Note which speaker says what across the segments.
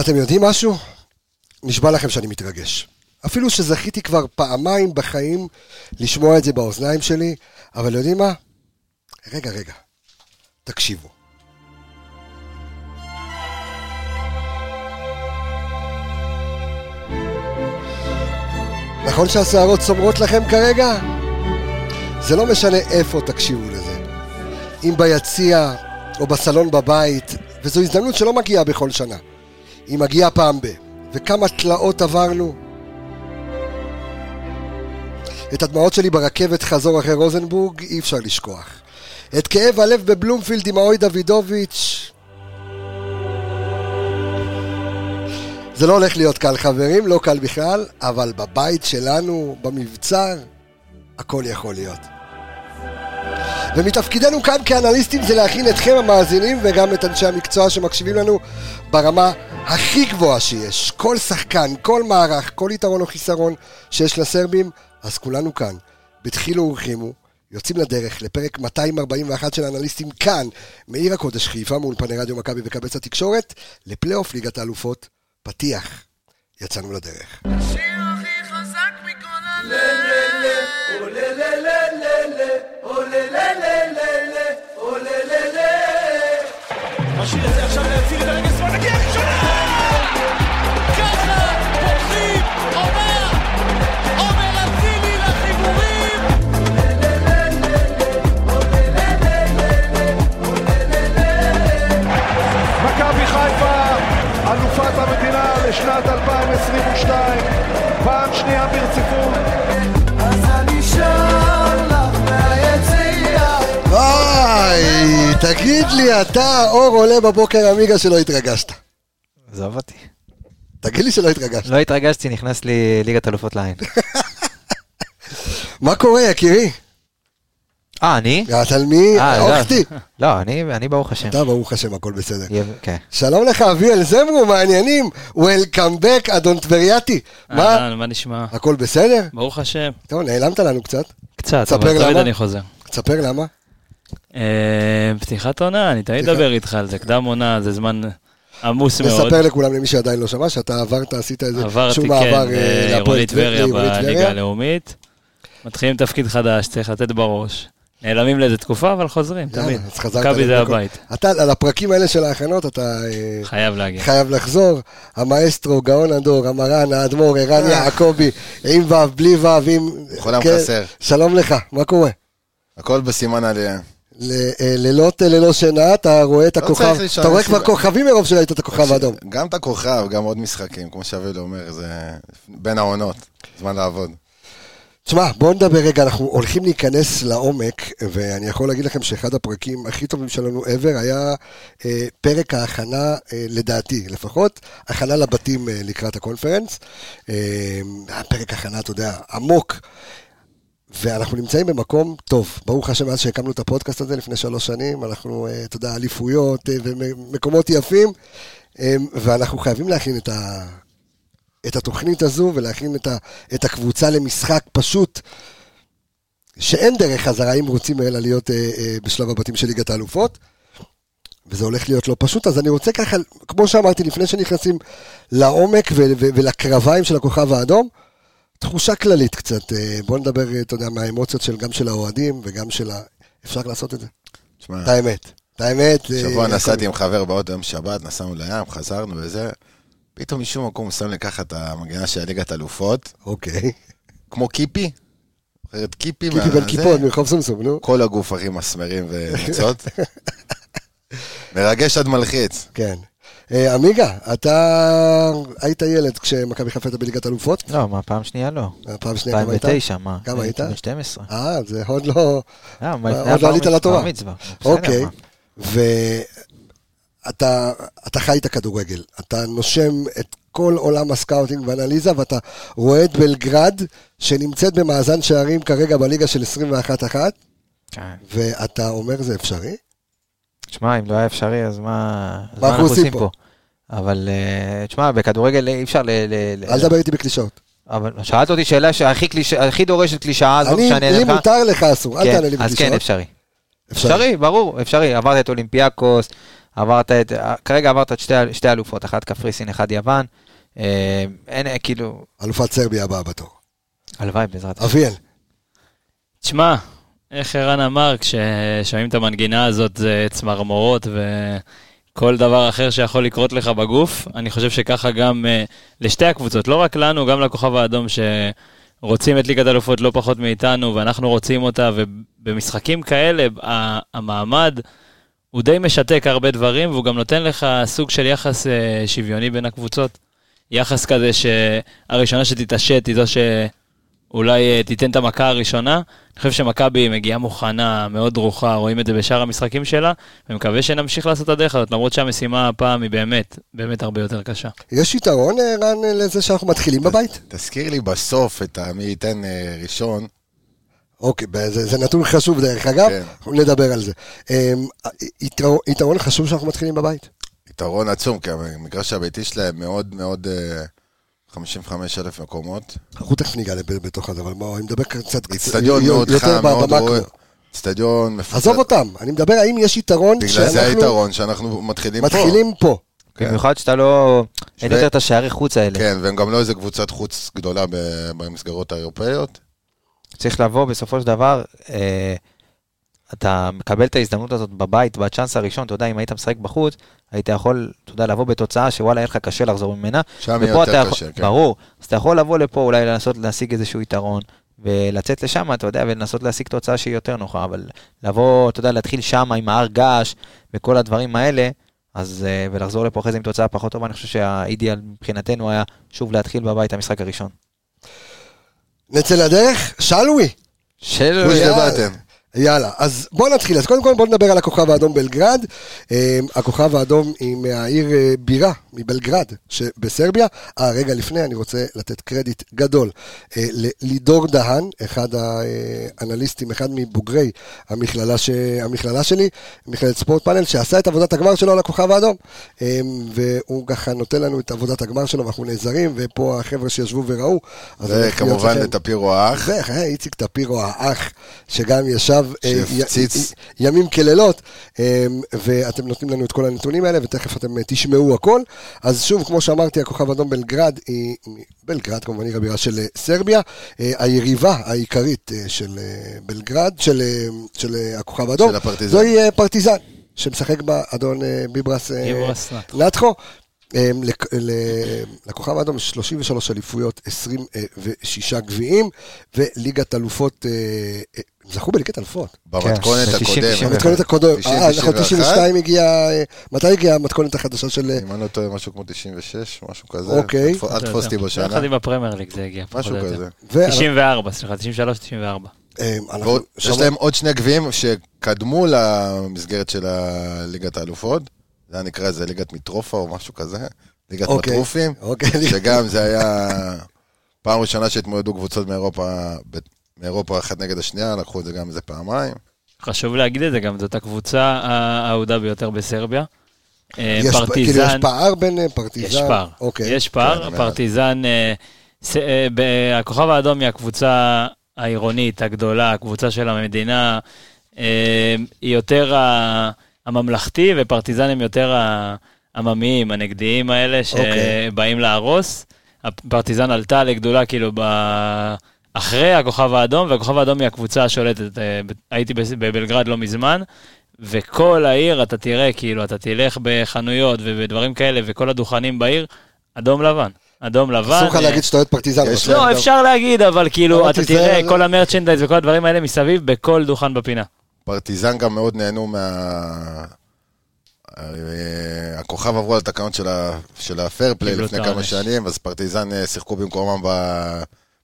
Speaker 1: אתם יודעים משהו? נשבע לכם שאני מתרגש. אפילו שזכיתי כבר פעמיים בחיים לשמוע את זה באוזניים שלי, אבל יודעים מה? רגע, רגע, תקשיבו. נכון שהשערות סומרות לכם כרגע? זה לא משנה איפה תקשיבו לזה. אם ביציע או בסלון בבית, וזו הזדמנות שלא מגיעה בכל שנה. היא מגיעה פעם ב... וכמה תלאות עברנו. את הדמעות שלי ברכבת חזור אחרי רוזנבורג אי אפשר לשכוח. את כאב הלב בבלומפילד עם האוי דוידוביץ'. זה לא הולך להיות קל חברים, לא קל בכלל, אבל בבית שלנו, במבצר, הכל יכול להיות. ומתפקידנו כאן כאנליסטים זה להכין אתכם המאזינים וגם את אנשי המקצוע שמקשיבים לנו ברמה הכי גבוהה שיש. כל שחקן, כל מערך, כל יתרון או חיסרון שיש לסרבים, אז כולנו כאן, בדחילו ורחימו, יוצאים לדרך לפרק 241 של אנליסטים כאן, מעיר הקודש חיפה מאולפני רדיו מכבי וקבץ התקשורת, לפלייאוף ליגת האלופות, פתיח. יצאנו לדרך.
Speaker 2: השיר הכי חזק מכל הלב
Speaker 3: השיר הזה עכשיו להציר את הרגל שמאל, נגיע ראשונה!
Speaker 2: ככה פותחים עונה עומר אצילי לחיבורים
Speaker 3: מכבי חיפה, אלופת המדינה לשנת 2022, פעם שנייה ברציפות.
Speaker 1: היי, תגיד לי, אתה האור עולה בבוקר עמיגה שלא התרגשת.
Speaker 4: עזוב אותי.
Speaker 1: תגיד לי שלא התרגשת.
Speaker 4: לא התרגשתי, נכנס לי ליגת אלופות לעין.
Speaker 1: מה קורה, יקירי?
Speaker 4: אה, אני?
Speaker 1: אתה על מי?
Speaker 4: אה, לא.
Speaker 1: אוכתי.
Speaker 4: לא, אני אני ברוך השם.
Speaker 1: אתה, ברוך השם, הכל בסדר.
Speaker 4: יהיה- כן.
Speaker 1: שלום לך, אביאל זמרו, מעניינים. Welcome back, אדון טברייתי. מה?
Speaker 5: אהלן, מה נשמע?
Speaker 1: הכל בסדר?
Speaker 5: ברוך השם.
Speaker 1: טוב, נעלמת לנו קצת.
Speaker 5: קצת,
Speaker 1: ספר
Speaker 5: אבל תמיד
Speaker 1: למה.
Speaker 5: אני חוזר.
Speaker 1: תספר למה.
Speaker 5: אה, פתיחת עונה, אני תמיד
Speaker 1: פתיחת-
Speaker 5: אדבר איתך על זה. קדם עונה, זה זמן עמוס מאוד.
Speaker 1: נספר לכולם, למי שעדיין לא שמע, שאתה עברת, עשית איזה
Speaker 5: עברתי,
Speaker 1: שום
Speaker 5: כן,
Speaker 1: מעבר אה,
Speaker 5: אה,
Speaker 1: להפועל
Speaker 5: עירוני טבריה
Speaker 1: לעירוני
Speaker 5: בליגה הלאומית. מתחילים תפקיד חדש, צריך לתת בראש. נעלמים לאיזה תקופה, אבל חוזרים,
Speaker 1: יאללה,
Speaker 5: תמיד.
Speaker 1: אז חזרת
Speaker 5: מכבי זה
Speaker 1: למקום.
Speaker 5: הבית,
Speaker 1: אתה, על הפרקים האלה של ההכנות, אתה אה,
Speaker 5: חייב
Speaker 6: כן.
Speaker 5: להגיד.
Speaker 1: חייב לחזור. המאסטרו, גאון הדור, המרן, האדמו"ר, ערן יעקבי, עם ו', בלי ו', עם...
Speaker 6: אה. כולם
Speaker 1: כן,
Speaker 6: חסר.
Speaker 1: שלום לך, מה קורה?
Speaker 6: הכל בסימן עלייה.
Speaker 1: ל- אה, לילות אה, ללא שינה, אתה רואה את
Speaker 6: לא
Speaker 1: הכוכב,
Speaker 6: צריך לישון,
Speaker 1: אתה רואה
Speaker 6: אין
Speaker 1: כבר
Speaker 6: סיבה.
Speaker 1: כוכבים מרוב שראית את הכוכב האדום.
Speaker 6: גם את הכוכב, גם עוד משחקים, כמו שאביל אומר, זה בין העונות, זמן לעבוד.
Speaker 1: תשמע, בואו נדבר רגע, אנחנו הולכים להיכנס לעומק, ואני יכול להגיד לכם שאחד הפרקים הכי טובים שלנו ever היה אה, פרק ההכנה, אה, לדעתי לפחות, הכנה לבתים אה, לקראת הקונפרנס. אה, היה פרק הכנה, אתה יודע, עמוק. ואנחנו נמצאים במקום טוב. ברוך השם, מאז שהקמנו את הפודקאסט הזה לפני שלוש שנים, אנחנו, אה, אתה יודע, אליפויות אה, ומקומות יפים, אה, ואנחנו חייבים להכין את ה... את התוכנית הזו ולהכין את, ה, את הקבוצה למשחק פשוט, שאין דרך חזרה אם רוצים אלא להיות אה, אה, בשלב הבתים של ליגת האלופות, וזה הולך להיות לא פשוט, אז אני רוצה ככה, כמו שאמרתי, לפני שנכנסים לעומק ו, ו, ולקרביים של הכוכב האדום, תחושה כללית קצת, אה, בוא נדבר, אה, אתה יודע, מהאמוציות של גם של האוהדים וגם של ה... אפשר לעשות את זה,
Speaker 6: תשמע,
Speaker 1: את האמת, את האמת. אה,
Speaker 6: אה. שבוע
Speaker 1: הכל.
Speaker 6: נסעתי עם חבר באוטו יום שבת, נסענו לים, חזרנו וזה, פתאום משום מקום הוא שם לי ככה את המגינה של ליגת אלופות,
Speaker 1: אוקיי,
Speaker 6: כמו קיפי. זוכרת קיפי?
Speaker 1: קיפי
Speaker 6: מה-
Speaker 1: בן
Speaker 6: זה?
Speaker 1: קיפון מרחוב סומסום, נו.
Speaker 6: כל הגוף אחי מסמרים ונוצות. מרגש עד מלחיץ.
Speaker 1: כן. אה, עמיגה, אתה היית ילד כשמכבי חיפה הייתה בליגת אלופות?
Speaker 4: לא, מה, פעם שנייה לא.
Speaker 1: פעם שנייה כן, גם הייתה?
Speaker 4: 2009, מה?
Speaker 1: כמה היית?
Speaker 4: בן 12.
Speaker 1: אה, זה עוד לא...
Speaker 4: אה, מה,
Speaker 1: עוד
Speaker 4: לפני
Speaker 1: לא
Speaker 4: הבר
Speaker 1: עלית
Speaker 4: מצווה,
Speaker 1: לתורה.
Speaker 4: בר מצווה. בסדר,
Speaker 1: אוקיי.
Speaker 4: מה?
Speaker 1: ואתה אתה חי את הכדורגל, אתה נושם את כל עולם הסקאוטינג והאנליזה, ואתה רואה את בלגרד, שנמצאת במאזן שערים כרגע בליגה של 21-1, אה.
Speaker 4: כן.
Speaker 1: ואתה אומר זה אפשרי?
Speaker 4: תשמע, אם לא היה אפשרי, אז מה אז
Speaker 1: מה אנחנו
Speaker 4: מה אנחנו
Speaker 1: עושים
Speaker 4: עושים פה? אבל אה, תשמע, בכדורגל אי אפשר ל... ל- ל-
Speaker 1: אל תדבר איתי בקלישאות.
Speaker 4: אבל שאלת אותי שאלה שהכי קליש- הכי דורשת קלישאה, אז לא
Speaker 1: אני,
Speaker 4: משנה
Speaker 1: לי
Speaker 4: לך.
Speaker 1: מותר לך אסור, אל
Speaker 4: כן,
Speaker 1: תענה לי
Speaker 4: אז כן,
Speaker 1: בקלישאות.
Speaker 4: אפשרי. אפשרי, ברור, אפשרי. עברת את אולימפיאקוס, עברת את, כרגע עברת את שתי, ה- שתי אלופות, אחת קפריסין, אחת יוון. אה, אין, אה, כאילו,
Speaker 1: אלופת סרביה הבאה בתור.
Speaker 4: הלוואי בעזרת השם.
Speaker 1: אביאל,
Speaker 5: תשמע, איך ערן אמר, כששומעים את המנגינה הזאת זה צמרמורות וכל דבר אחר שיכול לקרות לך בגוף, אני חושב שככה גם אה, לשתי הקבוצות, לא רק לנו, גם לכוכב האדום שרוצים את ליגת אלופות לא פחות מאיתנו ואנחנו רוצים אותה, ובמשחקים כאלה ה- המעמד הוא די משתק הרבה דברים והוא גם נותן לך סוג של יחס אה, שוויוני בין הקבוצות. יחס כזה שהראשונה שתתעשת היא זו ש... אולי אה, תיתן את המכה הראשונה. אני חושב שמכבי מגיעה מוכנה, מאוד דרוכה, רואים את זה בשאר המשחקים שלה, ומקווה שנמשיך לעשות את הדרך הזאת, למרות שהמשימה הפעם היא באמת, באמת הרבה יותר קשה.
Speaker 1: יש יתרון, אה, רן, אה, לזה שאנחנו מתחילים בבית?
Speaker 6: תזכיר לי בסוף את ה- מי ייתן אה, ראשון.
Speaker 1: אוקיי, זה, זה נתון חשוב דרך אגב,
Speaker 6: כן.
Speaker 1: אנחנו נדבר על זה. אה, יתרון, יתרון חשוב שאנחנו מתחילים בבית.
Speaker 6: יתרון עצום, כי המגרש הביתי שלהם מאוד מאוד... 55 אלף מקומות.
Speaker 1: אנחנו תכף ניגע לב- בתוך הדבר, בואו, אני מדבר קצת קצת-
Speaker 6: אצטדיון מאוד
Speaker 1: יותר
Speaker 6: חם, מאוד
Speaker 1: במקרו.
Speaker 6: רואה. אצטדיון מפוצץ.
Speaker 1: עזוב אותם, אני מדבר האם יש יתרון
Speaker 6: בגלל זה
Speaker 1: שאנחנו
Speaker 6: היתרון שאנחנו מתחילים פה.
Speaker 1: מתחילים פה.
Speaker 6: כן.
Speaker 4: במיוחד שאתה לא... אין
Speaker 6: ו-
Speaker 4: יותר את השערי חוץ האלה.
Speaker 6: כן, והם גם לא איזה קבוצת חוץ גדולה ב- במסגרות האירופאיות.
Speaker 4: צריך לבוא בסופו של דבר, אה, אתה מקבל את ההזדמנות הזאת בבית, בצ'אנס הראשון, אתה יודע, אם היית משחק בחוץ, היית יכול, אתה יודע, לבוא בתוצאה שוואלה, יהיה לך קשה לחזור ממנה.
Speaker 6: שם יהיה
Speaker 4: ופה אתה
Speaker 6: יותר
Speaker 4: יכול-
Speaker 6: קשה, כן.
Speaker 4: ברור. אז אתה יכול לבוא לפה, אולי לנסות להשיג איזשהו יתרון, ולצאת לשם, אתה יודע, ולנסות להשיג תוצאה שהיא יותר נוחה, אבל לבוא, אתה יודע, להתחיל שם עם ההר געש וכל הדברים האלה, אז, אה, ולחזור לפה אחרי זה עם תוצאה פחות טובה, אני חושב שהאידיאל מבחינתנו היה שוב להתחיל בבית המשחק הראשון.
Speaker 1: נצא לדרך, שלווי.
Speaker 4: של...
Speaker 1: הוא
Speaker 6: כמו
Speaker 1: היה-
Speaker 6: שבאתם.
Speaker 1: יאללה, אז בואו נתחיל. אז קודם כל בואו נדבר על הכוכב האדום בלגרד. אה, הכוכב האדום היא מהעיר אה, בירה, מבלגרד שבסרביה. אה, רגע לפני, אני רוצה לתת קרדיט גדול אה, ללידור דהן, אחד האנליסטים, אחד מבוגרי המכללה, ש... המכללה שלי, מכללת ספורט פאנל, שעשה את עבודת הגמר שלו על הכוכב האדום. אה, והוא ככה נותן לנו את עבודת הגמר שלו, ואנחנו נעזרים, ופה החבר'ה שישבו וראו. אז כן. הולך להיות
Speaker 6: וכמובן
Speaker 1: לכם-
Speaker 6: את הפירו האח.
Speaker 1: ואחרי אה, איציק טפירו האח, שגם ישב אה,
Speaker 6: שהפציץ.
Speaker 1: י- י- ימים כלילות, אה, ואתם נותנים לנו את כל הנתונים האלה, ותכף אתם אה, תשמעו הכל. אז שוב, כמו שאמרתי, הכוכב האדום בלגרד, היא, בלגרד כמובן עיר הבירה של אה, סרביה, אה, היריבה העיקרית אה, של אה, בלגרד, של, אה, של אה, הכוכב האדום,
Speaker 6: של הפרטיזן.
Speaker 1: זוהי אה, פרטיזן, שמשחק בה אדון אה, ביברס אה,
Speaker 5: ביברס נטחו.
Speaker 1: נטחו. אה, לק- ל- לכוכב האדום יש 33 אליפויות, 26 גביעים, וליגת אלופות, אה, אה, הם זכו בליגת אלופות.
Speaker 6: במתכונת
Speaker 4: ב- 90, 91.
Speaker 6: הקודמת.
Speaker 1: המתכונת הקודמת,
Speaker 6: 90,
Speaker 1: אה, נכון,
Speaker 6: 91?
Speaker 1: 92 הגיעה, אה, מתי הגיעה המתכונת החדשה של... אה,
Speaker 6: אם אני לא טועה, משהו כמו 96, משהו כזה.
Speaker 1: אוקיי.
Speaker 6: אל תפ- אל תפוס אותי בשנה.
Speaker 5: לא יחד עם לא הפרמייר ליג זה הגיע. פחות
Speaker 6: משהו
Speaker 5: או יותר.
Speaker 6: כזה.
Speaker 1: ואנחנו-
Speaker 5: 94, סליחה, 93, 94.
Speaker 1: אה, אנחנו-
Speaker 6: ועוד- יש
Speaker 1: שמענו-
Speaker 6: להם עוד שני גביעים שקדמו למסגרת של ה- ליגת האלופות. זה היה נקרא איזה ליגת מטרופה או משהו כזה. ליגת
Speaker 1: אוקיי,
Speaker 6: מטרופים.
Speaker 1: אוקיי,
Speaker 6: שגם זה היה פעם ראשונה שהתמודדו קבוצות מאירופה, ב- מאירופה אחת נגד השנייה, לקחו את זה גם איזה פעמיים.
Speaker 5: חשוב להגיד את זה גם, זאת הקבוצה האהודה ביותר בסרביה. אה,
Speaker 1: יש- כאילו,
Speaker 5: פרטיזן,
Speaker 1: יש פער בין אה, פרטיזן?
Speaker 5: יש פער,
Speaker 1: אוקיי.
Speaker 5: יש פער,
Speaker 6: כן,
Speaker 5: פרטיזן, אה, ס- אה, ב- הכוכב האדום היא הקבוצה העירונית הגדולה, הקבוצה של המדינה, אה, היא יותר ה- הממלכתי ופרטיזן הם יותר ה- העממיים, הנגדיים האלה
Speaker 1: אוקיי.
Speaker 5: שבאים להרוס. הפרטיזן עלתה לגדולה כאילו ב... אחרי הכוכב האדום, והכוכב האדום היא הקבוצה השולטת. אה, ב- הייתי בס- בבלגרד לא מזמן, וכל העיר אתה תראה, כאילו, אתה תלך בחנויות ובדברים כאלה, וכל הדוכנים בעיר, אדום לבן. אדום לבן.
Speaker 1: אסור לך
Speaker 5: אה,
Speaker 1: להגיד שאתה אוהד פרטיזן.
Speaker 6: יש
Speaker 1: בסדר?
Speaker 5: לא, אפשר להגיד, אבל כאילו,
Speaker 1: אבל
Speaker 5: אתה
Speaker 1: תיזהר. לא-
Speaker 5: תראה כל המרצ'נדייז וכל הדברים האלה מסביב בכל דוכן בפינה.
Speaker 6: פרטיזן גם מאוד נהנו מה... אה, הכוכב עברו על התקנות של, ה... של הפייר פליי
Speaker 5: קיבלו
Speaker 6: לפני
Speaker 5: את
Speaker 6: כמה
Speaker 5: העונש.
Speaker 6: שנים, אז פרטיזן אה, שיחקו במקומם ב...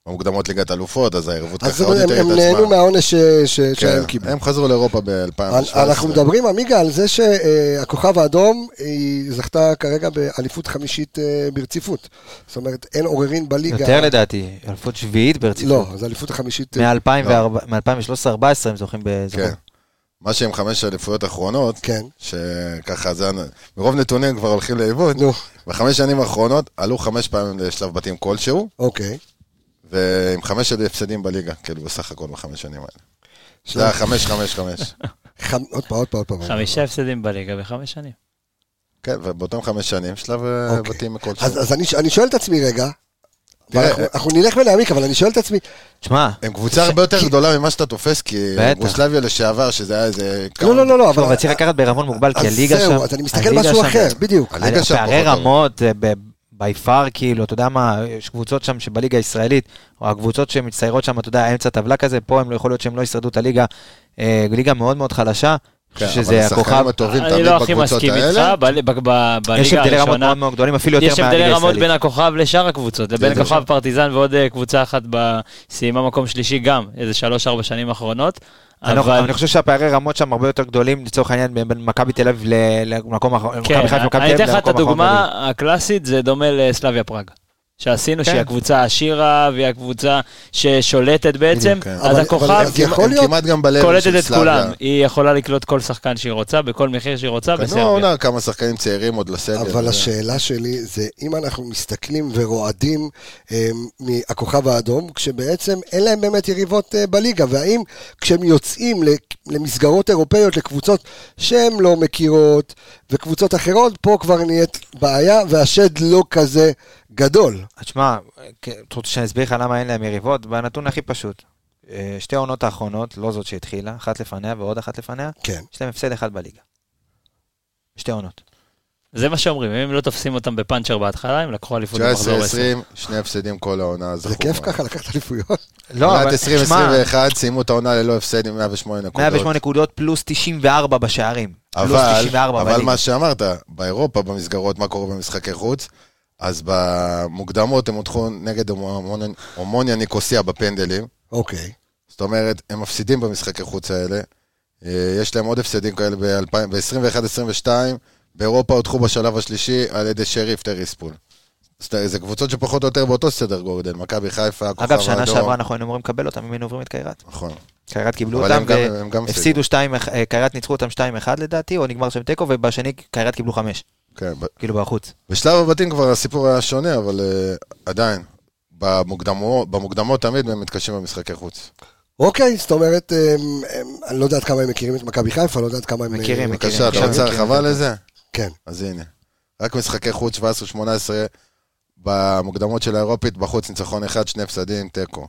Speaker 6: במוקדמות ליגת אלופות, אז הערבות
Speaker 1: אז
Speaker 6: ככה עוד
Speaker 1: הם-
Speaker 6: יותר
Speaker 1: הם
Speaker 6: התעצמה.
Speaker 1: נהנו מהעונש אה, ש-
Speaker 6: כן,
Speaker 1: שהם קיבלו.
Speaker 6: הם חזרו לאירופה ב-2017.
Speaker 1: אנחנו מדברים, עמיגה, על זה שהכוכב האדום היא זכתה כרגע באליפות חמישית אה, ברציפות. זאת אומרת, אין עוררין בליגה.
Speaker 4: יותר לדעתי, אלפות שביעית ברציפות.
Speaker 1: לא, אז האליפות החמישית... אה,
Speaker 4: מ-2013-2014 הם זוכים
Speaker 6: כן.
Speaker 4: בזכות.
Speaker 6: מה שהם חמש אליפויות אחרונות,
Speaker 1: כן.
Speaker 6: שככה זה... מרוב נתונים כבר הולכים לאיבוד.
Speaker 1: נו,
Speaker 6: בחמש שנים האחרונות עלו חמש פעמים לשלב בתים כלשהו,
Speaker 1: אוקיי.
Speaker 6: ועם חמש הפסדים בליגה, כאילו בסך הכל בחמש שנים האלה.
Speaker 1: כן.
Speaker 6: זה היה חמש, חמש, חמש.
Speaker 1: חמ- עוד פעם, עוד פעם, עוד פעם.
Speaker 5: חמישה הפסדים בליגה בחמש שנים.
Speaker 6: כן, ובאותם חמש שנים שלב אה,
Speaker 1: אוקיי.
Speaker 6: בתים מכל
Speaker 1: אז,
Speaker 6: שנה.
Speaker 1: אז אני, אני שואל את עצמי רגע,
Speaker 6: תראה,
Speaker 1: אנחנו, אנחנו נלך ונעמיק, אבל אני שואל את עצמי,
Speaker 4: כן. תשמע,
Speaker 6: הם קבוצה הרבה יותר גדולה ממה שאתה תופס, כי
Speaker 4: בטח.
Speaker 6: יוגוסלביה לשעבר, שזה היה איזה... כמה-
Speaker 1: לא, לא, לא, לא,
Speaker 4: אבל
Speaker 1: אבל...
Speaker 4: צריך לקחת בערבון מוגבל, כי
Speaker 1: אז
Speaker 4: הליגה שם...
Speaker 1: זהו, אז אני מסתכל
Speaker 4: הליגה
Speaker 1: משהו
Speaker 4: שם-
Speaker 1: אחר, בדיוק.
Speaker 6: הליגה שם
Speaker 4: פערי
Speaker 6: פחות טובה.
Speaker 4: רמות, אה, בי פאר, כאילו, אתה יודע מה, יש קבוצות שם שבליגה הישראלית, או הקבוצות שמצטיירות שם, אתה יודע, אמצע טבלה כזה, פה הם לא יכול להיות שהם לא ישרדו את הליגה, אה, ליגה מאוד מאוד חלשה, אני
Speaker 6: כן,
Speaker 4: חושב
Speaker 6: אבל
Speaker 4: שזה
Speaker 6: השחקנים
Speaker 4: הכוכב,
Speaker 6: הטובים
Speaker 5: אני
Speaker 6: תמיד
Speaker 5: לא הכי
Speaker 6: בקבוצות
Speaker 5: מסכים איתך,
Speaker 6: האלה.
Speaker 5: ב- ב- ב-
Speaker 4: יש
Speaker 5: בליגה
Speaker 4: הבדלי רמות
Speaker 5: הראשונה,
Speaker 4: מאוד מאוד גדולים, אפילו
Speaker 5: יש
Speaker 4: יותר
Speaker 5: הבדלי
Speaker 4: מהליגה
Speaker 5: רמות בין
Speaker 4: הישראלית.
Speaker 5: הכוכב לשאר הקבוצות, לבין
Speaker 6: זה
Speaker 5: הכוכב פרטיזן ועוד אה, קבוצה אחת ב- סיימה מקום שלישי גם, איזה שלוש-ארבע שנים האחרונות.
Speaker 4: אני
Speaker 5: אבל-
Speaker 4: אני חושב שהפערי רמות שם הרבה יותר גדולים, לצורך העניין, בין בין מכבי תל אביב ל- למקום האחרון,
Speaker 5: כן,
Speaker 4: מכבי חיפה, מכבי
Speaker 5: אני
Speaker 4: תל
Speaker 5: אתן
Speaker 4: אביב
Speaker 5: לך את
Speaker 4: למקום האחרון.
Speaker 5: הדוגמה הקלאסית, זה דומה לסלאביה פראג. שעשינו,
Speaker 4: כן.
Speaker 5: שהיא הקבוצה העשירה, והיא הקבוצה ששולטת בעצם,
Speaker 6: כן.
Speaker 5: אז
Speaker 1: אבל- אבל-
Speaker 5: הכוכב
Speaker 1: אז
Speaker 6: הם
Speaker 1: יכול
Speaker 6: הם
Speaker 1: להיות-
Speaker 6: כמעט גם בלב
Speaker 5: קולטת
Speaker 6: של
Speaker 5: את כולם.
Speaker 6: סלאביה.
Speaker 5: היא יכולה לקלוט כל שחקן שהיא רוצה, בכל מחיר שהיא רוצה,
Speaker 6: קנו
Speaker 5: בסרביה.
Speaker 6: העונה לא כמה שחקנים צעירים עוד לסגל.
Speaker 1: אבל
Speaker 6: זה-
Speaker 1: השאלה שלי זה אם אנחנו מסתכלים ורועדים אה, מהכוכב האדום, כשבעצם אין להם באמת יריבות אה, בליגה, והאם כשהם יוצאים ל- למסגרות אירופאיות, לקבוצות שהן לא מכירות, וקבוצות אחרות, פה כבר נהיית בעיה, והשד לא כזה גדול.
Speaker 4: אז שמע, כ- כן, אתה רוצה שאני אסביר לך למה אין להם יריבות? בנתון הכי פשוט. אה, שתי העונות האחרונות, לא זאת שהתחילה, אחת לפניה ועוד אחת לפניה,
Speaker 1: כן.
Speaker 4: יש להם הפסד אחד בליגה. שתי עונות.
Speaker 5: זה מה שאומרים, אם הם לא תופסים אותם בפאנצ'ר בהתחלה, הם לקחו
Speaker 4: לא
Speaker 5: אליפות במחזור
Speaker 6: 19,
Speaker 5: 20.
Speaker 6: 20, שני הפסדים כל העונה, זכור.
Speaker 1: זה כיף ככה לקחת אליפויות?
Speaker 4: לא,
Speaker 6: עונת 2021, סיימו את העונה ללא הפסד עם 108 נקודות.
Speaker 4: 108 נקודות פלוס 94 בשערים. פלוס
Speaker 6: אבל,
Speaker 4: 94
Speaker 6: אבל
Speaker 4: בליגה.
Speaker 6: מה שאמרת, באירופה, במסגרות, מה קורה במשחקי חוץ? אז במוקדמות הם הודחו נגד הומונ- הומוניה ניקוסיה בפנדלים.
Speaker 1: אוקיי.
Speaker 6: זאת אומרת, הם מפסידים במשחקי חוץ האלה. אה, יש להם עוד הפסדים כאלה ב-21-22. באירופה הודחו בשלב השלישי על ידי שריף טריספול. זאת אומרת, זה קבוצות שפחות או יותר באותו סדר גודל, מכבי חיפה, הכוכב האדום.
Speaker 4: אגב, שנה שעברה נכון. אנחנו היינו אמורים לקבל אותם אם היינו עוברים את קיירת.
Speaker 6: נכון.
Speaker 4: קיירת קיבלו
Speaker 6: אבל
Speaker 4: אותם,
Speaker 6: הם גם- הם גם הפסידו.
Speaker 4: והפסידו 2, אה, קיירת ניצחו אותם 2-1 לדעתי, או נגמר שם תיקו, ובשני קיירת קיבלו 5,
Speaker 6: כן, ב-
Speaker 4: כאילו בחוץ.
Speaker 6: בשלב הבתים כבר הסיפור היה שונה, אבל אה, עדיין. במוקדמות, במוקדמות תמיד הם מתקשים במשחקי חוץ.
Speaker 1: אוקיי, זאת אומרת, אמ, אמ, אני לא יודעת כמה הם מכירים את מכבי חיפה, לא יודעת כמה הם...
Speaker 4: מכירים, מכירים.
Speaker 6: בבקשה, אתה
Speaker 4: עכשיו
Speaker 6: רוצה
Speaker 4: מכירים
Speaker 6: הרחבה
Speaker 4: אותם.
Speaker 6: לזה?
Speaker 1: כן.
Speaker 6: אז הנה. רק משחקי חוץ 17-18 במוקדמות של האירופית, בחוץ ניצחון אחד, שני הפסדים, תיקו.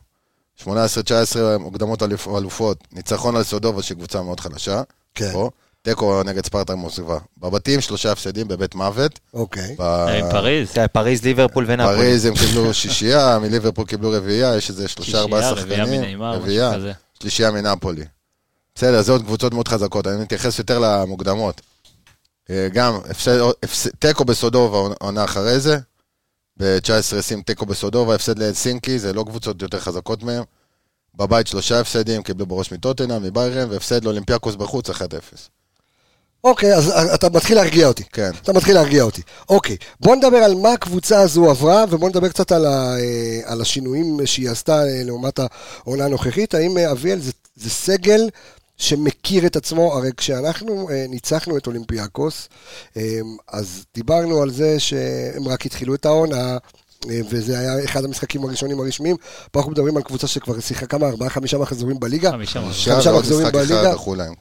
Speaker 6: 18-19 מוקדמות אלופ- אלופות, ניצחון על סודובה שהיא קבוצה מאוד חלשה.
Speaker 1: כן.
Speaker 6: פה. תיקו נגד ספרטה מוסקבה. בבתים שלושה הפסדים בבית מוות.
Speaker 1: אוקיי.
Speaker 6: ב-
Speaker 5: אה, עם פריז.
Speaker 4: אתה יודע, פריז, ליברפול ונאפולי.
Speaker 6: פריז הם קיבלו שישייה, מליברפול קיבלו רביעייה, יש איזה שלושה ארבעה
Speaker 5: שישייה,
Speaker 6: שחקנים.
Speaker 5: רביעייה מנעימה, משהו כזה.
Speaker 6: שלישייה מנפולי. בסדר, זה עוד קבוצות מאוד חזקות, אני מתייחס יותר למוקדמות. אה, גם, הפסד- הפס- תיקו בסודובה עונה אחרי זה, ב-19-20 תיקו בסודובה, הפסד להלסינקי, זה לא קבוצות יותר חזקות מהם. בבית שלושה הפסדים, קיבלו בראש מטוטנאם, מביירן, והפסד לאולימפיאקוס בחוץ, 1-0.
Speaker 1: אוקיי, אז אתה מתחיל להרגיע אותי.
Speaker 6: כן.
Speaker 1: אתה מתחיל להרגיע אותי. אוקיי, בוא נדבר על מה הקבוצה הזו עברה, ובוא נדבר קצת על, ה, אה, על השינויים שהיא עשתה אה, לעומת העונה הנוכחית. האם אה, אביאל זה, זה סגל שמכיר את עצמו? הרי כשאנחנו אה, ניצחנו את אולימפיאקוס, אה, אז דיברנו על זה שהם רק התחילו את העונה. אה, וזה היה אחד המשחקים הראשונים הרשמיים, פה אנחנו מדברים על קבוצה שכבר שיחקה כמה, ארבעה, חמישה מחזורים בליגה.
Speaker 5: חמישה משהו.
Speaker 1: חמישה
Speaker 6: ועוד
Speaker 1: מחזורים
Speaker 6: לא משחק אחד
Speaker 1: בליגה.
Speaker 6: דחו להם.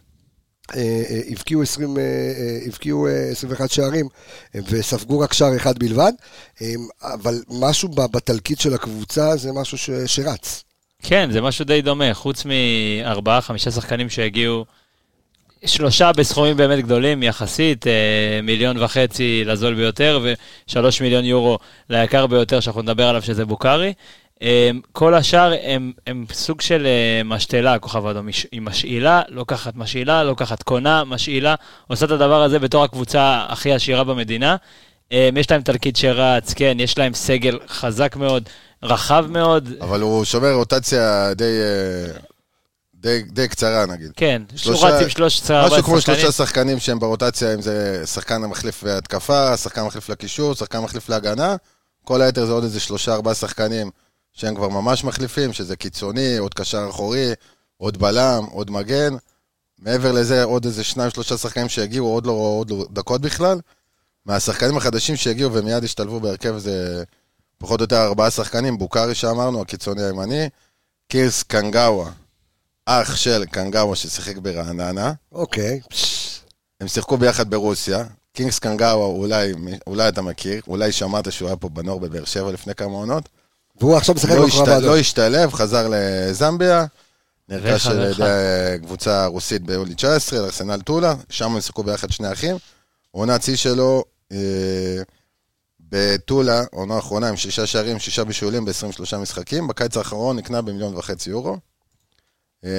Speaker 1: אה, אה, הבקיעו 20, אה, אה, הבקיעו אה, 21 שערים אה, וספגו רק שער אחד בלבד, אה, אבל משהו ב- בתלקיט של הקבוצה זה משהו ש- שרץ.
Speaker 5: כן, זה משהו די דומה, חוץ מארבעה, חמישה שחקנים שהגיעו, שלושה בסכומים באמת גדולים יחסית, אה, מיליון וחצי לזול ביותר ושלוש מיליון יורו ליקר ביותר שאנחנו נדבר עליו שזה בוקארי. אה, כל השאר הם, הם סוג של אה, משתלה, הכוכב האדום, היא ש- היא משאילה, לוקחת משאילה, לוקחת קונה, משאילה, עושה את הדבר הזה בתור הקבוצה הכי עשירה במדינה. אה, יש להם תלקיד שרץ, כן, יש להם סגל חזק מאוד, רחב מאוד.
Speaker 6: אבל הוא שומר רוטציה די, אה, די, די קצרה, נגיד.
Speaker 5: כן,
Speaker 6: שלושה-
Speaker 5: שהוא רץ עם 13
Speaker 6: משהו
Speaker 5: 14
Speaker 6: כמו
Speaker 5: שחקנים.
Speaker 6: שלושה שחקנים שהם ברוטציה, אם זה שחקן המחליף להתקפה, שחקן מחליף לקישור, שחקן מחליף להגנה, כל היתר זה עוד איזה שלושה ארבעה שחקנים שהם כבר ממש מחליפים, שזה קיצוני, עוד קשר אחורי, עוד בלם, עוד מגן. מעבר לזה, עוד איזה שניים, שלושה שחקנים שהגיעו, עוד לא עוד לא דקות בכלל. מהשחקנים החדשים שהגיעו ומיד השתלבו בהרכב זה פחות או יותר ארבעה שחקנים, בוקארי שאמרנו, הקיצוני הימני, קירס קנגאווה, אח של קנגאווה ששיחק ברעננה.
Speaker 1: אוקיי,
Speaker 6: הם שיחקו ביחד ברוסיה, קינגס קנגאווה, אולי, אולי אתה מכיר, אולי שמעת שהוא היה פה בנוער בבאר שבע לפני כמה עונות.
Speaker 1: והוא עכשיו משחק
Speaker 6: לא,
Speaker 1: בקרב
Speaker 6: השת...
Speaker 1: האדום.
Speaker 6: לא השתלב, חזר לזמביה, נרכש
Speaker 5: ואיך
Speaker 6: על
Speaker 5: הלכה?
Speaker 6: ידי קבוצה רוסית ביולי 19, לארסנל טולה, שם הם שיחקו ביחד שני אחים. עונת שיא שלו אה, בטולה, עונה אחרונה עם שישה שערים, שישה בישולים ב-23 משחקים. בקיץ האחרון נקנה במיליון וחצי יורו. אה,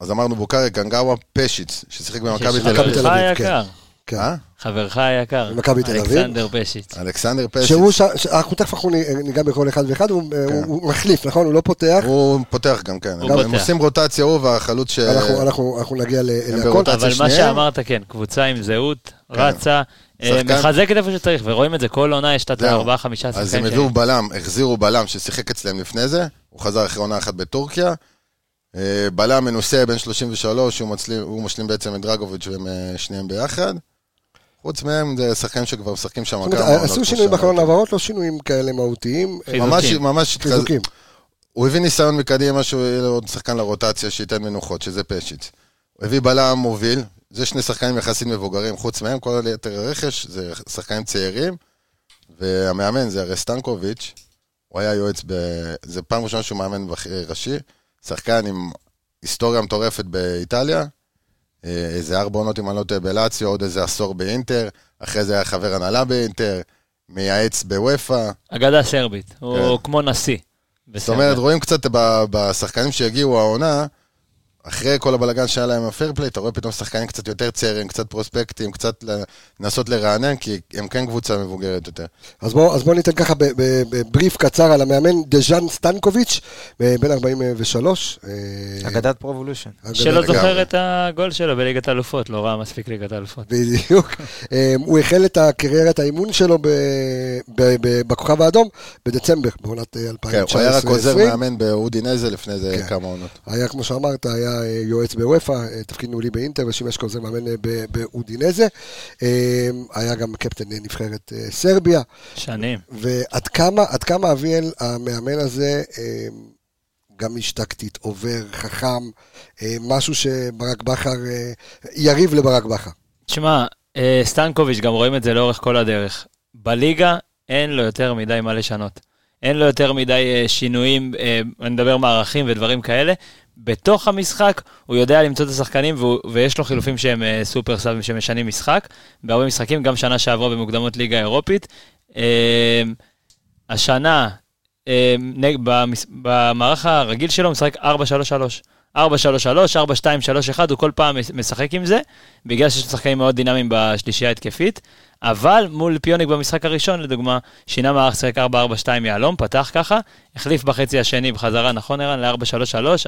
Speaker 6: אז אמרנו בוקארי קנגאווה פשיץ, ששיחק במכבי תל
Speaker 1: מכבי
Speaker 6: אביב.
Speaker 1: תל אביב,
Speaker 5: חברך
Speaker 1: כן.
Speaker 5: היקר,
Speaker 1: כן.
Speaker 6: אה?
Speaker 5: חברך היקר,
Speaker 1: במכבי תל אביב.
Speaker 5: אלכסנדר פשיץ.
Speaker 6: אלכסנדר פשיץ.
Speaker 1: שהוא, ש... ש... אנחנו תכף אנחנו ניגע בכל אחד ואחד, הוא, הוא, הוא מחליף, נכון? הוא לא פותח.
Speaker 6: כן. הוא פותח גם כן.
Speaker 5: הוא
Speaker 6: הם
Speaker 5: פותח.
Speaker 6: עושים רוטציה, הוא והחלוץ ש...
Speaker 1: אנחנו, אנחנו, אנחנו נגיע ל- להכל.
Speaker 6: ברוטציה
Speaker 5: אבל מה
Speaker 6: שניהם. כן.
Speaker 5: שאמרת, כן, קבוצה עם זהות, רצה, אה,
Speaker 6: שחקן.
Speaker 5: מחזקת איפה שצריך, ורואים את זה כל עונה, יש תת
Speaker 6: זהו.
Speaker 5: ארבעה, חמישה
Speaker 6: אז הם
Speaker 1: כן,
Speaker 5: שחקנים.
Speaker 6: הביאו בלם, החזירו בלם ששיחק אצלם לפני זה, הוא חזר אחרי עונה אחת בטורקיה. אה, בלם מנוסה, בן 33, הוא, מצלים, הוא משלים בעצם את דרגוביץ' והם אה, שניהם ביחד. חוץ מהם זה שחקנים שכבר משחקים שם אוקיי.
Speaker 1: זאת אומרת, אה,
Speaker 6: עונות
Speaker 1: עשו
Speaker 6: כמו
Speaker 1: שינויים
Speaker 6: שאמרתי.
Speaker 1: בחלון העברות, לא שינויים כאלה מהותיים. אה,
Speaker 6: ממש,
Speaker 5: חיזוקים.
Speaker 6: ממש,
Speaker 1: חיזוקים.
Speaker 6: הוא הביא ניסיון מקדימה שהוא יהיה לו עוד שחקן לרוטציה שייתן מנוחות, שזה פשיץ. הוא הביא בלם מוביל, זה שני שחקנים יחסית מבוגרים, חוץ מהם, כל יתר הרכש זה שחקנים צעירים, והמאמן זה הרי סטנקוביץ', הוא היה יועץ ב... זה פעם ראשונה שהוא מאמן בח- ראשי, שחקן עם היסטוריה מטורפת באיטליה, אה, איזה ארבע עונות, אם אני לא טועה, בלאציו, עוד איזה עשור באינטר, אחרי זה היה חבר הנהלה באינטר, מייעץ בוופא.
Speaker 5: אגדה סרבית, הוא
Speaker 6: כן.
Speaker 5: כמו נשיא.
Speaker 6: זאת אומרת, רואים קצת ב- בשחקנים שהגיעו העונה, אחרי כל הבלגן שהיה להם הפיירפליי, אתה רואה פתאום שחקנים קצת יותר צעירים, קצת פרוספקטים, קצת ל- לנסות לרענן, כי הם כן קבוצה מבוגרת יותר.
Speaker 4: כן,
Speaker 1: אז בואו בוא ניתן ככה ב- ב- בבריף קצר על המאמן דז'אן סטנקוביץ', אה, בן 43. אה,
Speaker 4: אגדת פרובולושן.
Speaker 1: אגדה.
Speaker 5: שלא
Speaker 6: לגמרי.
Speaker 5: זוכר את הגול שלו בליגת האלופות, לא ראה מספיק ליגת האלופות.
Speaker 1: בדיוק. אה, הוא החל את הקריירת האימון שלו ב- ב- ב- בכוכב האדום בדצמבר, בעונת אה, 2019-2020.
Speaker 6: כן, הוא היה רק עוזר מאמן באודינזה לפני זה
Speaker 1: כן.
Speaker 6: כמה עונות.
Speaker 1: היה, כמו שאמרת, היה אה, יועץ בוופא, אה, תפקיד ניהולי באינטר, ושימש כעוזר מאמן אה, ב- באודינזה. אה, היה גם קפטן אה, נבחרת אה, סרביה.
Speaker 5: שנים.
Speaker 1: ועד כמה, עד כמה אביאל, המאמן הזה, אה, גם איש טקטית, עובר, חכם, אה, משהו שברק בכר, אה, יריב לברק בכר.
Speaker 5: תשמע, אה, סטנקוביץ', גם רואים את זה לאורך כל הדרך. בליגה אין לו יותר מדי מה לשנות. אין לו יותר מדי אה, שינויים, אה, אני מדבר מערכים ודברים כאלה. בתוך המשחק הוא יודע למצוא את השחקנים והוא, ויש לו חילופים שהם אה, סופר סאבים שמשנים משחק. בהרבה משחקים, גם שנה שעברה במוקדמות ליגה אירופית. אה, השנה, אה, נג- במס- במערך הרגיל שלו הוא משחק 4-3-3. 4-3-3, 4-2-3-1, הוא כל פעם מש- משחק עם זה, בגלל שיש לו שחקנים מאוד דינמיים בשלישייה ההתקפית, אבל מול פיוניק במשחק הראשון, לדוגמה, שינה מערך שיחק 4-4-2 יהלום, פתח ככה, החליף בחצי השני בחזרה, נכון ערן? ל-4-3-3,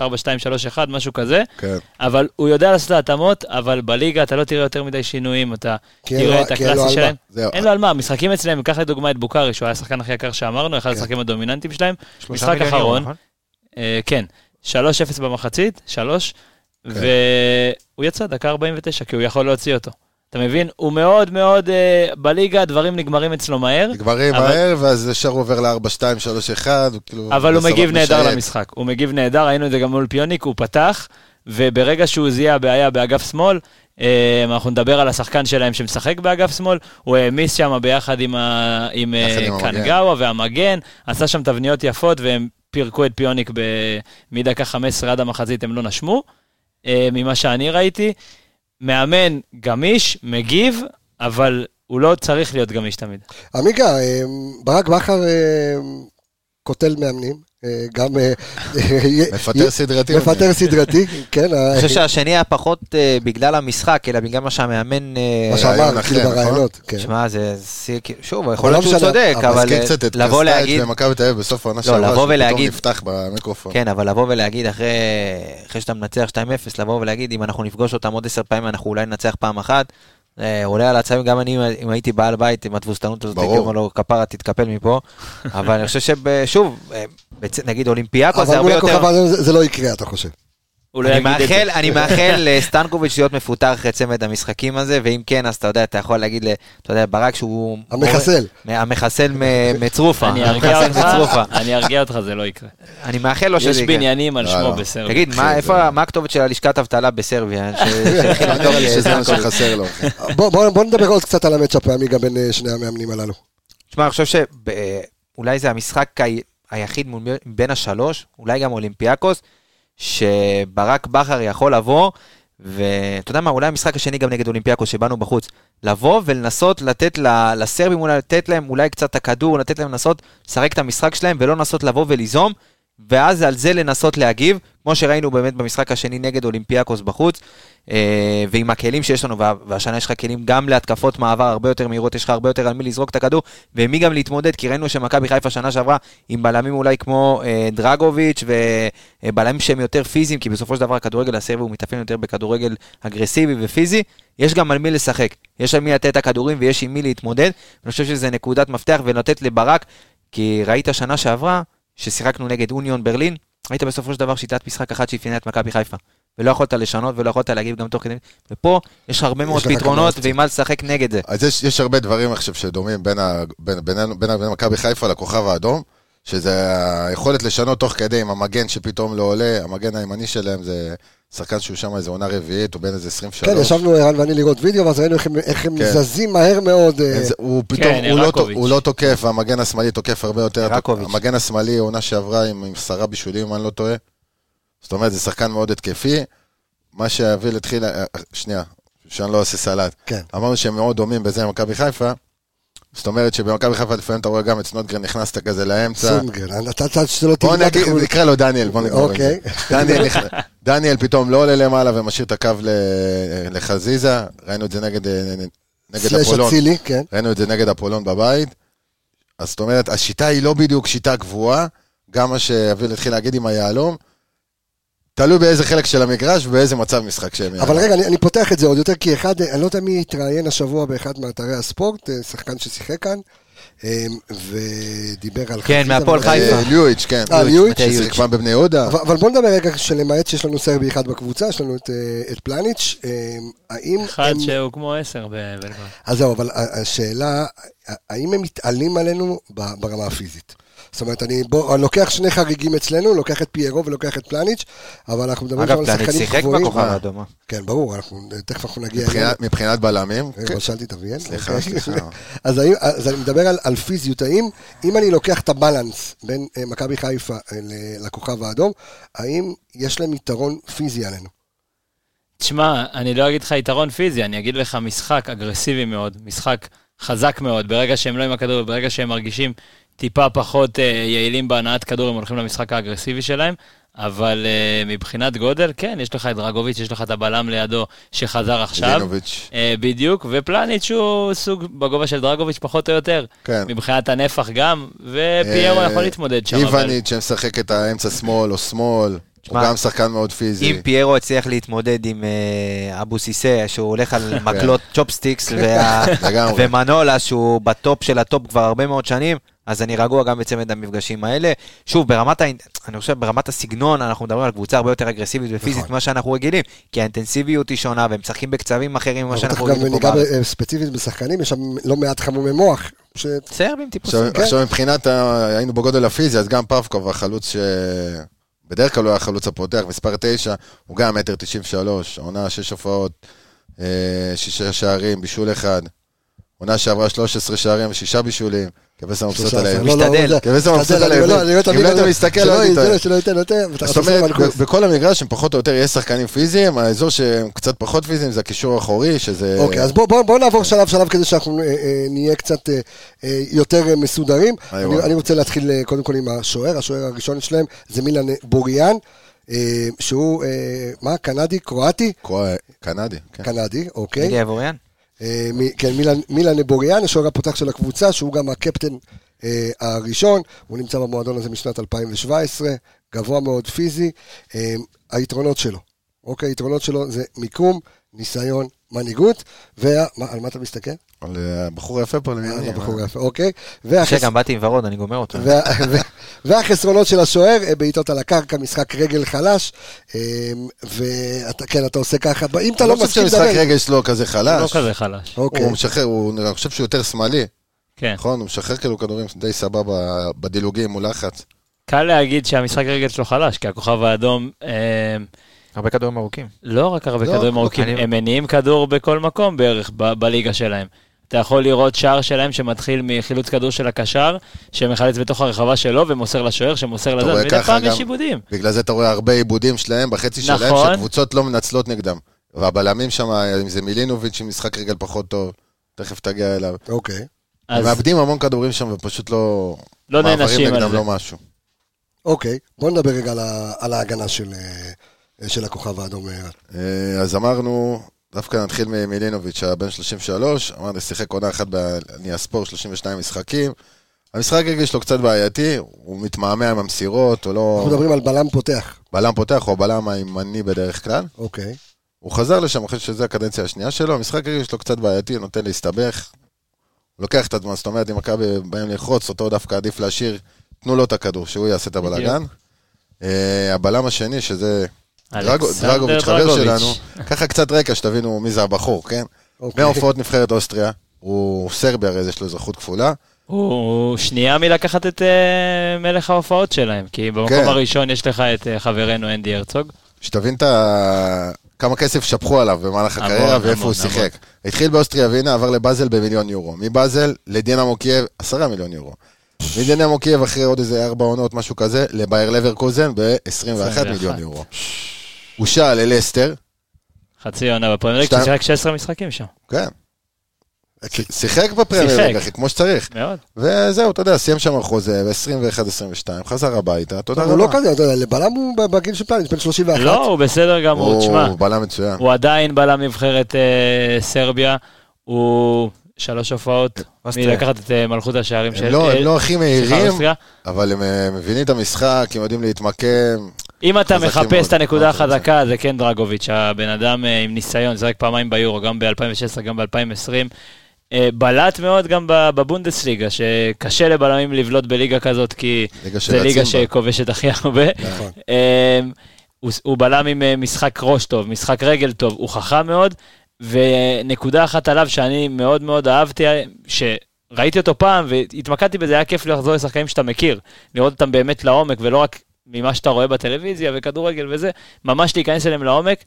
Speaker 5: 4-2-3-1, משהו כזה,
Speaker 6: כן.
Speaker 5: אבל הוא יודע לעשות את ההתאמות, אבל בליגה אתה לא תראה יותר מדי שינויים, אתה
Speaker 1: כי אין לו-
Speaker 5: תראה את
Speaker 1: כי אין לו על
Speaker 5: הקלאסי
Speaker 1: מה.
Speaker 5: שלהם.
Speaker 6: זהו.
Speaker 5: אין לו על מה, המשחקים אצלם, קח לדוגמה את בוקארי, שהוא היה השחקן הכי יקר שאמרנו, אחד השחקנים הדומיננטיים שלהם.
Speaker 4: כן. שלושה
Speaker 5: משחק
Speaker 4: מיליון יורו,
Speaker 5: אחרון,
Speaker 4: נכון?
Speaker 5: אה, כן, 3-0 במחצית, 3,
Speaker 4: כן.
Speaker 5: והוא יצא דקה 49, כי הוא יכול להוציא אותו. אתה מבין? הוא מאוד מאוד, אה, בליגה הדברים נגמרים אצלו מהר,
Speaker 6: נגמרים
Speaker 5: אבל-
Speaker 6: מהר, ואז ישר עובר ל-4, 2, 3, 1, הוא כאילו...
Speaker 5: אבל הוא
Speaker 6: בסבב
Speaker 5: מגיב נהדר
Speaker 6: משייט.
Speaker 5: למשחק. הוא מגיב נהדר, ראינו את זה גם מול פיוניק, הוא פתח, וברגע שהוא זיהה בעיה באגף שמאל, אה, אנחנו נדבר על השחקן שלהם שמשחק באגף שמאל, הוא העמיס שם ביחד עם, ה... עם אה,
Speaker 6: יחד עם המגן.
Speaker 5: קנגאווה והמגן, עשה שם תבניות יפות, והם פירקו את פיוניק ב... מדקה 15 עד המחזית, הם לא נשמו, אה, ממה שאני ראיתי. מאמן גמיש, מגיב, אבל הוא לא צריך להיות גמיש תמיד.
Speaker 1: עמיגה, אה, ברק בכר אה, קוטל מאמנים, אה, גם... אה,
Speaker 6: מפטר סדרתי.
Speaker 1: מפטר סדרתי, כן.
Speaker 4: אני חושב שהשני היה פחות אה, בגלל המשחק, אלא בגלל מה שהמאמן... אה,
Speaker 1: מה
Speaker 6: רעיון
Speaker 1: שאמר,
Speaker 6: אחר,
Speaker 1: כאילו
Speaker 6: נכון?
Speaker 1: ברעיונות. כן.
Speaker 4: שמע, זה... שיא, כאילו, שוב,
Speaker 1: אבל
Speaker 4: יכול להיות
Speaker 1: לא
Speaker 4: שהוא
Speaker 1: משנה,
Speaker 4: צודק,
Speaker 1: אבל
Speaker 4: אבל
Speaker 6: אז
Speaker 4: אה,
Speaker 6: כן, קצת
Speaker 4: לבוא
Speaker 6: התכסתה
Speaker 4: להגיד...
Speaker 6: את מכבי תל אביב בסוף העונה
Speaker 4: לא,
Speaker 6: שעברה,
Speaker 4: לבוא
Speaker 6: שהוא פתאום
Speaker 4: ולהגיד-
Speaker 6: נפתח במיקרופון.
Speaker 4: כן, אבל לבוא ולהגיד אחרי, אחרי שאתה מנצח 2-0, לבוא ולהגיד, אם אנחנו נפגוש אותם עוד 10 פעמים, אנחנו אולי ננצח פעם אחת. אה, עולה על הצעים, גם אני, אם הייתי בעל בית עם התבוסתנות הזאת,
Speaker 6: ברור.
Speaker 4: הייתי אומר לו, כפרה, תתקפל מפה. אבל אני חושב ששוב, אה, נגיד אולימפיאקו זה
Speaker 1: אבל
Speaker 4: הרבה
Speaker 1: מול
Speaker 4: יותר...
Speaker 1: הכוכב האדום זה- זה לא יקרה, אתה חושב.
Speaker 5: הוא לא
Speaker 4: אני
Speaker 5: יגיד את
Speaker 4: מאחל,
Speaker 5: זה.
Speaker 4: אני מאחל לסטנקוביץ' להיות מפוטר אחרי צמד המשחקים הזה, ואם כן, אז אתה יודע, אתה יכול להגיד, ל- אתה יודע, ברק שהוא...
Speaker 1: המחסל.
Speaker 4: המחסל מ- מצרופה.
Speaker 5: אני ארגיע
Speaker 4: המחסל
Speaker 5: אותך,
Speaker 4: מצרופה.
Speaker 5: אני ארגיע אותך, זה לא יקרה.
Speaker 4: אני מאחל לו
Speaker 5: יש
Speaker 4: שזה יקרה.
Speaker 5: בניינים על
Speaker 6: לא,
Speaker 5: שמו
Speaker 6: לא.
Speaker 5: בסרט.
Speaker 4: תגיד, מה- איפה- מה הכתובת של הלשכת אבטלה בסרביה? ש- שהתחיל
Speaker 6: לא
Speaker 4: לכתוב
Speaker 6: נראה לי שזה מה
Speaker 4: סטנקוביץ'?
Speaker 6: שחסר לו.
Speaker 1: בוא- בוא בוא נדבר עוד קצת על המצ'אפ הימי גם בין אה, שני המאמנים הללו.
Speaker 4: תשמע, אני חושב שאולי זה המשחק ה- היחיד מול מי- בין השלוש, אולי גם אולימפיאקוס, שברק בכר יכול לבוא, ואתה יודע מה, אולי המשחק השני גם נגד אולימפיאקוס, שבאנו בחוץ, לבוא ולנסות לתת ל- לסרבים, אולי לתת להם אולי קצת את הכדור, לתת להם לנסות לשחק את המשחק שלהם, ולא לנסות לבוא וליזום, ואז על זה לנסות להגיב, כמו שראינו באמת במשחק השני נגד אולימפיאקוס בחוץ, אה, ועם הכלים שיש לנו, וה- והשנה יש לך כלים גם להתקפות מעבר הרבה יותר מהירות, יש לך הרבה יותר על מי לזרוק את הכדור, ועם מי גם להתמודד, כי ראינו שמכבי חיפה שנה שעברה עם בלמים אולי כמו אה, דרגוביץ' ובלמים שהם יותר פיזיים, כי בסופו של דבר הכדורגל הסרבי הוא מתאפיין יותר בכדורגל אגרסיבי ופיזי, יש גם על מי לשחק, יש על מי לתת את הכדורים ויש עם מי להתמודד, אני חושב שזה נקודת מפתח ולתת לברק, כי ראית שנה שעברה, ששיחקנו נגד אוניון ברלין, ראית בסופו של דבר שיטת משחק אחת שאפיינה את מכבי חיפה. ולא יכולת לשנות ולא יכולת להגיב גם תוך כדי, ופה יש לך הרבה מאוד
Speaker 1: לך כמה
Speaker 4: פתרונות
Speaker 1: אופציות.
Speaker 4: ועם מה לשחק נגד זה.
Speaker 6: אז יש, יש הרבה דברים עכשיו שדומים בין, ה, בין, בינינו- בין, בין מכבי חיפה לכוכב האדום, שזה היכולת לשנות תוך כדי עם המגן שפתאום לא עולה, המגן הימני שלהם זה שחקן שהוא שם איזה עונה רביעית, הוא בין איזה 23.
Speaker 1: כן, ישבנו ערן ואני לראות וידאו, ואז ראינו איך הם- איך הם
Speaker 6: כן.
Speaker 1: זזים מהר מאוד. אה,
Speaker 6: אז הוא פתאום,
Speaker 5: כן,
Speaker 6: הוא, לא,
Speaker 5: רקוביץ'.
Speaker 6: הוא לא תוקף, והמגן השמאלי תוקף הרבה יותר.
Speaker 4: רקוביץ'.
Speaker 6: המגן השמאלי, עונה שעברה עם, עם עשרה בישולים, אם אני לא טועה. זאת אומרת, זה שחקן מאוד התקפי. מה שאביל התחיל, אה, שנייה, שאני לא עושה סלט.
Speaker 1: כן.
Speaker 6: אמרנו שהם מאוד דומים בזה למכבי חיפה. זאת אומרת שבמכבי חיפה לפעמים אתה רואה גם את סנודגרן נכנסת כזה לאמצע.
Speaker 1: סונגרן, אתה צד שלא
Speaker 6: בוא
Speaker 1: תגמר את
Speaker 6: נגיד,
Speaker 1: החו"ל.
Speaker 6: נקרא לו דניאל, בוא נגמור עם זה.
Speaker 1: אוקיי.
Speaker 6: דניאל נכנס- דניאל פתאום לא עולה למעלה ומשאיר את הקו ל- לחזיזה, ראינו את זה נגד אה, נגד
Speaker 1: סלאש
Speaker 6: אפולון.
Speaker 1: אצילי, כן.
Speaker 6: ראינו את זה נגד אפולון בבית. אז זאת אומרת, השיטה היא לא בדיוק שיטה קבועה, גם מה שאביל התחיל להגיד עם היהלום, תלוי באיזה חלק של המגרש ובאיזה מצב משחק שהם יעלו.
Speaker 1: אבל רגע, אני, אני פותח את זה עוד יותר, כי אחד, אני לא יודע מי התראיין השבוע באחד מאתרי הספורט, אה, שחקן ששיחק כאן, אה, ודיבר על...
Speaker 4: כן,
Speaker 1: חזיזה
Speaker 4: מהפועל
Speaker 1: ועל-
Speaker 4: חיפה.
Speaker 6: אה, ליואיץ', כן.
Speaker 1: אה, ליואיץ'?
Speaker 6: ששיחק פעם בבני יהודה.
Speaker 1: אה, אבל, אבל בוא נדבר רגע שלמעט שיש לנו סרבי אחד בקבוצה, יש לנו את, אה, את פלניץ', אה, האם...
Speaker 5: אחד
Speaker 1: הם,
Speaker 5: שהוא כמו עשר בבלבד.
Speaker 1: אז זהו, אבל ה- השאלה, ה- האם הם מתעלים עלינו ב- ברמה הפיזית? זאת אומרת, אני, בוא, אני לוקח שני חריגים אצלנו, לוקח את פיירו ולוקח את פלניץ', אבל אנחנו מדברים
Speaker 4: אגב, פלניץ'
Speaker 1: שחקנים
Speaker 4: שיחק
Speaker 1: קבועים.
Speaker 4: בכוכב האדום. אה?
Speaker 1: כן, ברור, אנחנו, תכף אנחנו נגיע... אליהם.
Speaker 6: מבחינת- מבחינת בלמים.
Speaker 4: כן.
Speaker 6: כן.
Speaker 1: רגע, שאלתי את אביאל.
Speaker 6: סליחה,
Speaker 1: אוקיי.
Speaker 6: סליחה.
Speaker 1: אז האם- אז אני מדבר על- על פיזיות, האם אם אני לוקח את הבלנס בין אה, מכבי חיפה אה, ל- לכוכב האדום, האם יש להם יתרון פיזי עלינו?
Speaker 5: תשמע, אני לא אגיד לך יתרון פיזי, אני אגיד לך משחק אגרסיבי מאוד, משחק חזק מאוד. ברגע שהם לא עם הכדור וברגע שהם מרגישים טיפה פחות אה, יעילים בהנעת כדור, הם הולכים למשחק האגרסיבי שלהם. אבל אה, מבחינת גודל, כן, יש לך את דרגוביץ', יש לך את הבלם לידו שחזר עכשיו.
Speaker 6: זינוביץ'.
Speaker 5: אה, בדיוק, ופלניץ' הוא סוג בגובה של דרגוביץ' פחות או יותר.
Speaker 6: כן.
Speaker 5: מבחינת הנפח גם, ופיירו
Speaker 6: אה,
Speaker 5: יכול להתמודד שם. אבל-
Speaker 6: איווניץ' שמשחק את האמצע שמאל או שמאל, הוא
Speaker 4: תשמע,
Speaker 6: גם שחקן מאוד פיזי.
Speaker 4: אם פיירו הצליח להתמודד עם אה, אבו סיסא, שהוא הולך על מקלות צ'ופסטיקס, וה-
Speaker 6: לגמרי.
Speaker 4: ומנולה, שהוא בטופ של הטופ כבר הרבה מאוד שנים, אז אני רגוע גם בצמד המפגשים האלה. שוב, ברמת, האינ- אני חושב, ברמת הסגנון, אנחנו מדברים על קבוצה הרבה יותר אגרסיבית ופיזית ממה שאנחנו רגילים, כי האינטנסיביות היא שונה, והם משחקים בקצבים אחרים ממה
Speaker 1: אבל תכף
Speaker 4: שאנחנו
Speaker 1: גם
Speaker 4: רגילים פה
Speaker 1: ניגע
Speaker 4: בארץ.
Speaker 1: ב- אה, ספציפית בשחקנים, יש שם לא מעט חמומי מוח. ש-
Speaker 4: סרבים
Speaker 6: עכשיו,
Speaker 1: כן.
Speaker 4: טיפוסים.
Speaker 6: עכשיו מבחינת, ה- היינו בגודל הפיזי, אז גם פאבקוב, החלוץ ש... בדרך כלל הוא היה החלוץ הפותח, מספר 9, הוא גם מטר 93, עונה 6 הופעות, 6 שערים, בישול אחד. עונה שעברה 13 שערים ושישה בישולים. כבש המבסוט על
Speaker 1: שלושה,
Speaker 6: הימין.
Speaker 1: לא, לא,
Speaker 4: משתדל.
Speaker 1: לא,
Speaker 6: כבש
Speaker 1: לא,
Speaker 6: המבסוט
Speaker 1: לא,
Speaker 6: על
Speaker 1: לא, לא,
Speaker 6: הימין.
Speaker 1: אני לא תמיד-
Speaker 6: אם לא היית מסתכל, לא
Speaker 1: שלא
Speaker 6: היית
Speaker 1: ייתן,
Speaker 6: טועה.
Speaker 1: שלא ייתן יותר, ואתה
Speaker 6: זאת
Speaker 1: עושה
Speaker 6: אומרת,
Speaker 1: מלכוס.
Speaker 6: ב- בכל המגרש הם פחות או יותר, יש שחקנים פיזיים, האזור שהם קצת פחות פיזיים זה הקישור האחורי, שזה...
Speaker 1: אוקיי, אז בואו בוא, בוא נעבור שלב-שלב כדי שאנחנו אה, אה, נהיה קצת אה, אה, יותר אה, מסודרים.
Speaker 6: היי,
Speaker 1: אני,
Speaker 6: וואו.
Speaker 1: אני רוצה להתחיל אה, קודם כל עם השוער, השוער הראשון שלהם זה מילן אה, בוריאן, אה, שהוא, אה, מה, קנדי, קרואטי?
Speaker 6: קרוא- קנדי, כן.
Speaker 1: קנדי, אוקיי.
Speaker 4: אלי אבוריאן?
Speaker 1: אה, מ- כן, מילן, מילן בוריאן, השוער הפותח של הקבוצה, שהוא גם הקפטן אה, הראשון, הוא נמצא במועדון הזה משנת 2017, גבוה מאוד פיזי. אה, היתרונות שלו, אוקיי, היתרונות שלו זה מיקום, ניסיון, מנהיגות, ועל מה אתה מסתכל?
Speaker 6: אבל אה, הבחור היפה פה למיני.
Speaker 1: אה, בחור יפה, אוקיי. והחס-
Speaker 4: שגם באתי עם ורוד, אני גומר אותו.
Speaker 1: וה- וה- והחסרונות של השוער, אה, בעיטות על הקרקע, משחק רגל חלש, וכן, אתה עושה ככה, ב- אם אתה
Speaker 6: אני לא
Speaker 1: לא
Speaker 6: חושב
Speaker 1: מסכים
Speaker 6: שהמשחק
Speaker 1: לדבר,
Speaker 6: רגל שלו כזה
Speaker 5: הוא לא
Speaker 6: חלש.
Speaker 5: כזה חלש.
Speaker 1: אוקיי,
Speaker 6: הוא משחרר, הוא- אני חושב שהוא יותר שמאלי,
Speaker 5: כן.
Speaker 6: נכון? הוא משחרר כאילו כדורים די סבבה בדילוגים מול לחץ.
Speaker 5: קל להגיד שהמשחק רגל שלו חלש, כי הכוכב האדום, אה,
Speaker 4: הרבה כדורים ארוכים.
Speaker 5: לא רק הרבה
Speaker 6: לא,
Speaker 5: כדורים
Speaker 6: לא,
Speaker 5: ארוכים,
Speaker 4: אני-
Speaker 5: הם מניעים כדור בכל מקום בערך ב- בליגה שלהם. אתה יכול לראות שער שלהם שמתחיל מחילוץ כדור של הקשר, שמחלץ בתוך הרחבה שלו ומוסר לשוער, שמוסר לזה,
Speaker 6: רואה
Speaker 5: מדי
Speaker 6: ככה
Speaker 5: פעם
Speaker 6: גם-
Speaker 5: יש עיבודים.
Speaker 6: בגלל זה אתה רואה הרבה עיבודים שלהם בחצי שלהם,
Speaker 5: נכון.
Speaker 6: שקבוצות לא מנצלות נגדם. והבלמים שם, אה, אם זה מילינוביץ' עם משחק רגל פחות טוב, תכף תגיע אליו.
Speaker 1: אוקיי.
Speaker 6: הם
Speaker 5: אז
Speaker 6: מאבדים המון כדורים שם ופשוט לא...
Speaker 5: לא
Speaker 6: מעברים
Speaker 5: נענשים על
Speaker 6: נגדם
Speaker 5: זה.
Speaker 6: לא משהו.
Speaker 1: אוקיי, בוא נדבר רגע על ה- על ההגנה של, אה, של הכוכב האדום. אה,
Speaker 6: אה, אז אמרנו, דווקא נתחיל ממילינוביץ', שהיה בן 33, אמרנו, שיחק עונה אחת בניה ספורט, 32 משחקים. המשחק הרגיש לו קצת בעייתי, הוא מתמהמה עם המסירות, הוא
Speaker 1: אנחנו
Speaker 6: לא...
Speaker 1: מדברים על בלם פותח,
Speaker 6: בלם פותח, הוא הבלם הימני בדרך כלל.
Speaker 1: אוקיי.
Speaker 6: הוא חזר לשם אחרי שזו הקדנציה השנייה שלו, המשחק הרגיש לו קצת בעייתי, נותן להסתבך. הוא לוקח את הזמן, זאת אומרת, אם מכבי באים לחרוץ, אותו דווקא עדיף להשאיר, תנו לו את הכדור, שהוא יעשה את הבלאגן. אה, הבלם השני, שזה דרגו-
Speaker 5: אלכסנדר
Speaker 6: דרגוביץ', חבר
Speaker 5: דרגוביץ'.
Speaker 6: שלנו, ככה קצת רקע, שתבינו מי זה הבחור, כן?
Speaker 1: אוקיי.
Speaker 6: מהופעות נבחרת אוסטריה, הוא סרבי הרי, אז יש לו אזרחות כפולה.
Speaker 5: הוא הוא שנייה מלקחת את אה, מלך ההופעות שלהם, כי
Speaker 6: כן.
Speaker 5: במקום הראשון יש לך את אה, חברנו אנדי הרצוג.
Speaker 6: שתבין את ה... כמה כסף שפכו עליו במהלך
Speaker 5: המון,
Speaker 6: הקריירה ואיפה
Speaker 5: המון,
Speaker 6: הוא שיחק. התחיל באוסטריה ווינה, עבר לבאזל במיליון יורו. מבאזל לדינמו קייב, עשרה מיליון יורו. מדינמו קייב אחרי עוד איזה ארבע עונות, משהו כזה, לבייר לברקוזן ב-21 מיליון יורו. הוא שעל ללסטר,
Speaker 5: חצי עונה בפרמיירק,
Speaker 6: שתיים-
Speaker 5: שיחק 16 משחקים שם,
Speaker 6: כן. שיחק בפרמייר,
Speaker 5: שיחק.
Speaker 6: אחי, כמו שצריך.
Speaker 5: מאוד.
Speaker 6: וזהו, אתה יודע, סיים שם חוזה ב-21-22, חזר הביתה, תודה רבה.
Speaker 1: הוא לא כזה, אתה יודע, לבלם הוא בגיל של פלניץ', בן 31.
Speaker 5: לא, הוא בסדר גמור, תשמע.
Speaker 6: הוא בלם מצוין.
Speaker 5: הוא עדיין בלם נבחרת אה, סרביה, הוא שלוש הופעות
Speaker 4: אוסטריה.
Speaker 5: מלקחת את אה, מלכות השערים של...
Speaker 6: הם לא-
Speaker 5: אה,
Speaker 6: הם לא הכי
Speaker 5: סליחה,
Speaker 6: מהירים,
Speaker 5: אוסטריה.
Speaker 6: אבל הם אה, מבינים את המשחק, הם יודעים להתמקם.
Speaker 5: אם אתה
Speaker 6: חזקים מאוד, אוקיי,
Speaker 5: מחפש את הנקודה
Speaker 6: מה אתה רוצה?
Speaker 5: החזקה, זה כן דרגוביץ', הבן אדם אה, עם ניסיון, זרק פעמיים ביורו, גם ב-2016, גם ב-2020. אה, בלט מאוד גם ב- בבונדסליגה, שקשה לבלמים לבלוט בליגה כזאת, כי
Speaker 6: ליגה
Speaker 5: זה
Speaker 6: שרצים
Speaker 5: ליגה
Speaker 6: בה.
Speaker 5: שכובשת הכי הרבה.
Speaker 1: נכון.
Speaker 5: אמ, הוא- הוא בלם עם אה, משחק ראש טוב, משחק רגל טוב, הוא חכם מאוד, ונקודה אחת עליו שאני מאוד מאוד אהבתי, אה, שראיתי אותו פעם והתמקדתי בזה, היה כיף לחזור לשחקנים שאתה מכיר, לראות אותם באמת לעומק, ולא רק ממה שאתה רואה בטלוויזיה וכדורגל וזה, ממש להיכנס אליהם לעומק.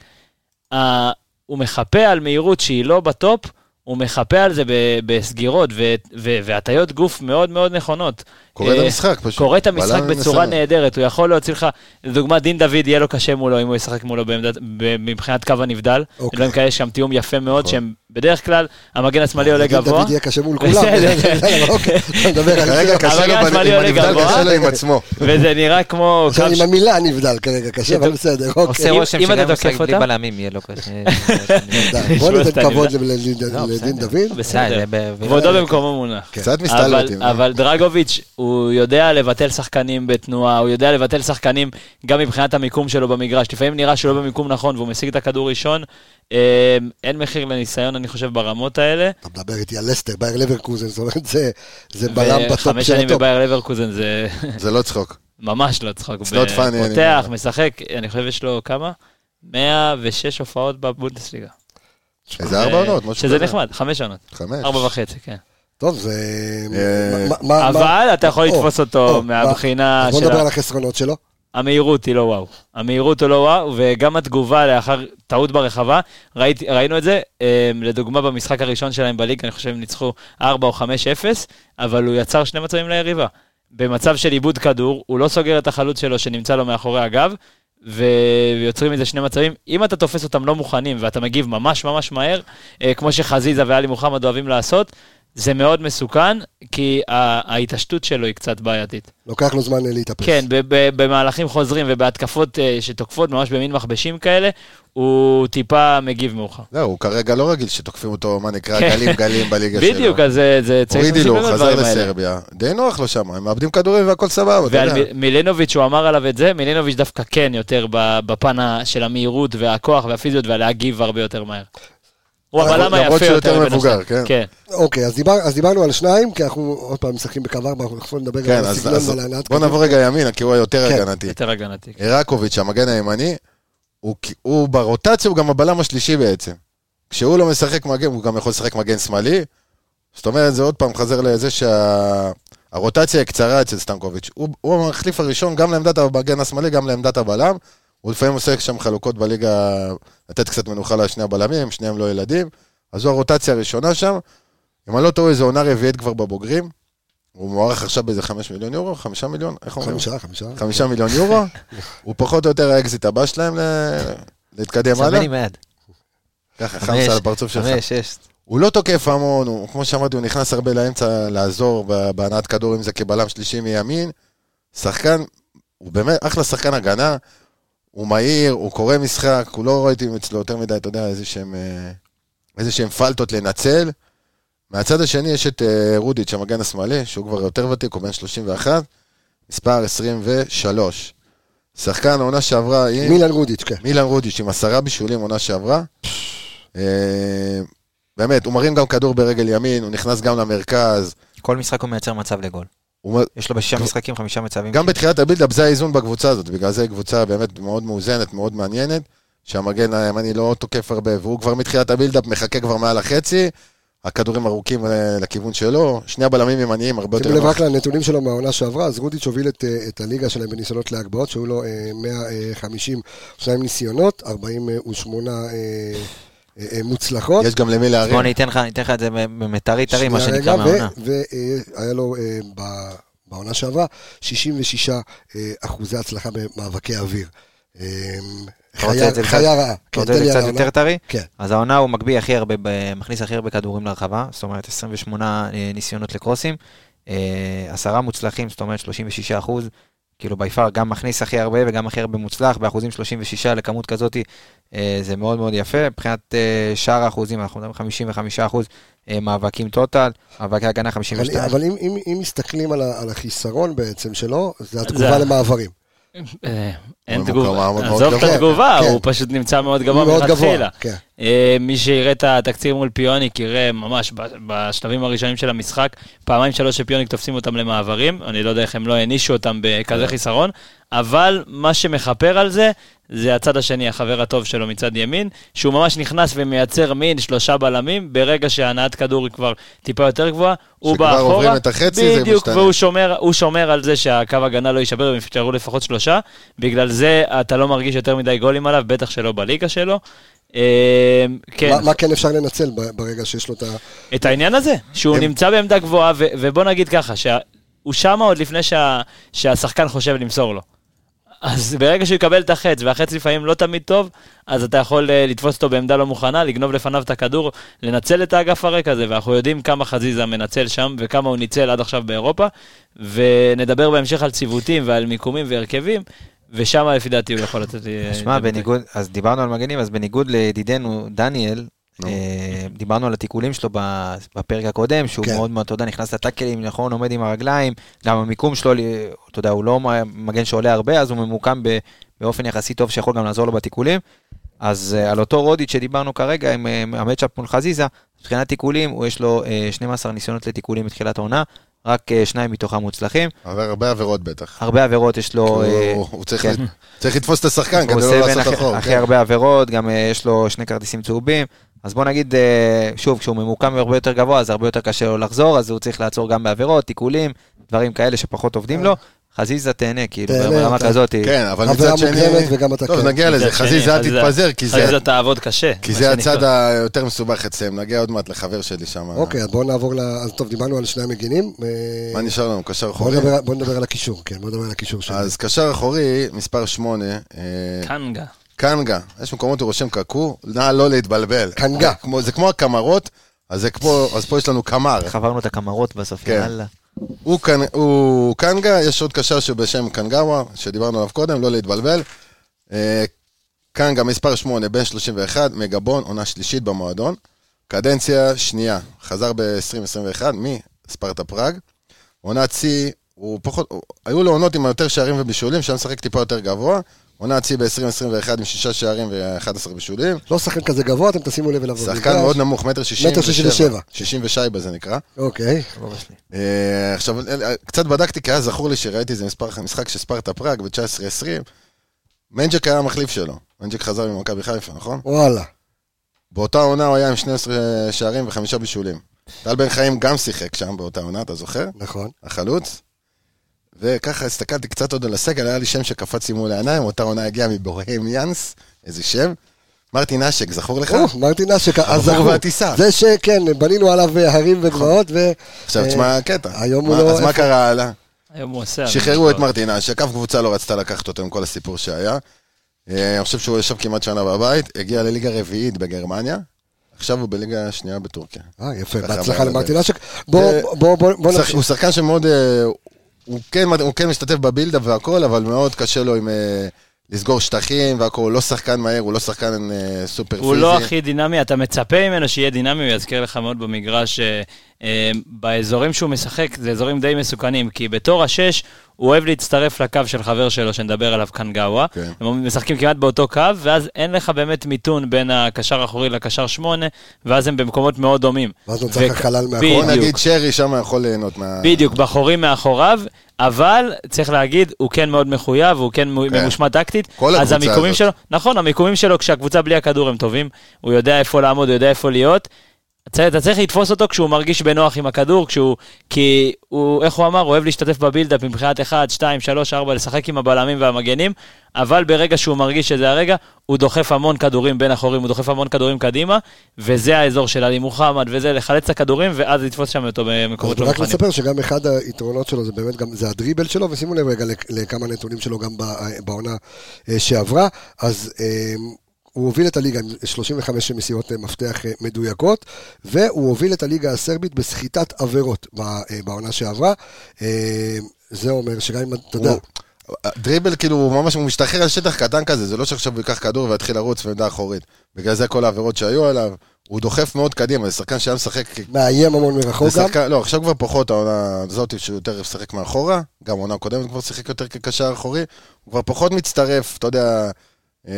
Speaker 5: ה- הוא מחפה על מהירות שהיא לא בטופ, הוא מחפה על זה ב- בסגירות ו- ו- והטיות גוף מאוד מאוד נכונות.
Speaker 6: קורא את
Speaker 5: אה,
Speaker 6: המשחק פשוט.
Speaker 5: קורא את המשחק
Speaker 6: בלם
Speaker 5: בצורה
Speaker 6: מסיים.
Speaker 5: נהדרת, הוא יכול להוציא לך, לדוגמה, דין דוד יהיה לו קשה מולו אם הוא ישחק מולו בעמדת- ב- מבחינת קו הנבדל.
Speaker 1: אוקיי.
Speaker 5: דברים כאלה יש שם תיאום יפה מאוד, שהם בדרך כלל, המגן השמאלי עולה
Speaker 1: נגיד
Speaker 5: גבוה.
Speaker 1: דוד יהיה קשה מול כולם.
Speaker 5: בסדר.
Speaker 1: בסדר, אוקיי, אתה מדבר על
Speaker 6: כרגע
Speaker 1: זה.
Speaker 6: קשה לו,
Speaker 5: אבל
Speaker 6: בנ-
Speaker 5: גזמלי
Speaker 6: עם
Speaker 5: עולה
Speaker 6: הנבדל
Speaker 5: גבוה.
Speaker 6: קשה לו עם עצמו.
Speaker 5: וזה נראה כמו
Speaker 1: עכשיו
Speaker 5: קו
Speaker 1: עם המילה נבדל כרגע קשה, אבל בסדר, אוקיי.
Speaker 4: עושה
Speaker 5: אם-
Speaker 4: רושם
Speaker 5: אם
Speaker 4: שגם
Speaker 5: אתה
Speaker 4: אם משחק
Speaker 5: תוקף
Speaker 4: בלי
Speaker 5: אותם?
Speaker 4: בלמים יהיה לו כזה. אה,
Speaker 1: די, בוא
Speaker 5: נשמע
Speaker 1: ניתן
Speaker 5: שאתה
Speaker 1: כבוד
Speaker 5: נבדל.
Speaker 1: לדין- לדין
Speaker 4: בסדר.
Speaker 1: דוד.
Speaker 5: לא, בסדר,
Speaker 4: די, זה כן. ב-
Speaker 5: כבודו במקומו מונח.
Speaker 6: קצת
Speaker 5: אבל,
Speaker 6: מסתלבטים.
Speaker 5: אבל דרגוביץ', הוא יודע לבטל שחקנים בתנועה, הוא יודע לבטל שחקנים גם מבחינת המיקום שלו במגרש. לפעמים נראה שהוא לא במיקום נכון והוא משיג את הכדור ראשון. אה, אין מחיר לניסיון, אני חושב, ברמות האלה.
Speaker 1: אתה מדבר איתי על לסטר, בייר לברקוזן, זאת אומרת, זה- זה בלם בטופ
Speaker 5: וחמש
Speaker 1: של
Speaker 5: שנים
Speaker 1: הטופ.
Speaker 5: בבייר לברקוזן זה
Speaker 6: זה לא צחוק.
Speaker 5: ממש לא צחוק.
Speaker 6: It's not
Speaker 5: ב-
Speaker 6: funny anymore.
Speaker 5: פותח, משחק, אני חושב יש לו כמה? 106 הופעות בבונדסליגה. אה,
Speaker 6: איזה ארבע עונות, משהו
Speaker 5: שזה
Speaker 6: כזה. אה,
Speaker 5: נחמד, חמש עונות.
Speaker 6: חמש.
Speaker 5: ארבע וחצי, כן.
Speaker 1: טוב, זה...
Speaker 6: אה,
Speaker 1: מה- מה- מה-
Speaker 5: אבל אתה יכול
Speaker 1: או,
Speaker 5: לתפוס
Speaker 1: או, אה,
Speaker 5: אותו
Speaker 1: אז
Speaker 5: מהבחינה
Speaker 1: בוא
Speaker 5: של...
Speaker 1: נדבר
Speaker 5: ה-
Speaker 1: על החסרונות שלו.
Speaker 5: המהירות היא לא וואו. המהירות היא לא וואו, וגם התגובה לאחר טעות ברחבה, ראית, ראינו את זה, אה, לדוגמה במשחק הראשון שלהם בליגה, אני חושב הם ניצחו 4 או 5-0, אבל הוא יצר שני מצבים ליריבה. במצב של עיבוד כדור, הוא לא סוגר את החלוץ שלו שנמצא לו מאחורי הגב, ו- ויוצרים מזה שני מצבים. אם אתה תופס אותם לא מוכנים ואתה מגיב ממש ממש מהר, אה, כמו שחזיזה ואלי מוחמד אוהבים לעשות, זה מאוד מסוכן, כי ה- ההתעשתות שלו היא קצת בעייתית.
Speaker 1: לוקח לו זמן אה, להתאפס.
Speaker 5: כן, ב- ב- במהלכים חוזרים ובהתקפות אה, שתוקפות ממש במין מכבשים כאלה, הוא טיפה מגיב מאוחר.
Speaker 6: זהו, הוא כרגע לא רגיל שתוקפים אותו, מה נקרא,
Speaker 5: כן.
Speaker 6: גלים גלים בליגה שלו.
Speaker 5: בדיוק, אז אה, זה צריך
Speaker 6: הורידי
Speaker 5: לשים
Speaker 6: לו,
Speaker 5: לב
Speaker 6: הוא חזר
Speaker 5: לדברים האלה.
Speaker 6: לסרביה. די נוח לו שם, הם מאבדים כדורים והכל סבבה, אתה
Speaker 5: ועל
Speaker 6: יודע.
Speaker 5: מ- מילינוביץ', הוא אמר עליו את זה, מילינוביץ' דווקא כן יותר ב- בפן ה- של המהירות והכוח והפיזיות והלהגיב הרבה יותר מהר. הוא
Speaker 1: למרות-
Speaker 5: הבלם היפה
Speaker 6: למרות שהוא יותר
Speaker 5: בין
Speaker 6: מבוגר,
Speaker 5: השניים.
Speaker 6: כן.
Speaker 1: אוקיי, אז, דיבר, אז דיברנו על שניים, כי אנחנו עוד פעם משחקים בקו ארבע, אנחנו נכון נדבר גם
Speaker 6: כן,
Speaker 1: על
Speaker 6: אז,
Speaker 1: הסגנון
Speaker 6: אז
Speaker 1: ועל הנעת
Speaker 6: בוא
Speaker 1: כדור.
Speaker 6: נעבור רגע ימינה, כי הוא היותר
Speaker 1: כן.
Speaker 6: הגנתי.
Speaker 5: יותר הגנתי. כן.
Speaker 6: עירקוביץ', המגן הימני, הוא, הוא ברוטציה, הוא גם הבלם השלישי בעצם. כשהוא לא משחק מגן, הוא גם יכול לשחק מגן שמאלי. זאת אומרת, זה עוד פעם חזר לזה שהרוטציה היא קצרה אצל סטנקוביץ'. הוא, הוא המחליף הראשון גם לעמדת המגן השמאלי, גם לעמדת הבלם. הוא לפעמים עושה שם חלוקות בליגה, לתת קצת מנוחה לשני הבלמים, שניהם לא ילדים. אז זו הרוטציה הראשונה שם. אם אני לא טועה, זו עונה רביעית כבר בבוגרים. הוא מוערך עכשיו באיזה חמש מיליון יורו, חמישה מיליון, איך אומרים?
Speaker 1: חמישה, חמישה.
Speaker 6: חמישה מיליון יורו, הוא פחות או יותר האקזיט הבא שלהם ל- להתקדם
Speaker 4: סמן
Speaker 6: הלאה.
Speaker 4: עם היד.
Speaker 6: ככה,
Speaker 4: חמש,
Speaker 6: חמסה על הפרצוף שלך.
Speaker 4: חמש, שש.
Speaker 6: הוא לא תוקף המון, הוא, כמו שאמרתי, הוא נכנס הרבה לאמצע לעזור ב- בהנעת כדור, אם זה כבלם שלישי מימין. שחקן, הוא באמת אחלה שחקן הגנה, הוא מהיר, הוא קורא משחק, הוא לא ראיתי אצלו יותר מדי, אתה יודע, איזה שהם, אה, איזה שהם פלטות לנצל. מהצד השני יש את אה, רודיץ', המגן השמאלי, שהוא כבר יותר ותיק, הוא בן 31, מספר 23. שחקן העונה שעברה עם...
Speaker 1: מילן רודיץ', כן.
Speaker 6: מילן רודיץ' עם עשרה בישולים עונה שעברה. אה, באמת, הוא מרים גם כדור ברגל ימין, הוא נכנס גם למרכז.
Speaker 4: כל משחק הוא מייצר מצב לגול.
Speaker 6: הוא מ-
Speaker 4: יש לו בשישה משחקים חמישה מצבים.
Speaker 6: גם בתחילת הבילדאפ זה האיזון בקבוצה הזאת, בגלל זה היא קבוצה באמת מאוד מאוזנת, מאוד מעניינת, שהמגן הימני לא תוקף הרבה, והוא כבר מתחילת הבילדאפ מחכה כבר מעל החצי, הכדורים ארוכים אה, לכיוון שלו, שני הבלמים ימניים הרבה
Speaker 1: שימו
Speaker 6: יותר
Speaker 1: לב
Speaker 6: נוח.
Speaker 1: רק לנתונים שלו מהעונה שעברה, אז רודיץ' הוביל את, אה, את הליגה שלהם בניסיונות להגבהות, שהיו לו אה, 152 ניסיונות, 48 אה, אה, אה, מוצלחות.
Speaker 6: יש גם למי
Speaker 4: בוא
Speaker 6: להרים.
Speaker 4: אני אתן לך אני אתן לך את זה במטרי טרי, מה
Speaker 1: שנייה
Speaker 4: שנקרא
Speaker 1: רגע, כן,
Speaker 4: מהעונה.
Speaker 1: והיה לו אה, ב- בעונה שעברה 66 אה, אחוזי הצלחה במאבקי אוויר. אה,
Speaker 4: רוצה
Speaker 1: חיה
Speaker 4: את זה
Speaker 1: חיה רעה.
Speaker 4: אתה
Speaker 1: כן,
Speaker 4: רוצה
Speaker 1: תן לי
Speaker 4: קצת
Speaker 1: על העונה.
Speaker 4: יותר טרי?
Speaker 1: כן.
Speaker 4: אז העונה הוא מגביה הכי הרבה, ב- מכניס הכי הרבה כדורים לרחבה, זאת אומרת 28 אה, ניסיונות לקרוסים, אה, עשרה מוצלחים, זאת אומרת 36 אחוז, כאילו בי פאר גם מכניס הכי הרבה וגם הכי הרבה מוצלח, באחוזים 36 לכמות כזאת, אה, זה מאוד מאוד יפה. מבחינת אה, שאר האחוזים, אנחנו מדברים 55 אחוז אה, מאבקים טוטל, מאבקי הגנה
Speaker 1: אבל,
Speaker 4: 52.
Speaker 1: אבל אם, אם, אם מסתכלים על, ה, על החיסרון בעצם שלו, זה
Speaker 5: זה-
Speaker 1: התגובה למעברים.
Speaker 5: אה, אין
Speaker 6: הוא
Speaker 5: תגובה,
Speaker 6: מאוד מאוד
Speaker 5: עזוב את
Speaker 1: גבוה.
Speaker 5: התגובה,
Speaker 1: כן.
Speaker 5: הוא פשוט נמצא מאוד גבוה
Speaker 1: הוא מאוד
Speaker 5: מלכתחילה.
Speaker 1: כן.
Speaker 5: אה, מי שיראה את התקציר מול פיוניק יראה ממש ב- בשלבים הראשונים של המשחק, פעמיים שלוש שפיוניק תופסים אותם למעברים, אני לא יודע איך הם לא הענישו אותם
Speaker 1: כן.
Speaker 5: בכזה חיסרון, אבל מה שמכפר על זה, זה הצד השני, החבר הטוב שלו מצד ימין, שהוא ממש נכנס ומייצר מין שלושה בלמים, ברגע שהנעת כדור היא כבר טיפה יותר גבוהה, הוא
Speaker 6: שכבר
Speaker 5: בא אחורה,
Speaker 6: עוברים את החצי, זה
Speaker 5: בדיוק,
Speaker 6: משתנה.
Speaker 5: והוא שומר, הוא שומר על זה שהקו הגנה לא יישבר, והם יפתרו לפחות שלושה, בגלל זה אתה לא מרגיש יותר מדי גולים עליו, בטח שלא בליגה שלו. אה, כן,
Speaker 1: מה, מה כן אפשר לנצל ב- ברגע שיש לו את ה...
Speaker 5: את העניין הזה, שהוא
Speaker 6: הם-
Speaker 5: נמצא בעמדה גבוהה, ו- ובוא נגיד ככה, שה- הוא שמה עוד לפני שה- שהשחקן חושב למסור לו. אז ברגע שהוא יקבל את החץ, והחץ לפעמים לא תמיד טוב, אז אתה יכול אה, לתפוס אותו בעמדה לא מוכנה, לגנוב לפניו את הכדור, לנצל את האגף הריק הזה, ואנחנו יודעים כמה חזיזה מנצל שם, וכמה הוא ניצל עד עכשיו באירופה, ונדבר בהמשך על ציוותים ועל מיקומים והרכבים, ושם לפי דעתי הוא יכול לתת... לי, אה,
Speaker 4: שמע,
Speaker 5: את הביטוי.
Speaker 4: בניגוד, אז דיברנו על מגנים, אז בניגוד לידידנו דניאל, אה, דיברנו על התיקולים שלו ב- בפרק הקודם, שהוא
Speaker 1: כן.
Speaker 4: מאוד מאוד, אתה יודע, נכנס לטאקלים, נכון, עומד עם הרגליים, גם המיקום שלו, אה, אתה יודע, הוא לא מגן שעולה הרבה, אז הוא ממוקם ב- באופן יחסי טוב שיכול גם לעזור לו בתיקולים. אז אה, על אותו רודיץ' שדיברנו כרגע עם אה, המצ'אפ מול חזיזה, מבחינת תיקולים, הוא יש לו אה, 12 ניסיונות לתיקולים מתחילת העונה, רק אה, שניים מתוכם מוצלחים.
Speaker 6: אבל הרבה עבירות בטח.
Speaker 4: הרבה עבירות יש לו... אה,
Speaker 6: הוא- הוא צריך
Speaker 4: כן.
Speaker 6: לת- צריך לתפוס את השחקן כדי
Speaker 4: הוא
Speaker 6: לא
Speaker 4: עושה בין
Speaker 6: לעשות
Speaker 4: הכי-
Speaker 6: אחור.
Speaker 4: הכי
Speaker 6: כן.
Speaker 4: הרבה עבירות, גם אה, יש לו שני כרטיסים צהובים. אז בוא נגיד, אה, שוב, כשהוא ממוקם הרבה יותר גבוה, אז הרבה יותר קשה לו לחזור, אז הוא צריך לעצור גם בעבירות, תיקולים, דברים כאלה שפחות עובדים לו. חזיזה תהנה, כאילו,
Speaker 1: תהנה,
Speaker 4: ברמה
Speaker 1: תהנה.
Speaker 4: כזאת.
Speaker 6: כן, אבל
Speaker 1: עבירה
Speaker 6: מצד שני...
Speaker 1: מוקדמת וגם אתה
Speaker 6: טוב,
Speaker 1: כן.
Speaker 6: נגיע לזה.
Speaker 5: מצד שני,
Speaker 6: חזיזה, אל
Speaker 5: חזיזה-
Speaker 6: תתפזר, כי זה...
Speaker 5: חזיזה תעבוד קשה.
Speaker 6: כי
Speaker 5: מה
Speaker 6: זה
Speaker 5: שנקרא.
Speaker 6: הצד היותר מסובך אצלם, נגיע עוד מעט לחבר שלי שם.
Speaker 1: אוקיי, אז בואו נעבור ל... אז טוב, דיברנו על שני המגינים. אה,
Speaker 6: מה נשאר לנו? קשר
Speaker 1: בואו
Speaker 6: אחורי.
Speaker 1: נדבר, בוא נדבר על הקישור, כן, בואו נדבר על הקישור שלו.
Speaker 6: אז קשר אחורי, מספר 8, אה,
Speaker 5: קנגה.
Speaker 6: קנגה. יש מקומות הוא רושם קקו, נא לא להתבלבל.
Speaker 1: קנגה.
Speaker 6: כמו- זה כמו הקמרות, אז זה כמו- אז פה יש לנו קמר.
Speaker 4: חברנו את הקמרות בסוף,
Speaker 6: כן.
Speaker 4: יאללה.
Speaker 6: הוא קנ- הוא קנגה, יש עוד קשר שבשם קנגאווה, שדיברנו עליו קודם, לא להתבלבל. אה, קנגה מספר 8, בן 31, מגבון, עונה שלישית במועדון. קדנציה שנייה, חזר ב-2021 מספרטה פראג. עונת שיא, הוא פחות, הוא, היו לו עונות עם יותר שערים ובישולים, שהיה משחק טיפה יותר גבוה. עונת שיא ב-2021 עם שישה שערים ו-11 בישולים.
Speaker 1: לא שחקן כזה גבוה, אתם תשימו לב אליו.
Speaker 6: שחקן
Speaker 1: במגרש.
Speaker 6: מאוד נמוך, מטר שישים
Speaker 1: מטר שישים ושבע.
Speaker 6: 60 ושייבה זה נקרא.
Speaker 1: אוקיי.
Speaker 6: אה, עכשיו, אה, קצת בדקתי, כי היה זכור לי שראיתי איזה מספר, משחק של ספרטה פראג ב-19-20. מנג'ק היה המחליף שלו. מנג'ק חזר ממכבי חיפה, נכון?
Speaker 1: וואלה.
Speaker 6: באותה עונה הוא היה עם 12 שערים וחמישה בישולים. טל בן חיים גם שיחק שם באותה עונה, אתה זוכר?
Speaker 1: נכון.
Speaker 6: החלוץ. וככה הסתכלתי קצת עוד על הסגל, היה לי שם שקפץ לי מול העיניים, אותה עונה הגיעה מבוהמיאנס, איזה שם. מרטין אשק, זכור לך?
Speaker 1: או, מרטין אשק, אז
Speaker 6: הבחור
Speaker 1: זכו.
Speaker 6: והטיסה.
Speaker 1: זה שכן, בנינו עליו אה, הרים וגבעות, ו...
Speaker 6: נכון. עכשיו
Speaker 1: אה,
Speaker 6: תשמע קטע.
Speaker 1: היום הוא
Speaker 6: מה-
Speaker 1: לא-
Speaker 6: אז מה
Speaker 1: איפה-
Speaker 6: קרה הלאה?
Speaker 5: היום הוא עושה...
Speaker 6: שחררו את מרטין אשק, אף קבוצה לא רצתה לקחת אותו עם כל הסיפור שהיה. אה, אני חושב שהוא ישב כמעט שנה בבית, הגיע לליגה רביעית בגרמניה, עכשיו הוא בליגה השנייה בטורקיה.
Speaker 1: אה, יפה,
Speaker 6: ככה
Speaker 1: בהצלחה
Speaker 6: אמר
Speaker 1: למרטין
Speaker 6: את
Speaker 1: אשק. בוא,
Speaker 6: זה-
Speaker 1: בוא, בוא, בוא
Speaker 6: הוא שח-
Speaker 1: נמשיך.
Speaker 6: הוא שחקן שמאוד, אה, הוא כן- הוא כן משתתף בבילדה והכל, אבל מאוד קשה לו עם אה, לסגור שטחים והכל, הוא לא שחקן מהר, הוא לא שחקן אה, סופר פיזי.
Speaker 5: הוא לא הכי דינמי, אתה מצפה ממנו שיהיה דינמי, הוא יזכיר לך מאוד במגרש, אה, אה, באזורים שהוא משחק, זה אזורים די מסוכנים, כי בתור השש, הוא אוהב להצטרף לקו של חבר שלו, שנדבר עליו קנגאווה.
Speaker 6: כן.
Speaker 5: הם משחקים כמעט באותו קו, ואז אין לך באמת מיתון בין הקשר האחורי לקשר שמונה, ואז הם במקומות מאוד דומים.
Speaker 1: ואז נוצר לך
Speaker 5: ו-
Speaker 1: חלל
Speaker 6: בוא
Speaker 1: מאחורה.
Speaker 5: בדיוק.
Speaker 6: נגיד שרי שם יכול ליהנות מה...
Speaker 5: בדיוק, בחורים מאחוריו, אבל צריך להגיד, הוא כן מאוד מחויב, הוא כן
Speaker 6: כן.
Speaker 5: ממושמע טקטית.
Speaker 6: כל
Speaker 5: אז
Speaker 6: הקבוצה
Speaker 5: המיקומים
Speaker 6: הזאת.
Speaker 5: שלו, נכון, המיקומים שלו כשהקבוצה בלי הכדור הם טובים, הוא יודע איפה לעמוד, הוא יודע איפה להיות. אתה- אתה צריך לתפוס אותו כשהוא מרגיש בנוח עם הכדור, כשהוא... כי הוא, איך הוא אמר, הוא אוהב להשתתף בבילדאפ מבחינת 1, 2, 3, 4, לשחק עם הבלמים והמגנים, אבל ברגע שהוא מרגיש שזה הרגע, הוא דוחף המון כדורים בין החורים, הוא דוחף המון כדורים קדימה, וזה האזור של עלי מוחמד, וזה לחלץ את הכדורים, ואז לתפוס שם אותו
Speaker 1: אז
Speaker 5: במקומות לא
Speaker 1: רק
Speaker 5: מוכנים.
Speaker 1: נספר שגם אחד היתרונות שלו זה באמת גם, זה הדריבל שלו, ושימו לב רגע לכ- לכמה נתונים שלו גם ב- בעונה אה, שעברה. אז אה, הוא הוביל את הליגה עם 35 מסיעות אה, מפתח אה, מדויקות, והוא הוביל את הליגה הסרבית בסחיטת עבירות ב- אה, בעונה שעברה. אה, זה אומר שגם אם, אתה יודע,
Speaker 6: הוא- דריבל כאילו הוא ממש, הוא משתחרר על שטח קטן כזה, זה לא שעכשיו הוא ייקח כדור ויתחיל לרוץ בעמדה אחורית. בגלל זה כל העבירות שהיו עליו, הוא דוחף מאוד קדימה, זה שחקן שהיה משחק...
Speaker 1: מאיים המון מרחוק
Speaker 6: זה
Speaker 1: גם.
Speaker 6: שחקן- לא, עכשיו כבר פחות העונה הזאת שהוא יותר משחק מאחורה, גם עונה קודמת כבר שיחק יותר כקשר אחורי, הוא כבר פחות מצטרף, אתה יודע, אה,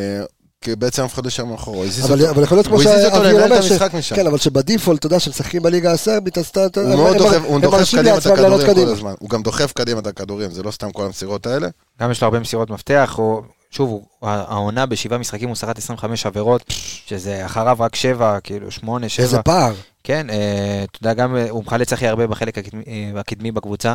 Speaker 6: כי בעצם אף אחד לא שם מאחורה, הוא הזיז
Speaker 1: אבל, אה,
Speaker 6: אותו.
Speaker 1: אבל יכול להיות כמו
Speaker 6: הוא הזיז אותו
Speaker 1: שאביו
Speaker 6: לנהל
Speaker 1: אומר,
Speaker 6: את המשחק משם.
Speaker 1: כן, אבל שבדיפולט, אתה יודע, שמשחקים בליגה הסרבית, אז אתה...
Speaker 6: הוא מאוד דוחף, הוא דוחף קדימה את הכדורים כל הזמן, הוא גם דוחף קדימה את הכדורים, זה לא סתם כל המסירות האלה.
Speaker 1: כן,
Speaker 4: גם יש לו הרבה מסירות מפתח, או... שוב, הוא- העונה בשבעה משחקים הוא סחט 25 עבירות, שזה אחריו רק שבע, כאילו שמונה, שבע.
Speaker 1: איזה פער.
Speaker 4: כן, אה, אתה יודע, גם אה, הוא מחלץ הכי הרבה בחלק הקדמי, אה, הקדמי בקבוצה,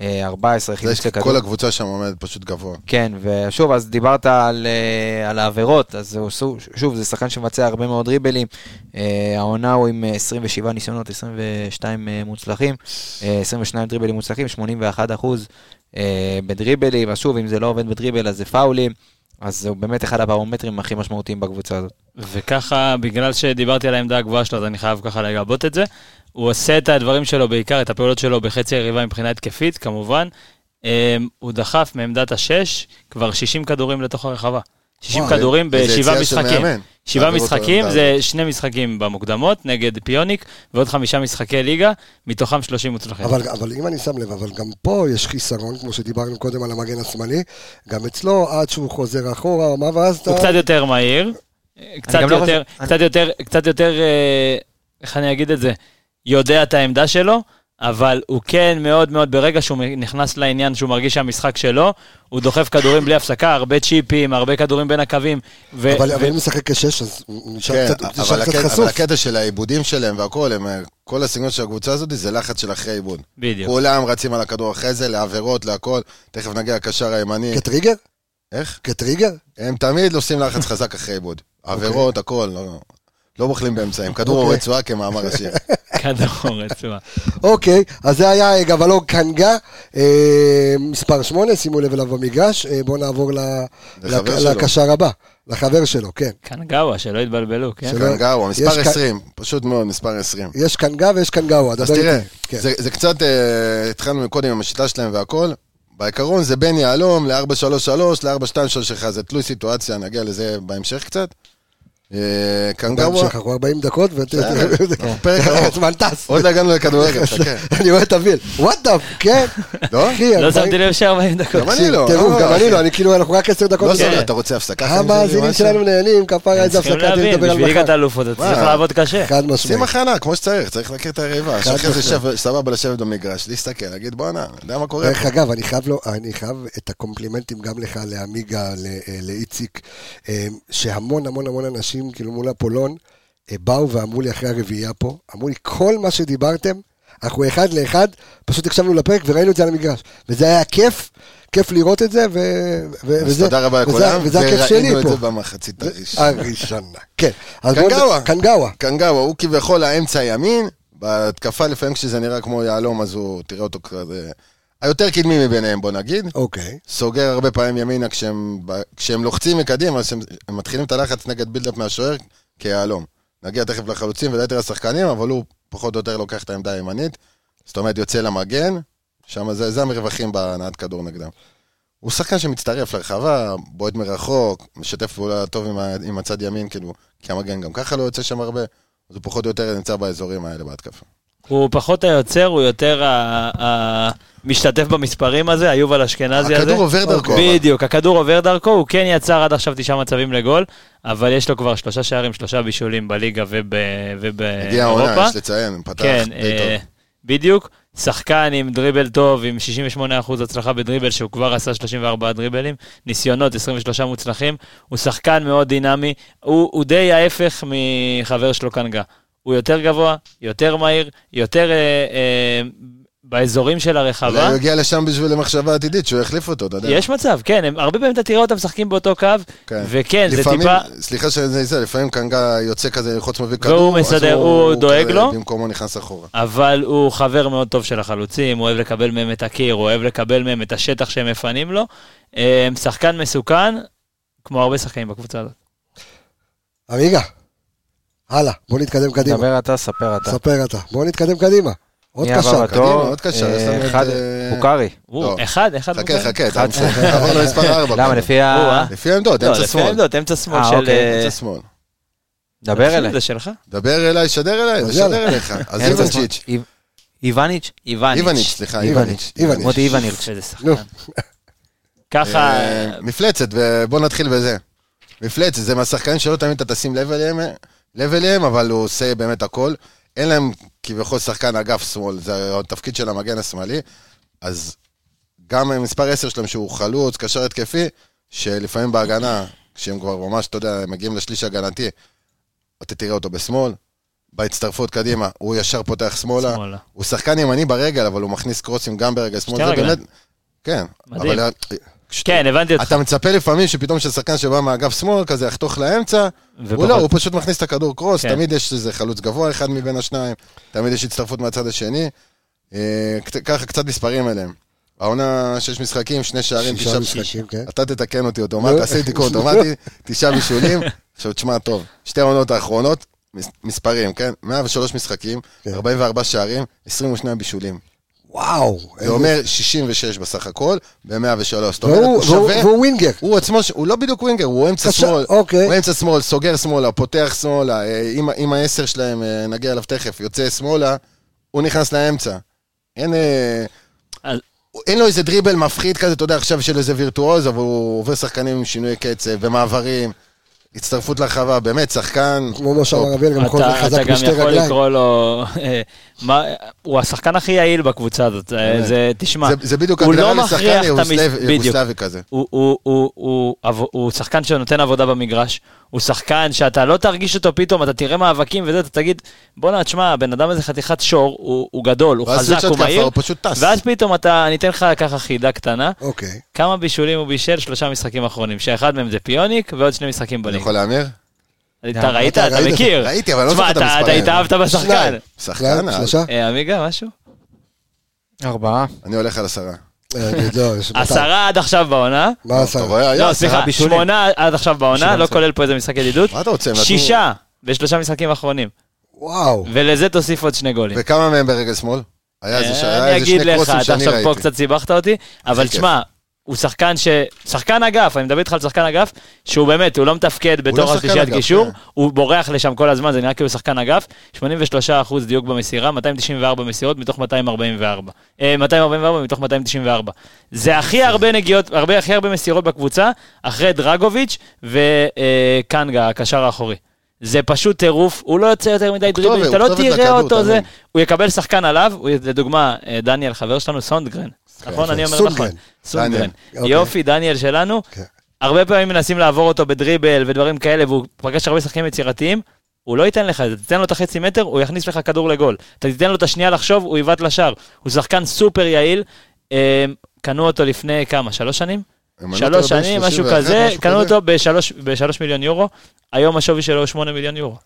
Speaker 4: אה, 14
Speaker 6: זה
Speaker 4: חילוצי כדור.
Speaker 6: שכל הקבוצה שם עומדת פשוט גבוה.
Speaker 4: כן, ושוב, אז דיברת על, אה, על העבירות, אז זהו, סו- שוב, זה שחקן שמבצע הרבה מאוד ריבלים. העונה הוא עם אה, 27 ניסיונות, 22 אה, מוצלחים, אה, 22 דריבלים מוצלחים, 81 אחוז אה, בדריבלים, אז שוב, אם זה לא עובד בדריבל, אז זה פאולים. אז הוא באמת אחד הפרמטרים הכי משמעותיים בקבוצה הזאת.
Speaker 5: וככה, בגלל שדיברתי על העמדה הגבוהה שלו, אז אני חייב ככה לגבות את זה. הוא עושה את הדברים שלו בעיקר, את הפעולות שלו בחצי היריבה מבחינה התקפית, כמובן. אמ, הוא דחף מעמדת השש כבר 60 כדורים לתוך הרחבה. 60
Speaker 1: וואי,
Speaker 5: כדורים
Speaker 6: איזה
Speaker 5: בשבעה
Speaker 6: אה, יציאה של
Speaker 5: משחקים.
Speaker 6: מאמן. אה,
Speaker 5: שבעה
Speaker 6: להעביר אותו
Speaker 5: משחקים,
Speaker 6: לעמדה
Speaker 5: זה שני משחקים במוקדמות נגד פיוניק, ועוד חמישה משחקי ליגה, מתוכם 30 מוצלחים.
Speaker 1: אבל, אבל אם אני שם לב, אבל גם פה יש חיסרון, כמו שדיברנו קודם על המגן השמאלי, גם אצלו, עד שהוא חוזר אחורה או מה, ואז אתה...
Speaker 5: הוא קצת יותר מהיר, קצת
Speaker 4: גם לא
Speaker 5: יותר,
Speaker 4: חושב-
Speaker 5: קצת יותר, קצת יותר, אה, איך אני אגיד את זה, יודע את העמדה שלו, אבל הוא כן מאוד מאוד, ברגע שהוא נכנס לעניין, שהוא מרגיש שהמשחק שלו, הוא דוחף כדורים בלי הפסקה, הרבה צ'יפים, הרבה כדורים בין הקווים. ו-
Speaker 1: אבל,
Speaker 5: ו-
Speaker 1: אבל אם הוא משחק כשש, אז הוא נשאר
Speaker 6: כן,
Speaker 1: קצת, הוא נשאר
Speaker 6: אבל
Speaker 1: קצת
Speaker 6: הקטע- אבל
Speaker 1: חשוף.
Speaker 6: הקטע של העיבודים שלהם והכל, הם, אה, כל הסגנון של הקבוצה הזאת זה לחץ של אחרי עיבוד.
Speaker 5: בדיוק.
Speaker 6: כולם רצים על הכדור אחרי זה, לעבירות, להכל. תכף נגיע לקשר הימני.
Speaker 1: כטריגר?
Speaker 6: איך?
Speaker 1: כטריגר?
Speaker 6: הם תמיד עושים לחץ חזק אחרי עיבוד. עבירות, הכל, לא- לא בוחלים באמצעים. כדור או
Speaker 1: אוקיי.
Speaker 6: רצועה כמאמר השיר.
Speaker 5: כדור רצועה.
Speaker 1: אוקיי, אז זה היה אה, גבלו קנגה, אה, מספר 8, שימו לב אליו במגרש. אה, בואו נעבור ל,
Speaker 6: לחבר
Speaker 1: לק-
Speaker 6: שלו.
Speaker 1: לקשר הבא, לחבר שלו, כן.
Speaker 5: קנגאווה, שלא יתבלבלו, כן?
Speaker 1: שלא-
Speaker 6: קנגאווה,
Speaker 1: יש
Speaker 6: מספר
Speaker 1: ק-
Speaker 6: 20, פשוט מאוד, מספר 20.
Speaker 1: יש קנגה ויש קנגאווה, דבר
Speaker 6: אז תראה,
Speaker 1: איתי. כן.
Speaker 6: זה- זה קצת, אה, התחלנו מקודם עם השיטה שלהם והכל. בעיקרון זה בין יהלום ל-433, ל-4231, זה תלוי סיטואציה, נגיע לזה בהמשך קצת. אה, קנגאווה,
Speaker 1: שכחו 40 דקות,
Speaker 6: בסדר, אנחנו פרק ארוך.
Speaker 1: הזמן טס.
Speaker 6: עוד לא הגענו לכדורגל, כן. חכה.
Speaker 1: אני רואה את הוויל, וואט דאפ, כן?
Speaker 6: לא?
Speaker 1: אחי,
Speaker 5: לא
Speaker 1: 40
Speaker 5: שמתי לב ש-40 דקות.
Speaker 6: גם אני לא.
Speaker 1: טירוף,
Speaker 6: אה,
Speaker 1: גם
Speaker 6: אחי.
Speaker 1: אני לא, אני כאילו, אנחנו רק 10 דקות.
Speaker 6: לא
Speaker 1: אחרי.
Speaker 6: סבבה, אתה רוצה הפסקה?
Speaker 1: המאזינים שלנו לא נהנים, כפרה איזה
Speaker 5: צריכים
Speaker 1: הפסקה, תהיה
Speaker 5: להבין,
Speaker 1: לדבר על
Speaker 5: בשביל ליגת
Speaker 1: מחר.
Speaker 5: האלופות אתה צריך
Speaker 6: וואי.
Speaker 5: לעבוד קשה.
Speaker 1: חד
Speaker 6: לא- שים
Speaker 1: משמעית.
Speaker 6: הכנה, כמו שצריך, צריך להכיר את היריבה. שאחרי זה שב- סבבה לשבת במגרש, להסתכל, להגיד בואנה, אני יודע מה קורה.
Speaker 1: דרך אגב, אני חייב, לו, אני חייב את הקומפלימנטים גם לך, לעמיגה, ל- אה, לאיציק, אה, שהמון המון המון אנשים, כאילו מול אפולון, אה, באו ואמרו לי אחרי הרביעייה פה, אמרו לי, כל מה שדיברתם, אנחנו אחד לאחד, פשוט הקשבנו לפרק וראינו את זה על המגרש. וזה היה כיף, כיף לראות את זה, ו... ו-
Speaker 6: אז
Speaker 1: וזה-
Speaker 6: תודה רבה
Speaker 1: וזה-
Speaker 6: לכולם,
Speaker 1: וזה הכיף שלי
Speaker 6: אה? וראינו את
Speaker 1: פה. אה,
Speaker 6: זה במחצית הראשונה.
Speaker 1: הראשונה, כן. אז בואו-
Speaker 6: קנגאווה.
Speaker 1: קנגאווה.
Speaker 6: קנגאווה, כן, הוא כביכול האמצע ימין, בהתקפה לפעמים כשזה נראה כמו יהלום, אז הוא, תראה אותו כזה... היותר קדמי מביניהם, בוא נגיד.
Speaker 1: אוקיי.
Speaker 6: סוגר הרבה פעמים ימינה כשהם, כשהם לוחצים מקדימה, אז הם, הם מתחילים את הלחץ נגד בילדאפ מהשוער כיהלום. נגיע תכף לחלוצים וליתר השחקנים, אבל הוא פחות או יותר לוקח את העמדה הימנית. זאת אומרת, יוצא למגן, שם זה, זה המרווחים בהנעת כדור נגדם. הוא שחקן שמצטרף לרחבה, בועט מרחוק, משתף פעולה טוב עם, ה, עם הצד ימין, כאילו, כי המגן גם ככה לא יוצא שם הרבה, אז הוא פחות או יותר נמצא באזורים האלה בהתקפה.
Speaker 5: הוא פחות היוצר, הוא יותר ה- ה- המשתתף במספרים הזה, היובל אשכנזי הזה. אוקיי.
Speaker 6: הכדור עובר דרכו. אבל.
Speaker 5: בדיוק, הכדור עובר דרכו, הוא כן יצר עד עכשיו תשעה מצבים לגול, אבל יש לו כבר שלושה שערים, שלושה בישולים בליגה
Speaker 6: הגיע העונה,
Speaker 5: ובאירופה.
Speaker 6: יש לציין, הוא פתח
Speaker 5: אה, כן,
Speaker 6: די טוב.
Speaker 5: אה, בדיוק. שחקן עם דריבל טוב, עם 68% הצלחה בדריבל, שהוא כבר עשה 34 דריבלים, ניסיונות, 23 מוצלחים. הוא שחקן מאוד דינמי, הוא, הוא די ההפך מחבר שלו קנגה. הוא יותר גבוה, יותר מהיר, יותר אה, אה, באזורים של הרחבה.
Speaker 6: אולי הוא הגיע לשם בשביל המחשבה העתידית, שהוא יחליף אותו, אתה יודע.
Speaker 5: יש מצב, כן, הם, הרבה פעמים אתה תראה אותם משחקים באותו קו,
Speaker 6: כן.
Speaker 5: וכן, זה
Speaker 6: לפעמים-
Speaker 5: טיפה...
Speaker 6: סליחה שזה זה, לפעמים קנגה יוצא כזה ללחוץ מביא
Speaker 5: והוא
Speaker 6: כדור. אז
Speaker 5: מסדר, הוא דואג
Speaker 6: כזה
Speaker 5: לו?
Speaker 6: במקומו נכנס אחורה.
Speaker 5: אבל הוא חבר מאוד טוב של החלוצים, הוא אוהב לקבל מהם את הקיר, הוא אוהב לקבל מהם את השטח שהם מפנים לו. אה, שחקן מסוכן, כמו הרבה שחקנים בקבוצה הזאת.
Speaker 6: לא.
Speaker 1: עמיגה, הלאה, בוא נתקדם קדימה.
Speaker 4: דבר אתה, ספר אתה.
Speaker 1: ספר אתה. בוא נתקדם קדימה. עוד
Speaker 4: מי
Speaker 1: קשר.
Speaker 4: הבא בתור?
Speaker 6: קדימה, עוד קשר, יש לנו
Speaker 4: אה,
Speaker 6: את,
Speaker 4: אחד,
Speaker 6: אה,
Speaker 4: בוקארי.
Speaker 5: הוא, אחד, אחד.
Speaker 6: חכה,
Speaker 5: מוכן.
Speaker 6: חכה, אתה
Speaker 4: אחד.
Speaker 6: מסיים. עברנו לא מספר ארבע.
Speaker 4: למה,
Speaker 6: כבר.
Speaker 4: לפי ה...
Speaker 5: אה.
Speaker 6: לפי העמדות,
Speaker 5: לא,
Speaker 6: אמצע
Speaker 5: לפי
Speaker 6: שמאל. כן,
Speaker 5: העמדות, אמצע שמאל
Speaker 4: אה,
Speaker 5: של...
Speaker 4: אוקיי,
Speaker 5: אה,
Speaker 6: אמצע שמאל.
Speaker 4: דבר אליי.
Speaker 5: זה שלך?
Speaker 6: דבר אליי, שדר אליי, זה
Speaker 1: אז יאללה.
Speaker 6: שדר אליך. אז
Speaker 4: אמצע
Speaker 6: איוונצ'יץ'.
Speaker 4: שמאל. איב- איווניץ'?
Speaker 5: איווניץ'.
Speaker 6: איווניץ', סליחה, איווניץ'.
Speaker 1: איווניץ'.
Speaker 4: מוטי איווניץ'.
Speaker 5: איזה שחקן.
Speaker 1: נו,
Speaker 5: ככה...
Speaker 6: אה, מפלצת, ובוא נתחיל בזה. מפלצת, זה מהשחקנים שלא תמיד אתה תשים לב אליהם, לב אליהם, אבל הוא עושה באמת הכל. אין להם כביכול שחקן אגף שמאל, זה התפקיד של המגן השמאלי. אז גם מספר 10 שלהם שהוא חלוץ, קשר התקפי, שלפעמים בהגנה, כשהם כבר ממש, אתה יודע, מגיעים לשליש הגנתי, אתה תראה אותו בשמאל. בהצטרפות קדימה, הוא ישר פותח שמאלה.
Speaker 5: שמאלה.
Speaker 6: הוא שחקן ימני ברגל, אבל הוא מכניס קרוסים גם ברגל שמאל.
Speaker 5: שתי
Speaker 6: זה
Speaker 5: הרגליים.
Speaker 6: באמת... כן.
Speaker 5: מדהים.
Speaker 6: אבל-
Speaker 5: כן, הבנתי אותך.
Speaker 6: אתה מצפה לפעמים שפתאום ששחקן שבא מאגף שמאל כזה יחתוך לאמצע, הוא
Speaker 5: ופחות.
Speaker 6: לא, הוא פשוט מכניס את הכדור קרוס,
Speaker 5: כן.
Speaker 6: תמיד יש איזה חלוץ גבוה אחד מבין השניים, תמיד יש הצטרפות מהצד השני. אה, קצ- ככה קצת מספרים אליהם. העונה שש משחקים, שני שערים,
Speaker 1: שישה
Speaker 6: תשעה
Speaker 1: משחקים, לא. כן.
Speaker 6: אתה תתקן אותי אוטומט, תעשה לי תיקון אוטומטי, תשעה בישולים. עכשיו תשמע טוב, שתי העונות האחרונות, מס- מספרים, כן? 103 משחקים,
Speaker 1: כן.
Speaker 6: 44 שערים, 22 בישולים.
Speaker 1: וואו.
Speaker 6: זה אומר 66 בסך הכל, ב-103. זאת אומרת,
Speaker 1: והוא-
Speaker 6: הוא
Speaker 1: והוא
Speaker 6: שווה...
Speaker 1: והוא ווינגר.
Speaker 6: הוא עצמו, ש- הוא לא בדיוק ווינגר, הוא אמצע
Speaker 1: קשר,
Speaker 6: שמאל.
Speaker 1: אוקיי.
Speaker 6: הוא אמצע שמאל, סוגר שמאלה, פותח שמאלה, אה, עם ה- עם העשר שלהם, אה, נגיע אליו תכף, יוצא שמאלה, הוא נכנס לאמצע. אין... אה,
Speaker 5: אז-
Speaker 6: אין לו איזה דריבל מפחיד כזה, אתה יודע, עכשיו של איזה וירטואוז, אבל הוא עובר שחקנים עם שינוי קצב ומעברים, הצטרפות לרחבה, באמת, שחקן...
Speaker 1: כמו מה שאמר
Speaker 6: טופ.
Speaker 1: אביאל, גם יכול להיות
Speaker 5: אתה,
Speaker 1: חזק
Speaker 5: אתה גם
Speaker 1: בשתי
Speaker 5: יכול
Speaker 1: רגליים.
Speaker 5: לקרוא לו... אה, מה, הוא השחקן הכי יעיל בקבוצה הזאת. אה, זה, תשמע,
Speaker 6: זה- זה בדיוק
Speaker 5: הוא לא
Speaker 6: הגדרה לשחקן
Speaker 5: מכריח את המס-
Speaker 6: ירוסלב-
Speaker 5: בדיוק.
Speaker 6: ירוסלבי כזה.
Speaker 5: הוא, הוא, הוא, הוא, הוא, הוא שחקן שנותן עבודה במגרש, הוא שחקן שאתה לא תרגיש אותו פתאום, אתה תראה מאבקים וזה, אתה תגיד, בואנה, תשמע, הבן אדם הזה חתיכת שור, הוא, הוא גדול, הוא
Speaker 6: ואז
Speaker 5: חזק,
Speaker 6: יש
Speaker 5: הוא
Speaker 6: התקפה,
Speaker 5: מהיר,
Speaker 6: הוא פשוט טס.
Speaker 5: ואז פתאום אתה, אני אתן לך ככה חידה קטנה,
Speaker 1: אוקיי.
Speaker 5: כמה בישולים הוא בישל שלושה משחקים אחרונים, שאחד מהם זה פיוניק ועוד שני משחקים
Speaker 6: אני
Speaker 5: בליגה.
Speaker 6: יכול להמר?
Speaker 5: אתה ראית?
Speaker 1: אתה
Speaker 5: אתה
Speaker 1: ראית?
Speaker 5: מכיר.
Speaker 6: ראיתי, אבל אני לא
Speaker 5: תשמע,
Speaker 6: זוכר את
Speaker 5: אתה- אתה
Speaker 6: המספרים.
Speaker 5: התאהבת בשחקן.
Speaker 6: שניים. שחקן,
Speaker 1: שניים,
Speaker 6: אה,
Speaker 1: שלושה?
Speaker 5: אה, עמיגה, משהו?
Speaker 4: ארבעה.
Speaker 6: אני הולך על עשרה.
Speaker 1: אה, אני- לא, יש-
Speaker 5: עשרה עד עכשיו בעונה.
Speaker 1: מה
Speaker 6: אתה
Speaker 1: עשרה?
Speaker 6: רואה? היה
Speaker 5: לא,
Speaker 6: עשרה.
Speaker 5: סליחה,
Speaker 4: בישולים.
Speaker 5: שמונה עד עכשיו בעונה,
Speaker 4: שבעה
Speaker 5: לא
Speaker 4: משחקים.
Speaker 5: כולל פה איזה משחק ידידות.
Speaker 6: מה אתה רוצה? הם נתנו-
Speaker 5: שישה בשלושה משחקים האחרונים.
Speaker 1: וואו.
Speaker 5: ולזה תוסיף עוד שני גולים.
Speaker 6: וכמה מהם ברגל שמאל? היה איזה ש- היה
Speaker 5: אה, אני
Speaker 6: איזה
Speaker 5: אגיד
Speaker 6: שני
Speaker 5: לך,
Speaker 6: קרוסים
Speaker 5: אתה
Speaker 6: שאני
Speaker 5: עכשיו פה
Speaker 6: ראיתי.
Speaker 5: קצת סיבכת אותי, אבל
Speaker 6: כיף.
Speaker 5: תשמע, הוא שחקן ש... שחקן אגף, אני מדבר איתך על שחקן אגף, שהוא באמת, הוא לא מתפקד בתור
Speaker 6: שחקן
Speaker 5: השלישיית
Speaker 6: אגף,
Speaker 5: קישור,
Speaker 6: כן.
Speaker 5: הוא בורח לשם כל הזמן, זה נראה כאילו שחקן אגף. 83% דיוק במסירה, 294 מסירות מתוך 244. אה, 244 מתוך 294. זה הכי הרבה נגיעות, הרבה, הכי הרבה מסירות בקבוצה, אחרי דרגוביץ' וקנגה, הקשר האחורי. זה פשוט טירוף, הוא לא יוצא יותר מדי
Speaker 6: כתובת,
Speaker 5: דריבלים, אתה לא
Speaker 6: הוא כתובת
Speaker 5: תראה
Speaker 6: לכדור,
Speaker 5: אותו, זה...
Speaker 6: תאמין.
Speaker 5: הוא יקבל שחקן עליו, הוא, לדוגמה, אה, דניאל, חבר שלנו, סונדגרן.
Speaker 6: כן,
Speaker 5: נכון, אני אומר
Speaker 1: סונדגרן.
Speaker 5: נכון. סונדגרן.
Speaker 6: דניאל,
Speaker 1: אוקיי.
Speaker 5: יופי, דניאל שלנו.
Speaker 1: כן.
Speaker 5: הרבה פעמים מנסים לעבור אותו בדריבל ודברים כאלה, והוא פגש הרבה שחקנים יצירתיים, הוא לא ייתן לך את זה. תיתן לו את החצי מטר, הוא יכניס לך כדור לגול. אתה תיתן לו את השנייה לחשוב, הוא יבעט לשער. הוא שחקן סופר יעיל. אה, קנו אותו לפני כמה? שלוש שנים?
Speaker 6: אם אני לא
Speaker 5: שלוש
Speaker 6: טועה, בין
Speaker 5: שנים, משהו
Speaker 6: 31,
Speaker 5: כזה.
Speaker 6: משהו
Speaker 5: קנו
Speaker 6: כזה.
Speaker 5: אותו בשלוש- בשלוש מיליון יורו. היום השווי שלו הוא שמונה מיליון יורו.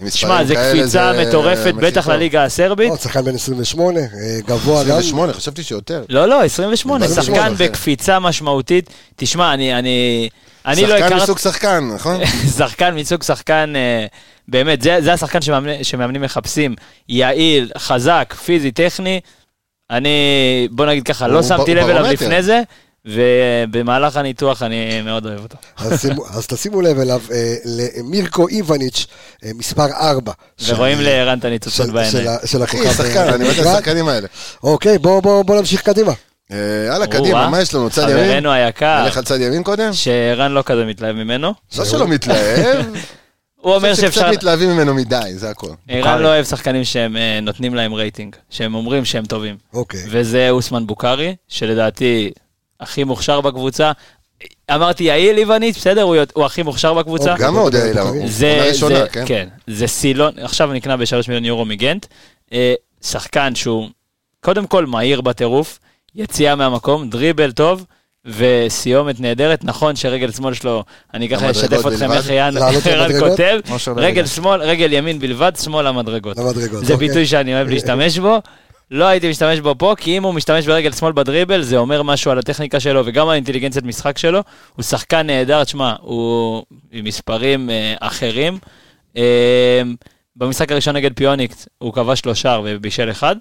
Speaker 6: עם
Speaker 5: תשמע,
Speaker 6: מספרים
Speaker 5: זו
Speaker 6: כאלה,
Speaker 5: קפיצה
Speaker 6: זה אה,
Speaker 5: מטורפת,
Speaker 6: מחיפה.
Speaker 5: בטח לליגה הסרבית.
Speaker 1: עוד אה, שחקן בן 28, אה, גבוה גם.
Speaker 6: 28, חשבתי שיותר.
Speaker 5: לא, לא, 28,
Speaker 6: 28,
Speaker 5: שחקן
Speaker 6: אחי.
Speaker 5: בקפיצה משמעותית. תשמע, אני, אני, אני לא הכרתי...
Speaker 6: שחקן מסוג שחקן, נכון?
Speaker 5: שחקן מסוג שחקן, אה, באמת, זה, זה השחקן שמאמני, שמאמנים מחפשים. יעיל, חזק, פיזי, טכני. אני, בוא נגיד ככה, לא
Speaker 6: הוא
Speaker 5: שמתי
Speaker 6: ב-
Speaker 5: לב אליו
Speaker 6: ברומטר.
Speaker 5: לפני זה, ובמהלך הניתוח אני מאוד אוהב אותו.
Speaker 1: אז שימו- אז תשימו לב אליו, אה, למירקו איווניץ', אה, מספר 4.
Speaker 5: ורואים לערן את הניצוצות בעיניים.
Speaker 1: של הכוכב.
Speaker 6: אחי, שחקן, אני מת על
Speaker 1: אה,
Speaker 6: השחקנים האלה.
Speaker 1: אוקיי, בואו בואו- בואו נמשיך קדימה.
Speaker 6: אה, יאללה,
Speaker 5: ברור, אה?
Speaker 6: קדימה, מה יש לנו? צד ימין?
Speaker 5: חברנו היקר,
Speaker 6: נלך על צד ימין קודם?
Speaker 5: שערן לא כזה מתלהב ממנו.
Speaker 6: לא שלא מתלהב,
Speaker 5: הוא אומר
Speaker 6: שקצת
Speaker 5: שאפשר...
Speaker 6: מתלהבים ממנו מדי, זה הכל.
Speaker 5: ערן לא אוהב שחקנים שהם אה, נותנים להם רייטינג, שהם אומרים שהם טובים.
Speaker 1: אוקיי.
Speaker 6: אה.
Speaker 5: וזה אוסמן בוקארי, שלדעתי הכי מוכשר בקבוצה. אמרתי יעיל איווניץ', בסדר, הוא, יות- הוא הכי מוכשר בקבוצה.
Speaker 1: אוקיי.
Speaker 6: גם מאוד יעיל,
Speaker 1: זה-
Speaker 5: אה, זה,
Speaker 6: עונה ראשונה,
Speaker 5: זה,
Speaker 6: כן?
Speaker 5: כן, זה סילון, עכשיו נקנה ב-3 מיליון יורו מגנט. אה, שחקן שהוא קודם כל מהיר בטירוף, יציאה מהמקום, דריבל טוב. וסיומת נהדרת, נכון שרגל שמאל שלו, אני ככה
Speaker 6: המדרגות
Speaker 5: אשתף אתכם
Speaker 6: בלבד?
Speaker 5: איך יען
Speaker 1: לעלות
Speaker 5: ערן
Speaker 1: למדרגות?
Speaker 5: כותב,
Speaker 4: משה ברגל.
Speaker 5: רגל שמאל, רגל ימין בלבד, שמאל המדרגות.
Speaker 1: למדרגות.
Speaker 5: זה
Speaker 1: אוקיי.
Speaker 5: ביטוי שאני אוהב להשתמש בו. לא הייתי משתמש בו פה, כי אם הוא משתמש ברגל שמאל בדריבל, זה אומר משהו על הטכניקה שלו וגם על אינטליגנציית משחק שלו. הוא שחקן נהדר, תשמע, הוא עם מספרים אה, אחרים. אה, במשחק הראשון נגד פיוניקס הוא כבש לו שער ובישל אחד,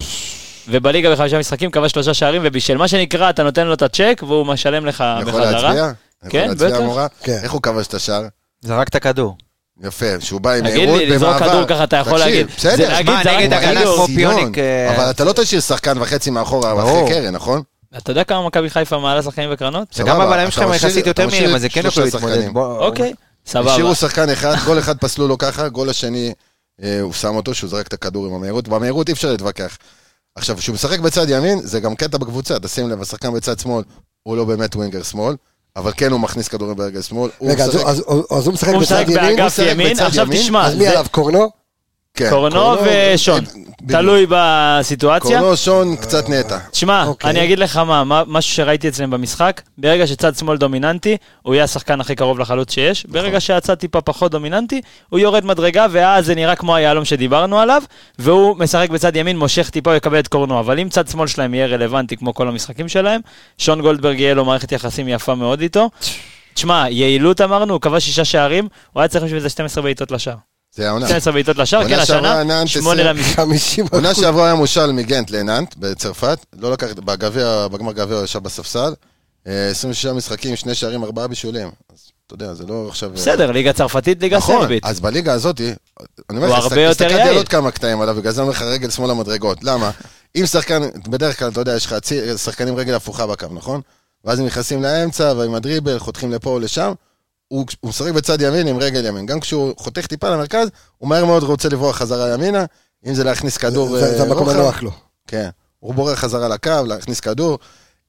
Speaker 5: ובליגה בחמישה משחקים כבש שלושה שערים ובישל. מה שנקרא, אתה נותן לו את הצ'ק והוא משלם לך
Speaker 6: אני יכול
Speaker 5: בחזרה.
Speaker 6: להצביע? אני יכול
Speaker 5: כן,
Speaker 6: להצביע,
Speaker 5: בטח.
Speaker 6: מורה?
Speaker 1: אה, כן.
Speaker 6: איך הוא כבש את השער?
Speaker 4: זרק את הכדור.
Speaker 6: יפה, שהוא בא עם
Speaker 5: תגיד
Speaker 6: מהירות
Speaker 5: לי, לזרוק
Speaker 6: במעבר.
Speaker 5: כדור ככה אתה יכול
Speaker 6: תקשיב,
Speaker 5: להגיד.
Speaker 6: בסדר,
Speaker 5: זה
Speaker 6: אז
Speaker 5: להגיד,
Speaker 4: מה,
Speaker 5: זרק
Speaker 4: נגד
Speaker 5: את
Speaker 6: הוא היה
Speaker 4: הגנה
Speaker 5: הכדור.
Speaker 4: כמו
Speaker 6: ציון,
Speaker 4: פיוניק, אה,
Speaker 6: אבל אתה לא תשאיר שחקן וחצי מאחורה
Speaker 4: ברור.
Speaker 6: אחרי קרן, נכון?
Speaker 5: אתה יודע כמה מכבי חיפה מעלה שחקנים וקרנות?
Speaker 6: סבבה,
Speaker 4: וגם הבלמים
Speaker 6: אתה
Speaker 4: שלכם
Speaker 6: משאיר-
Speaker 4: יחסית
Speaker 6: אתה
Speaker 4: יותר
Speaker 6: משאיר
Speaker 4: מהירים, אז זה כן
Speaker 6: שלושה
Speaker 4: יכול להתמודד.
Speaker 6: שחקנים.
Speaker 4: בוא-
Speaker 5: אוקיי, סבבה.
Speaker 6: השאירו שחקן אחד, גול אחד פסלו לו ככה, גול השני, אה, הוא שם אותו, שהוא זרק את הכדור עם המהירות. במהירות אי אפשר להתווכח. עכשיו, כשהוא משחק בצד ימין, זה גם קטע בקבוצה, תשים לב, השחקן בצד שמאל, הוא לא באמת ווינגר שמאל, אבל כן הוא מכניס כדורים ברגל שמאל. הוא
Speaker 1: רגע, אז
Speaker 6: משחק-
Speaker 1: הוא- אז הוא- אז הוא משחק
Speaker 5: הוא
Speaker 1: בצד
Speaker 5: משחק
Speaker 1: ימין,
Speaker 5: באגף
Speaker 6: הוא משחק
Speaker 5: ימין,
Speaker 6: בצד
Speaker 5: עכשיו
Speaker 6: ימין,
Speaker 5: תשמע,
Speaker 1: אז מי
Speaker 5: זה-
Speaker 1: עליו? קורנו?
Speaker 6: כן, אה,
Speaker 5: קורנו ושון,
Speaker 6: בדיוק.
Speaker 5: תלוי בסיטואציה.
Speaker 6: קורנו, שון, קצת נטע.
Speaker 5: תשמע,
Speaker 1: אוקיי.
Speaker 5: אני אגיד לך מה, מה- משהו שראיתי אצלם במשחק, ברגע שצד שמאל דומיננטי, הוא יהיה השחקן הכי קרוב לחלוץ שיש, ברגע שהצד טיפה פחות דומיננטי, הוא יורד מדרגה, ואז זה נראה כמו היהלום שדיברנו עליו, והוא משחק בצד ימין, מושך טיפה, הוא יקבל את קורנו, אבל אם צד שמאל שלהם יהיה רלוונטי כמו כל המשחקים שלהם, שון גולדברג יהיה לו מערכת יחסים יפה מאוד איתו. תשמע, יעילות אמרנו, הוא כבש שישה שערים, הוא היה צריך בשביל זה 12 בעיטות לשער.
Speaker 6: זה העונה.
Speaker 5: 12 בעיטות לשער,
Speaker 6: עונה
Speaker 5: כן,
Speaker 6: שעברה,
Speaker 5: השנה,
Speaker 6: נאנט
Speaker 5: 8
Speaker 6: עשרים.
Speaker 5: למשחק.
Speaker 1: 50
Speaker 6: עונה שעברה היה מושל מגנט לנאנט בצרפת, לא לקח, בגביע, בגמר גביע הוא ישב בספסל, אה, 26 משחקים, שני שערים, ארבעה בישולים. אז אתה יודע, זה לא עכשיו...
Speaker 5: בסדר, ליגה צרפתית, ליגה
Speaker 6: נכון,
Speaker 5: סרבית.
Speaker 6: אז בליגה הזאת, אני אומר
Speaker 5: הוא
Speaker 6: לך,
Speaker 5: הרבה
Speaker 6: הסתכל-
Speaker 5: יותר
Speaker 6: הסתכלתי על
Speaker 5: יעיל.
Speaker 6: עוד כמה קטעים עליו, בגלל זה אני אומר לך רגל שמאל המדרגות. למה? אם שחקן, בדרך כלל, אתה יודע, יש לך צי- שחקנים רגל הפוכה בקו, נכון? ואז הם נכנסים לאמצע, ועם הדריבל חותכים לפה או לשם. הוא הוא משחק בצד ימין עם רגל ימין. גם כשהוא חותך טיפה למרכז, הוא מהר מאוד רוצה לברוח חזרה ימינה, אם זה להכניס כדור...
Speaker 1: זה- זה
Speaker 6: אה,
Speaker 1: המקום
Speaker 6: רוחב.
Speaker 1: הנוח לו.
Speaker 6: כן. הוא בורח חזרה לקו, להכניס כדור.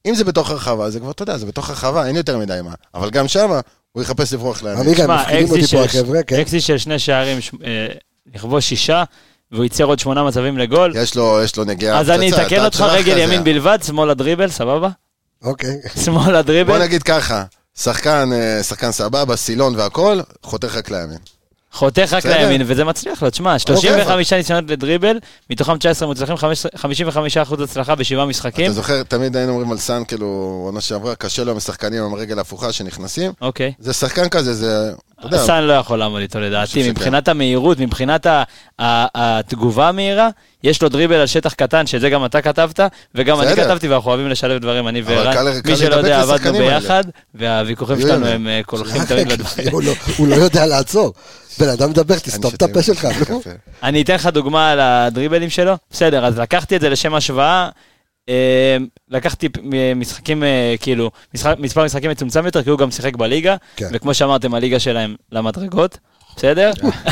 Speaker 6: אם זה בתוך הרחבה, זה כבר, אתה יודע, זה בתוך הרחבה, אין יותר מדי מה. אבל גם שמה, הוא יחפש לברוח לימין.
Speaker 1: עמיגה, הם
Speaker 5: שמע,
Speaker 1: מפחידים
Speaker 5: אקזיט
Speaker 1: אותי פה
Speaker 5: של-
Speaker 1: החבר'ה, כן.
Speaker 5: אקזיט של שני שערים, ש- אה, לכבוש שישה, והוא ייצר עוד שמונה מצבים לגול.
Speaker 6: יש לו, יש לו נגיעה.
Speaker 5: אז אני
Speaker 6: פצצה,
Speaker 5: אתקן
Speaker 6: אתה
Speaker 5: אותך
Speaker 6: צלחת
Speaker 5: רגל
Speaker 6: זה.
Speaker 5: ימין בלבד, שמאל הדריבל, סבבה?
Speaker 1: אוקיי.
Speaker 5: שמאל
Speaker 6: בוא
Speaker 5: הדריבל,
Speaker 6: נגיד ככה, שחקן, אה, שחקן סבבה, סילון והכל, חותך רק לימין.
Speaker 5: חותך רק
Speaker 6: בסדר. אוקיי.
Speaker 5: לימין, וזה מצליח לו. תשמע, 35 ניסיונות לדריבל, מתוכם 19 מוצלחים, 55% הצלחה בשבעה משחקים.
Speaker 6: אתה זוכר, תמיד היינו אומרים על סאן, כאילו, עונה שעברה, קשה לו עם השחקנים עם הרגל ההפוכה שנכנסים.
Speaker 5: אוקיי.
Speaker 6: זה שחקן כזה, זה אתה יודע.
Speaker 5: סאן לא יכול לעמוד איתו
Speaker 6: חושב
Speaker 5: לדעתי,
Speaker 6: שכן.
Speaker 5: מבחינת המהירות, מבחינת ה- ה- התגובה המהירה, יש לו דריבל על שטח קטן, שאת זה גם אתה כתבת, וגם אני
Speaker 6: בסדר.
Speaker 5: כתבתי, ואנחנו אוהבים לשלב דברים, אני
Speaker 6: אבל
Speaker 5: וערן.
Speaker 6: קל- קל
Speaker 5: מי שלא יודע,
Speaker 6: להתאפק
Speaker 5: עבדנו
Speaker 6: לשחקנים האלה.
Speaker 5: ביחד, והוויכוחים
Speaker 6: יואי,
Speaker 5: שלנו
Speaker 6: יואי.
Speaker 5: הם אה, קולחים תמיד לדברים.
Speaker 1: הוא לא- הוא לא יודע לעצור. בן אדם מדבר, תסתום את הפה שלך. לא? נו.
Speaker 5: אני אתן לך דוגמה על הדריבלים שלו. בסדר, אז לקחתי את זה לשם השוואה. אה, לקחתי פ- מ- משחקים, אה, כאילו, משחק, מספר משחקים מצומצם יותר, כי הוא גם שיחק בליגה,
Speaker 1: כן.
Speaker 5: וכמו שאמרתם, הליגה שלהם למדרגות, בסדר?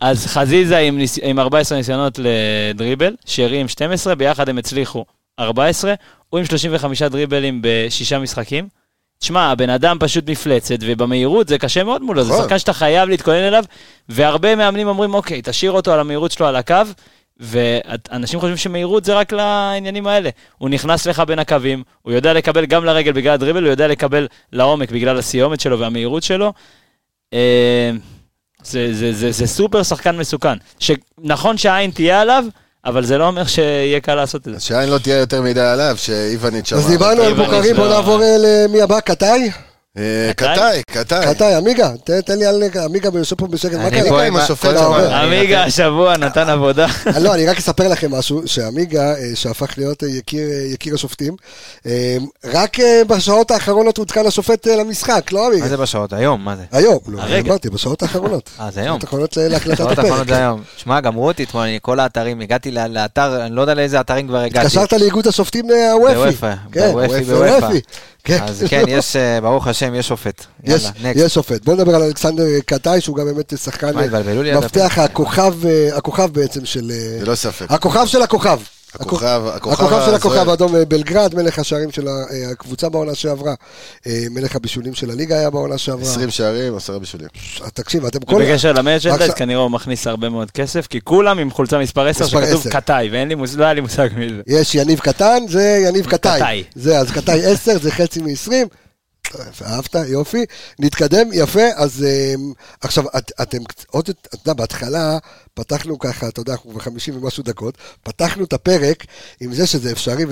Speaker 5: אז חזיזה עם, ניס... עם 14 ניסיונות לדריבל, שרי עם 12, ביחד הם הצליחו 14, הוא עם 35 דריבלים בשישה משחקים. תשמע, הבן אדם פשוט מפלצת, ובמהירות זה קשה מאוד מולו, זה
Speaker 6: נכון.
Speaker 5: שחקן שאתה חייב להתכונן אליו, והרבה מאמנים אומרים, אוקיי, תשאיר אותו על המהירות שלו על הקו, ואנשים חושבים שמהירות זה רק לעניינים האלה. הוא נכנס לך בין הקווים, הוא יודע לקבל גם לרגל בגלל הדריבל, הוא יודע לקבל לעומק בגלל הסיומת שלו והמהירות שלו. אה, זה, זה, זה, זה סופר שחקן מסוכן, שנכון שהעין תהיה עליו, אבל זה לא אומר שיהיה קל לעשות את זה.
Speaker 6: אז שעין לא תהיה יותר מדי עליו, שאיווניץ'
Speaker 1: אז
Speaker 6: אמר.
Speaker 1: דיברנו על
Speaker 5: איוונית
Speaker 1: בוקרים, בוא
Speaker 5: זה-
Speaker 1: נעבור אה, למי הבא? קטאי?
Speaker 6: אה,
Speaker 5: קטאי?
Speaker 6: קטאי, קטאי.
Speaker 1: קטאי, עמיגה. תן- תן לי על אה, עמיגה, הוא יושב פה בשקט. מה
Speaker 4: אני
Speaker 1: קרה?
Speaker 4: פה
Speaker 6: עם
Speaker 4: ה-
Speaker 6: השופט
Speaker 4: אתה
Speaker 6: שם.
Speaker 4: אומר.
Speaker 5: עמיגה השבוע נתן עבודה.
Speaker 1: אה, לא, אני רק אספר לכם משהו, שעמיגה, אה, שהפך להיות אה, יקיר, אה, יקיר השופטים, אה, רק אה, בשעות האחרונות עודכן השופט אה, למשחק, לא עמיגה?
Speaker 4: מה זה בשעות? היום, מה זה?
Speaker 1: היום, לא,
Speaker 5: הרגע.
Speaker 1: אמרתי, בשעות האחרונות.
Speaker 4: אה, זה היום.
Speaker 1: בשעות האחרונות ל- להקלטת
Speaker 4: שעות האחרונות זה
Speaker 1: הפרק.
Speaker 4: היום. שמע, גמרו אותי אתמול, אני כל האתרים, הגעתי ל- לאתר, אני לא יודע לאיזה אתרים כבר הגעתי.
Speaker 1: התקשרת לאיגוד השופטים אה, הוופי.
Speaker 4: בוופא,
Speaker 1: כן,
Speaker 4: בוופי,
Speaker 1: הוופי,
Speaker 4: בוופא.
Speaker 1: הוופי. כן.
Speaker 4: אז כן, יש, אה, ברוך השם, יש שופט.
Speaker 1: יש,
Speaker 4: יאללה, נקסט.
Speaker 1: יש שופט. בואו נדבר על אלכסנדר קטאי, שהוא גם באמת שחקן
Speaker 4: מה, התבלבלו לי
Speaker 1: אה,
Speaker 4: עד
Speaker 1: מפתח, הכוכב, אה, הכוכב בעצם של... אה,
Speaker 6: ללא לא ספק.
Speaker 1: הכוכב של הכוכב.
Speaker 6: הכוכב,
Speaker 1: הכוכב של הכוכב
Speaker 6: הזוהר.
Speaker 1: האדום אה, בלגרד, מלך השערים של ה- אה, הקבוצה בעונה שעברה. אה, מלך הבישולים של הליגה היה בעונה שעברה.
Speaker 6: 20 שערים, 10 בישולים.
Speaker 1: תקשיב, אתם כל...
Speaker 5: בקשר למרצ'נדייז,
Speaker 1: עכשיו-
Speaker 5: כנראה הוא מכניס הרבה מאוד כסף, כי כולם עם חולצה מספר 10
Speaker 1: מספר
Speaker 5: שכתוב
Speaker 1: 10.
Speaker 5: קטאי, ואין לי מושג, לא היה לי מושג מי זה.
Speaker 1: יש יניב קטן, זה יניב קטאי.
Speaker 5: קטאי.
Speaker 1: זה, אז קטאי 10, זה חצי מ-20. אהבת, יופי. נתקדם, יפה. אז אמ, עכשיו, את- אתם קצ- עוד, יותר- אתה יודע, בהתחלה פתחנו ככה, אתה יודע, אנחנו כבר 50 ומשהו דקות, פתחנו את הפרק עם זה שזה אפשרי, ו-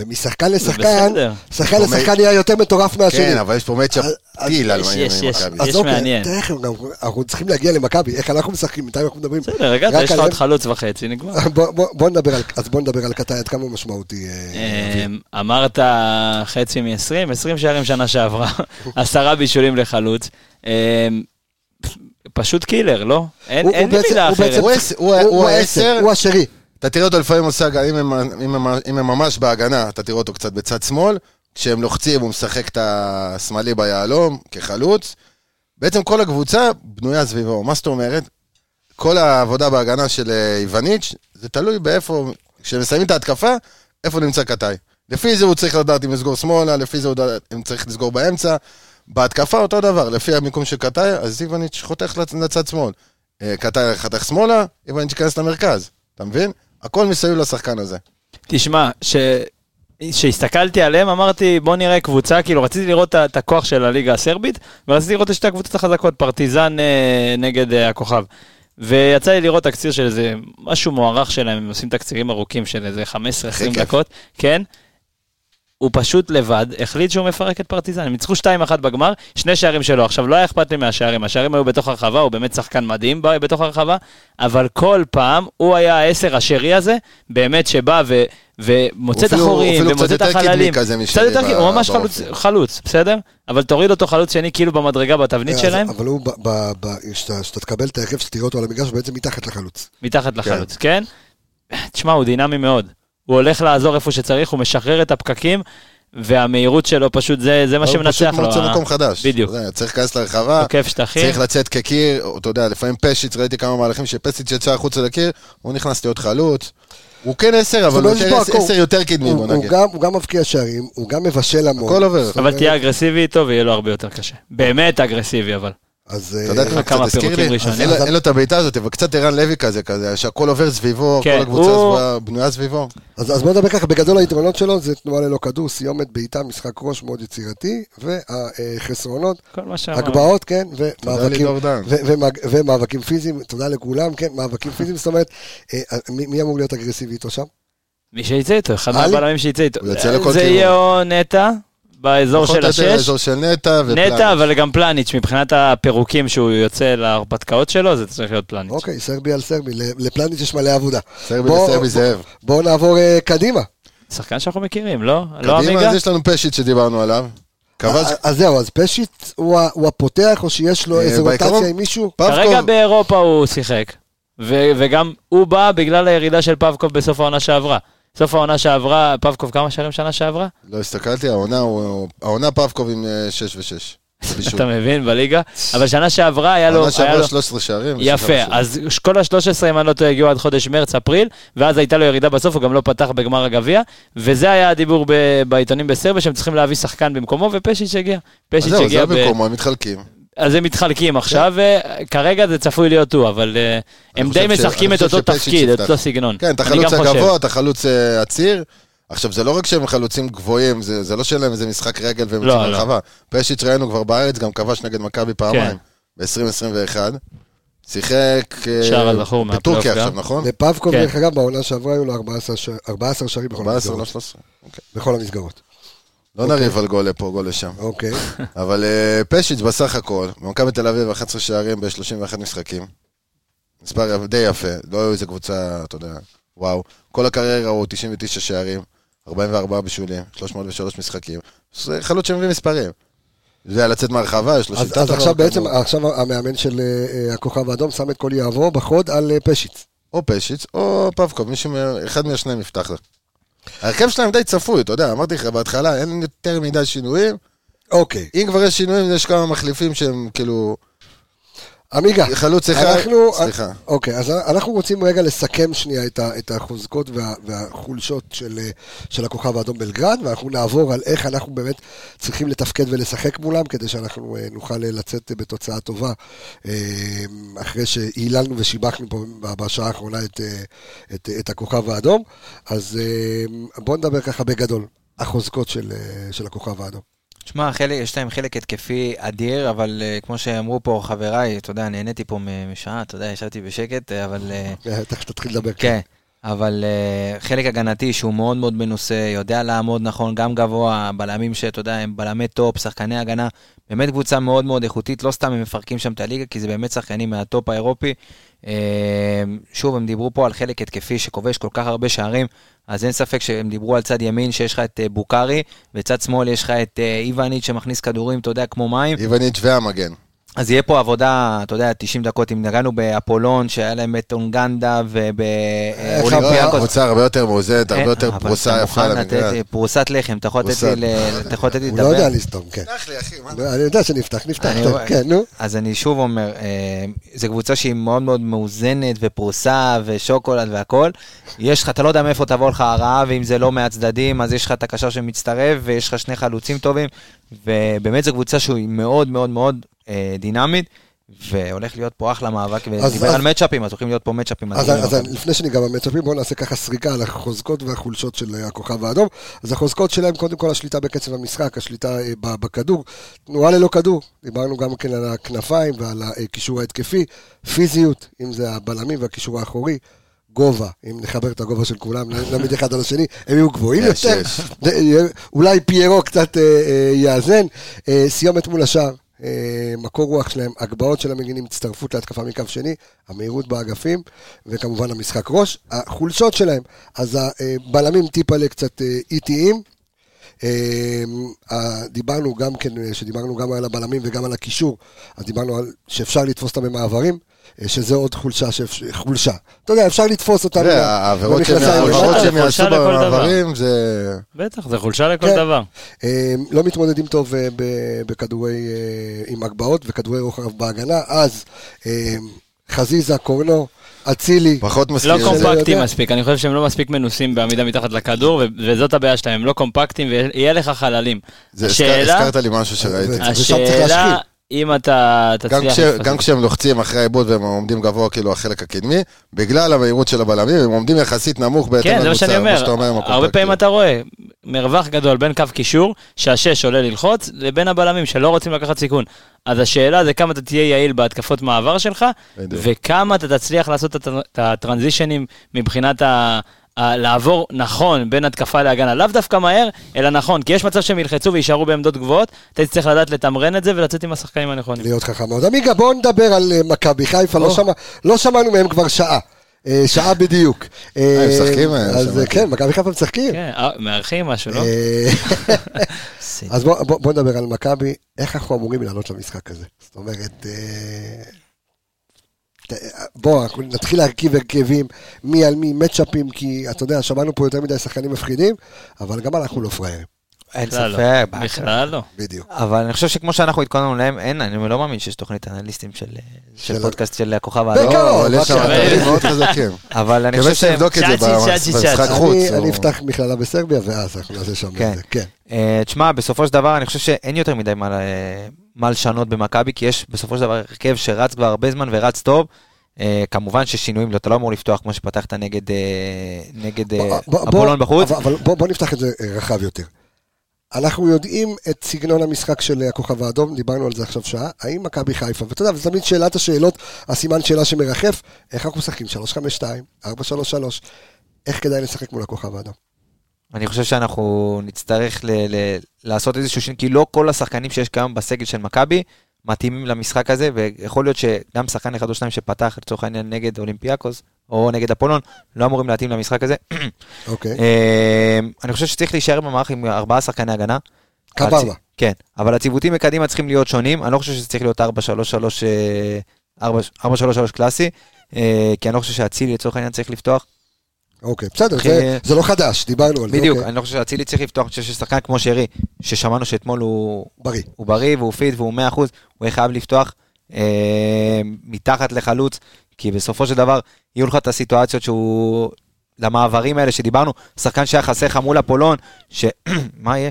Speaker 1: ומשחקן לשחקן,
Speaker 5: בסדר.
Speaker 1: שחקן
Speaker 6: אומר-
Speaker 1: לשחקן נהיה יותר מטורף מהשני.
Speaker 6: כן, אבל יש פה מצ'אפ
Speaker 1: אז- אז-
Speaker 6: טיל על
Speaker 5: יש,
Speaker 6: מי-
Speaker 5: יש,
Speaker 6: מי-
Speaker 5: יש.
Speaker 6: מכבי.
Speaker 1: אז
Speaker 5: יש
Speaker 1: אוקיי,
Speaker 5: מעניין.
Speaker 1: תראה איך הם גם- אנחנו צריכים להגיע למכבי, איך אנחנו משחקים, מתי אנחנו מדברים.
Speaker 5: בסדר, רגע,
Speaker 1: רק
Speaker 5: יש לך
Speaker 1: עליהם.
Speaker 5: עוד חלוץ וחצי, נגמר.
Speaker 1: בוא- בוא בוא נדבר על, אז בוא נדבר על קטעי, עד כמה הוא משמעותי. אה,
Speaker 5: אמ, אמרת חצי מ-20, 20 שערים שנה שעברה, עשרה בישולים לחלוץ. אמ, פשוט קילר, לא? אין
Speaker 1: הוא-
Speaker 5: אין
Speaker 1: הוא
Speaker 5: לי
Speaker 1: בעצם-
Speaker 5: מילה
Speaker 1: הוא
Speaker 5: אחרת.
Speaker 1: בעצם-
Speaker 6: הוא העשר- הוא ה- הוא העשר,
Speaker 1: הוא אה, השרי.
Speaker 6: אתה תראה אותו לפעמים עושה, אם הם- אם הם- אם הם ממש בהגנה, אתה תראה אותו קצת בצד שמאל, כשהם לוחצים הוא משחק את השמאלי ביהלום, כחלוץ. בעצם כל הקבוצה בנויה סביבו, מה זאת אומרת? כל העבודה בהגנה של אה, איווניץ', זה תלוי באיפה, כשמסיימים את ההתקפה, איפה נמצא קטאי. לפי זה הוא צריך לדעת אם לסגור שמאלה, לפי זה הוא יודע- אם צריך לסגור באמצע. בהתקפה אותו דבר, לפי המיקום של קטאי, אז איווניץ' חותך לצ- לצד שמאל. אה, קטאי חתך שמאלה, איווניץ' ייכנס למרכז, אתה מבין? הכל מסביב לשחקן הזה.
Speaker 5: תשמע, ש- כשהסתכלתי עליהם אמרתי בוא נראה קבוצה, כאילו רציתי לראות את- את הכוח של הליגה הסרבית ורציתי לראות את שתי הקבוצות החזקות, פרטיזן אה, נגד אה, הכוכב. ויצא לי לראות תקציר של איזה משהו מוערך שלהם, הם עושים תקצירים ארוכים של איזה 15-20
Speaker 6: כיף.
Speaker 5: דקות, כן? הוא פשוט לבד החליט שהוא מפרק את פרטיזן, הם ניצחו 2-1 בגמר, שני שערים שלו. עכשיו, לא היה אכפת לי מהשערים, השערים היו בתוך הרחבה, הוא באמת שחקן מדהים ב- בתוך הרחבה, אבל כל פעם הוא היה העשר השרי הזה, באמת שבא ו... ומוצא את
Speaker 6: אפילו-
Speaker 5: החורים,
Speaker 6: אפילו
Speaker 5: ומוצא
Speaker 6: קצת
Speaker 5: את
Speaker 6: יותר קדמי
Speaker 5: החללים.
Speaker 6: כזה משרי
Speaker 5: קצת יותר
Speaker 6: ב-
Speaker 5: קדמי, הוא ממש
Speaker 6: באופי.
Speaker 5: חלוץ, חלוץ, בסדר? אבל תוריד אותו חלוץ שני כאילו במדרגה בתבנית
Speaker 1: אז-
Speaker 6: אה,
Speaker 5: שלהם,
Speaker 1: אבל הוא, ב- ב- ב- כשאתה כשאתה תקבל את ההרכב שתראה אותו על המגרש, הוא בעצם מתחת לחלוץ.
Speaker 5: מתחת לחלוץ, כן? תשמע, הוא דינמי מאוד. הוא הולך לעזור איפה שצריך, הוא משחרר את הפקקים, והמהירות שלו פשוט, זה זה מה שמנצח לו. אה,
Speaker 6: הוא פשוט
Speaker 5: ה-
Speaker 6: מוצא מקום חדש.
Speaker 5: בדיוק.
Speaker 6: אתה יודע, צריך להיכנס לרחבה,
Speaker 5: עוקף שטחים.
Speaker 6: אה, צריך לצאת כקיר, או, אתה יודע, לפעמים פשיץ, ראיתי כמה מהלכים שפשיץ יצא החוצה לקיר, הוא נכנס להיות חלוץ. הוא כן עשר, אבל
Speaker 1: זאת
Speaker 6: הוא
Speaker 1: אומרת, יש
Speaker 6: יותר
Speaker 1: פה
Speaker 6: עשר-
Speaker 1: לא הכל.
Speaker 6: עשר יותר קדמי,
Speaker 1: הוא-
Speaker 6: בוא
Speaker 1: הוא
Speaker 6: נגיד.
Speaker 1: גם- הוא גם מבקיע שערים, הוא גם מבשל המון.
Speaker 6: הכל עובר.
Speaker 1: זאת
Speaker 5: אבל
Speaker 1: אומרת,
Speaker 5: תהיה אגרסיבי איתו ויהיה לו הרבה יותר קשה. באמת אגרסיבי אבל.
Speaker 1: אז
Speaker 6: אתה יודע
Speaker 1: אה,
Speaker 6: את מה קצת
Speaker 5: כמה
Speaker 6: הזכיר
Speaker 5: פירוקים
Speaker 6: לי?
Speaker 5: ראשונים.
Speaker 6: אין לו-
Speaker 1: אז-
Speaker 6: אין לו את הבעיטה הזאת, אבל קצת ערן לוי כזה, כזה, שהכל עובר סביבו, כל
Speaker 5: כן,
Speaker 6: הקבוצה
Speaker 5: הוא-
Speaker 6: סביבה- בנויה סביבו.
Speaker 1: אז אז בוא נדבר ככה, בגדול היתרונות שלו זה תנועה ללא כדור, סיומת, בעיטה, משחק ראש מאוד יצירתי, והחסרונות,
Speaker 5: כל אה, מה שאמרנו.
Speaker 1: הגבהות, כן,
Speaker 6: תודה
Speaker 1: ומאבקים.
Speaker 6: לידור דן.
Speaker 1: ו- ומאג- ומאבקים פיזיים, תודה לכולם, כן, מאבקים פיזיים, זאת אומרת, אה, מי מי אמור להיות אגרסיבי איתו שם?
Speaker 5: מי שיצא איתו, אחד
Speaker 1: עלי?
Speaker 5: מהבלמים שיצא איתו.
Speaker 6: הוא יוצא לכל
Speaker 5: זה
Speaker 6: כיוון.
Speaker 5: יהיה או נטע באזור
Speaker 6: פחות
Speaker 5: של
Speaker 6: או יותר
Speaker 5: השש.
Speaker 6: האזור של נטע ופלניץ'.
Speaker 5: נטע, אבל גם פלניץ', מבחינת הפירוקים שהוא יוצא להרפתקאות שלו, זה צריך להיות פלניץ'.
Speaker 1: אוקיי, סרבי על סרבי, ל- לפלניץ' יש מלא עבודה.
Speaker 6: סרבי
Speaker 1: בוא-
Speaker 6: לסרבי זאב.
Speaker 1: בואו נעבור אה, קדימה.
Speaker 5: שחקן שאנחנו מכירים, לא? לא
Speaker 6: אוקיי. קדימה,
Speaker 5: עמיגה?
Speaker 6: אז יש לנו פשיט שדיברנו עליו. כבש
Speaker 1: אה, אז זהו, אז פשיט הוא ה- הוא הפותח, או שיש לו
Speaker 6: אה,
Speaker 1: איזה
Speaker 6: בעיקרון-
Speaker 1: רוטציה עם מישהו?
Speaker 5: כרגע
Speaker 6: פאבקוב.
Speaker 5: באירופה הוא שיחק. ו- וגם הוא בא בגלל הירידה של פאבקוב בסוף העונה שעברה. סוף העונה שעברה, פאבקוב כמה שערים שנה שעברה?
Speaker 6: לא הסתכלתי, העונה הוא- העונה פאבקוב עם אה, 6 ו-6.
Speaker 5: אתה מבין, בליגה. אבל שנה שעברה היה לו...
Speaker 6: העונה
Speaker 5: היה לו-
Speaker 6: שעברה 13 שערים.
Speaker 5: יפה,
Speaker 6: ושלושה
Speaker 5: אז כל ה-13, אם אני לא טועה, הגיעו עד חודש מרץ-אפריל, ואז הייתה לו ירידה בסוף, הוא גם לא פתח בגמר הגביע, וזה היה הדיבור ב- בעיתונים בסרביה, שהם צריכים להביא שחקן במקומו, ופשיץ' הגיע.
Speaker 6: אז
Speaker 5: פשיץ'
Speaker 6: זהו,
Speaker 5: הגיע
Speaker 6: זה
Speaker 5: ב...
Speaker 6: במקומו, כן. הם מתחלקים.
Speaker 5: אז הם מתחלקים עכשיו, וכרגע זה צפוי להיות הוא, אבל אה, הם
Speaker 6: חושב
Speaker 5: די
Speaker 6: ש-
Speaker 5: משחקים
Speaker 6: אני
Speaker 5: את
Speaker 6: חושב
Speaker 5: אותו
Speaker 6: שפשיץ'
Speaker 5: תפקיד, את
Speaker 6: יפתח.
Speaker 5: אותו סגנון.
Speaker 6: כן, אתה
Speaker 5: אני
Speaker 6: חלוץ
Speaker 5: גם חושב.
Speaker 6: הגבוה, אתה חלוץ אה, עציר. עכשיו, זה לא רק שהם חלוצים גבוהים, זה זה לא שאין להם איזה משחק רגל והם
Speaker 5: לא,
Speaker 6: יוצאים
Speaker 5: לא. כן.
Speaker 6: לרחבה. פשיץ' ראינו כבר בארץ, גם כבש נגד מכבי פעמיים, ב-2021. שיחק... אה,
Speaker 5: שער הזכור מהפלייאוף
Speaker 6: בטורקיה
Speaker 5: גם.
Speaker 6: עכשיו, נכון?
Speaker 1: לפאבקוב,
Speaker 5: כן.
Speaker 1: דרך אגב, בעונה שעברה היו לו 14 ש- 14 שערים בכל
Speaker 6: 14, לא
Speaker 1: המסגרות.
Speaker 6: 13.
Speaker 1: בכל המסגרות.
Speaker 6: לא נריב על גול לפה, גול לשם.
Speaker 1: אוקיי.
Speaker 6: אבל אה, פשיץ' בסך הכל, במכבי תל אביב 11 שערים ב-31 משחקים. מספר די יפה, לא היו איזה קבוצה, אתה יודע, וואו. כל הקריירה הוא 99 שערים, 44 בישולים, 303 משחקים. זה חלוץ שמביא מספרים. זה היה לצאת מהרחבה, יש לו
Speaker 1: אז
Speaker 6: שיטת
Speaker 1: אז עכשיו
Speaker 6: הרחבה,
Speaker 1: בעצם,
Speaker 6: כדור.
Speaker 1: עכשיו המאמן של אה, אה, הכוכב האדום שם את כל יהבו בחוד על אה, פשיץ.
Speaker 6: או פשיץ' או פבקוב, מישהו, מה- אחד מהשניים יפתח לך. ההרכב שלהם די צפוי, אתה יודע, אמרתי לך בהתחלה, אין יותר מדי שינויים.
Speaker 1: אוקיי.
Speaker 6: אם כבר יש שינויים, יש כמה מחליפים שהם כאילו...
Speaker 1: עמיגה.
Speaker 6: חלוץ אחד,
Speaker 1: אנחנו,
Speaker 6: סליחה.
Speaker 1: אוקיי, אז אנחנו רוצים רגע לסכם שנייה את, ה, את החוזקות וה, והחולשות של, אה, של הכוכב האדום בלגרד, ואנחנו נעבור על איך אנחנו באמת צריכים לתפקד ולשחק מולם, כדי שאנחנו אה, נוכל אה, לצאת אה, בתוצאה טובה, אה, אחרי שהיללנו ושיבחנו פה ב- בשעה האחרונה את, אה, את, את הכוכב האדום. אז אה, בואו נדבר ככה בגדול, החוזקות של, אה, של הכוכב האדום.
Speaker 4: תשמע, חלק- יש להם חלק התקפי אדיר, אבל אה, כמו שאמרו פה חבריי, אתה יודע, נהניתי פה מ- משעה, אתה יודע, ישבתי בשקט, אה, אבל... אה,
Speaker 1: אה, תכף תתחיל לדבר.
Speaker 4: כן, אבל uh, חלק הגנתי שהוא מאוד מאוד מנוסה, יודע לעמוד נכון, גם גבוה, בלמים שאתה יודע, הם בלמי טופ, שחקני הגנה, באמת קבוצה מאוד מאוד איכותית, לא סתם הם מפרקים שם את הליגה, כי זה באמת שחקנים מהטופ האירופי. אה, שוב, הם דיברו פה על חלק התקפי שכובש כל כך הרבה שערים, אז אין ספק שהם דיברו על צד ימין, שיש לך את אה, בוקארי, וצד שמאל יש לך את אה, איווניץ' שמכניס כדורים, אתה יודע, כמו מים.
Speaker 6: איווניץ' והמגן.
Speaker 4: אז יהיה פה עבודה, אתה יודע, 90 דקות, אם נגענו באפולון, שהיה להם את אונגנדה אה,
Speaker 1: הוא נראה-
Speaker 6: נראה
Speaker 4: ובאולימפיאקוס.
Speaker 6: קבוצה הרבה יותר מאוזנת,
Speaker 5: אה,
Speaker 6: הרבה יותר פרוסה יפה
Speaker 4: אה, אבל אתה מוכן
Speaker 6: למגרש.
Speaker 4: לתת אה, פרוסת לחם, אתה יכול לתת לי
Speaker 6: פרוסת.
Speaker 4: ל- אתה יכול לתת לי
Speaker 1: הוא לא יודע
Speaker 4: לדבר.
Speaker 1: לסתום, כן.
Speaker 6: תפתח לי, אחי, מה אתה-
Speaker 1: אני יודע שנפתח, נפתח,
Speaker 4: אני
Speaker 1: טוב,
Speaker 4: רואה.
Speaker 1: כן, נו.
Speaker 4: אז אני שוב אומר, אה, זו קבוצה שהיא מאוד מאוד מאוזנת ופרוסה ושוקולד והכל. יש לך, אתה לא יודע מאיפה תבוא לך הרעה, ואם זה לא מהצדדים, אז יש לך את הקשר שמצטרף, ויש לך שני חלוצים טובים, ובאמת זו קבוצה שהיא מאוד מאוד מאוד אה, דינמית. והולך להיות פה אחלה מאבק, ודיבר
Speaker 1: אז-
Speaker 4: על מצ'אפים, אז הולכים להיות פה מצ'אפים.
Speaker 1: אז,
Speaker 4: מדהימים.
Speaker 1: אז לפני שניגע במצבים, בואו נעשה ככה סריקה על החוזקות והחולשות של אה, הכוכב האדום. אז החוזקות שלהם, קודם כל השליטה בקצב המשחק, השליטה אה, ב- בכדור, תנועה ללא כדור. דיברנו גם כן על הכנפיים ועל הקישור ההתקפי, פיזיות, אם זה הבלמים והקישור האחורי. גובה, אם נחבר את הגובה של כולם, נעמיד אחד על השני, הם יהיו גבוהים
Speaker 6: יש,
Speaker 1: יותר.
Speaker 6: יש.
Speaker 1: זה יהיה- אולי פיירו קצת אה, אה, יאזן. אה, סיומת מול השער, אה, מקור רוח שלהם, הגבהות של המגינים, הצטרפות להתקפה מקו שני, המהירות באגפים, וכמובן המשחק ראש. החולשות שלהם, אז הבלמים טיפה קצת אה, איטיים. אה, אה, דיברנו גם כן, אה, שדיברנו גם על הבלמים וגם על הקישור, אז דיברנו על שאפשר לתפוס אותם במעברים, אה, שזה עוד חולשה, שאפ- חולשה. אתה יודע, אפשר לתפוס אותם.
Speaker 6: תראה,
Speaker 1: ב-
Speaker 6: העבירות שהם
Speaker 1: במכנסיים.
Speaker 6: העבירות
Speaker 5: זה
Speaker 6: שהם יעשו
Speaker 5: חולשה לכל דבר.
Speaker 6: במעברים זה...
Speaker 5: בטח, זה חולשה לכל
Speaker 1: כן.
Speaker 5: דבר.
Speaker 1: אה, לא מתמודדים טוב אה, ב- בכדורי, אה, עם הגבהות וכדורי רוחב בהגנה, אז אה, חזיזה, קורנו, אצילי,
Speaker 6: פחות מסכים.
Speaker 5: לא
Speaker 6: לזה.
Speaker 1: קומפקט.
Speaker 5: קומפקטים
Speaker 1: יודע.
Speaker 5: מספיק, אני חושב שהם לא מספיק מנוסים בעמידה מתחת לכדור, ו- וזאת הבעיה שלהם, הם לא קומפקטים ויהיה לך חללים.
Speaker 6: זה-
Speaker 5: השאלה-
Speaker 6: הזכרת לי משהו שראיתי.
Speaker 5: אה,
Speaker 1: ושם צריך
Speaker 5: השאלה,
Speaker 1: להשחיל.
Speaker 5: אם אתה
Speaker 6: גם
Speaker 5: תצליח...
Speaker 6: כש-
Speaker 5: לפספס.
Speaker 6: גם כשהם לוחצים אחרי העיבוד והם עומדים גבוה, כאילו החלק הקדמי, בגלל המהירות של הבלמים, הם עומדים יחסית נמוך בהתאם
Speaker 5: כן, זה מה שאני
Speaker 6: לקבוצה,
Speaker 5: אומר.
Speaker 6: שאתה אומר עם
Speaker 5: הרבה פעמים
Speaker 6: הקומפקטיות.
Speaker 5: אתה רואה מרווח גדול בין קו קישור, שהשש עולה ללחוץ, לבין הבלמים שלא רוצים לקחת סיכון. אז השאלה זה כמה אתה תהיה יעיל בהתקפות מעבר שלך,
Speaker 6: בדיוק.
Speaker 5: וכמה אתה תצליח לעשות את הטר- את הטרנזישנים מבחינת ה... ה- לעבור נכון בין התקפה להגנה, לאו דווקא מהר, אלא נכון, כי יש מצב שהם ילחצו ויישארו בעמדות גבוהות, אתה תצטרך לדעת לתמרן את זה ולצאת עם השחקנים הנכונים.
Speaker 1: להיות חכם מאוד. עמיגה, בואו נדבר על אה, מכבי חיפה, לא שמע- לא שמענו מהם כבר שעה. אה, שעה בדיוק. אה,
Speaker 6: הם משחקים, אה,
Speaker 1: אז
Speaker 6: שמעתי.
Speaker 1: כן, מכבי חיפה משחקים.
Speaker 5: כן, אה, מארחים משהו, לא?
Speaker 1: אה,
Speaker 4: סיט.
Speaker 1: אז בואו בוא, בוא נדבר על מכבי, איך אנחנו אמורים לעלות למשחק הזה? זאת אומרת, אה, ת- בואו, אנחנו נתחיל להרכיב הרכבים, מי על מי, מצ'אפים, כי אתה יודע, שמענו פה יותר מדי שחקנים מפחידים, אבל גם אנחנו לא פראיירים,
Speaker 4: אין
Speaker 5: בכלל לא.
Speaker 4: ספק.
Speaker 5: בכלל לא.
Speaker 1: בדיוק.
Speaker 4: אבל אני חושב שכמו שאנחנו התכוננו להם, אין, אני לא מאמין שיש תוכנית אנליסטים של אה, של
Speaker 1: של-
Speaker 4: פודקאסט של הכוכב האדום.
Speaker 1: בקרוב,
Speaker 6: לא, אבל יש שם
Speaker 1: בקרוב.
Speaker 6: מטרים מאוד חזקים.
Speaker 4: אבל אני
Speaker 6: מקווה
Speaker 4: חושב שהם...
Speaker 6: שתבדוק את זה
Speaker 5: צ'אצ'י, צ'אצ'י,
Speaker 6: במשחק
Speaker 5: צ'אצ'י.
Speaker 6: חוץ.
Speaker 1: אני,
Speaker 6: או-
Speaker 1: אני אפתח מכללה בסרביה, ואז אנחנו נעשה שם
Speaker 4: כן.
Speaker 1: את זה. כן.
Speaker 4: אה, תשמע, בסופו של דבר אני חושב שאין יותר מדי מה, אה, מה לשנות במכבי, כי יש בסופו של דבר הרכב שרץ כבר הרבה זמן ורץ טוב. אה, כמובן ששינויים, לא, אתה לא אמור לפתוח כמו שפתחת נגד, אה, נגד אה,
Speaker 1: בוא- בוא-
Speaker 4: אפולון בחוץ.
Speaker 1: אבל, אבל בוא, בוא נפתח את זה אה, רחב יותר. אנחנו יודעים את סגנון המשחק של אה, הכוכב האדום, דיברנו על זה עכשיו שעה. האם מכבי חיפה, ואתה יודע, זו תמיד שאלת השאלות, הסימן שאלה שמרחף, איך אנחנו משחקים 3-5-2, 4-3-3, איך כדאי לשחק מול הכוכב האדום?
Speaker 4: אני חושב שאנחנו נצטרך ל- ל- לעשות איזשהו שינוי, כי לא כל השחקנים שיש כיום בסגל של מכבי מתאימים למשחק הזה, ויכול להיות שגם שחקן אחד או שניים שפתח לצורך העניין נגד אולימפיאקוס או נגד אפולון, לא אמורים להתאים למשחק הזה.
Speaker 1: אוקיי.
Speaker 4: אה, אני חושב שצריך להישאר במערך עם ארבעה שחקני הגנה.
Speaker 1: קו ארבע.
Speaker 4: הצ- כן, אבל הציוותים מקדימה צריכים להיות שונים, אני לא חושב שזה צריך להיות 4-3-3 אה, 4-3-3 קלאסי, אה, כי אני לא חושב שאצילי לצורך העניין צריך לפתוח.
Speaker 1: אוקיי, בסדר,
Speaker 4: אחי, אה,
Speaker 1: זה, זה לא חדש, דיברנו על זה.
Speaker 4: בדיוק,
Speaker 1: אוקיי.
Speaker 4: אני לא חושב שאצילי צריך לפתוח, אני חושב ששחקן כמו שרי, ששמענו שאתמול הוא
Speaker 1: בריא.
Speaker 4: הוא בריא והוא פיט והוא 100%, הוא יהיה חייב לפתוח אה, מתחת לחלוץ, כי בסופו של דבר יהיו לך את הסיטואציות שהוא... למעברים האלה שדיברנו, שחקן שהיה חסר לך מול אפולון, ש... מה יהיה?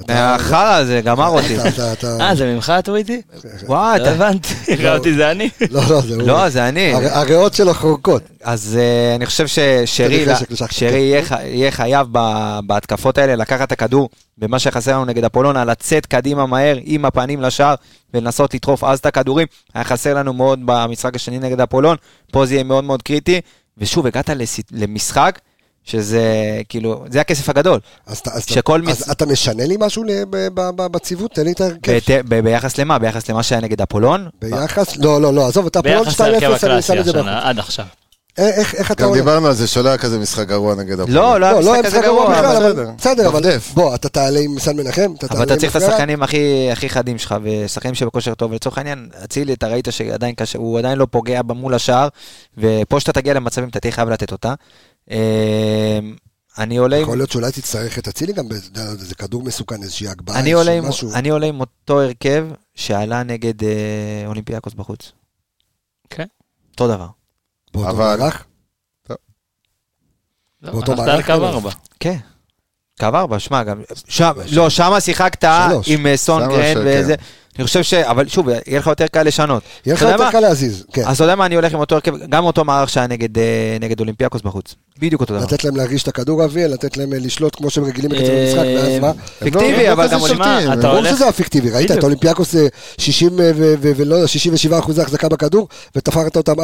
Speaker 1: אתה-
Speaker 4: החרא הזה גמר אותי.
Speaker 1: אתה- אתה- אתה-
Speaker 5: אה, זה ממך הטוויטי?
Speaker 4: וואי,
Speaker 5: לא
Speaker 4: אתה...
Speaker 5: הבנתי. חשבתי זה אני.
Speaker 1: כן. לא, לא, זה הוא.
Speaker 4: לא, זה אני.
Speaker 1: הר- הריאות שלו חורקות.
Speaker 4: אז אה, אני חושב ששרי
Speaker 1: תביא חשק לשחק.
Speaker 4: שרי יהיה ח- יהיה חייב ב- בהתקפות האלה לקחת את הכדור במה שחסר לנו נגד אפולונה, לצאת קדימה מהר עם הפנים לשער ולנסות לדחוף אז את הכדורים. היה חסר לנו מאוד במשחק השני נגד אפולון, פה זה יהיה מאוד מאוד קריטי. ושוב, הגעת לס- למשחק שזה כאילו, זה הכסף הגדול.
Speaker 1: אז אתה- אז אתה-
Speaker 4: שכל מס-
Speaker 1: אז אתה משנה לי משהו ל- ב- ב- ב- בציוות? תן לי את ההרכב.
Speaker 4: בת- ב- ביחס למה? ביחס למה שהיה נגד אפולון?
Speaker 1: ביחס, לא, לא, לא, עזוב, אתה פולון
Speaker 5: ביחס
Speaker 1: 2-0,
Speaker 5: להרכב
Speaker 1: אני שם
Speaker 5: הקלאסי
Speaker 1: את זה בחוץ.
Speaker 5: השנה, עד עכשיו.
Speaker 1: אה, איך- איך אתה
Speaker 6: גם
Speaker 1: עולה?
Speaker 6: דיברנו על זה, שלא היה כזה משחק גרוע נגד הפועל.
Speaker 4: לא, לא היה
Speaker 1: לא, לא היה
Speaker 4: משחק כזה
Speaker 1: משחק גרוע בכלל,
Speaker 4: אבל-
Speaker 1: אבל בסדר, אבל
Speaker 6: דפדף.
Speaker 1: בוא, אתה תעלה עם סן מנחם, אתה
Speaker 4: אבל
Speaker 1: תעלה
Speaker 4: אתה
Speaker 1: עם
Speaker 4: צריך את
Speaker 1: אברה.
Speaker 4: השחקנים הכי הכי חדים שלך, ושחקנים שבכושר טוב, ולצורך העניין, אצילי, אתה ראית שעדיין קשה, הוא עדיין לא פוגע ב- מול השער, ופה שאתה תגיע למצבים, אתה תהיה חייב לתת אותה. אה, אני עולה עם...
Speaker 1: יכול להיות שאולי תצטרך את אצילי גם, אתה יודע, זה כדור מסוכן, איזושהי הגבהה,
Speaker 4: אני עולה, עם,
Speaker 1: איזשהו משהו.
Speaker 4: אני עולה עם אותו הרכב שעלה נגד אה, אולימפיאקוס בחוץ.
Speaker 5: אוקיי.
Speaker 4: אותו דבר.
Speaker 1: באותו
Speaker 6: אבל-
Speaker 1: מערך.
Speaker 5: לא,
Speaker 1: באותו
Speaker 5: הלכת
Speaker 1: מערך
Speaker 5: על קו
Speaker 1: כאילו.
Speaker 5: ארבע.
Speaker 4: כן. קו ארבע, שמע, גם... שם, לא, שמה שיחקת
Speaker 1: שלוש. כן.
Speaker 4: עם אה, סונגרן
Speaker 6: שלוש,
Speaker 4: וזה. אני חושב ש... אבל שוב, יהיה לך יותר קל לשנות.
Speaker 1: יהיה לך
Speaker 4: אתה יודע
Speaker 1: יותר
Speaker 4: מה?
Speaker 1: קל להזיז, כן.
Speaker 4: אז אתה יודע מה, אני הולך עם אותו הרכב, גם אותו מערך שהיה נגד, אה, נגד אולימפיאקוס בחוץ. בדיוק אותו דבר.
Speaker 1: לתת להם להרגיש את הכדור אוויר, לתת להם אה, לשלוט כמו שהם רגילים בקצב
Speaker 5: אה,
Speaker 1: המשחק, ואז מה?
Speaker 6: הם
Speaker 4: פיקטיבי,
Speaker 6: לא
Speaker 4: אבל
Speaker 6: כזה
Speaker 4: גם
Speaker 6: שולטים.
Speaker 4: אולימפיאקוס.
Speaker 5: שמע, אתה
Speaker 1: ברור
Speaker 5: הולך...
Speaker 1: שזה הפיקטיבי, ראית את
Speaker 5: בדיוק.
Speaker 1: אולימפיאקוס אה, 60 אה, ו- ו- ולא יודע, 67 אחוזי החזקה בכדור, ותפרת אותם 4-0.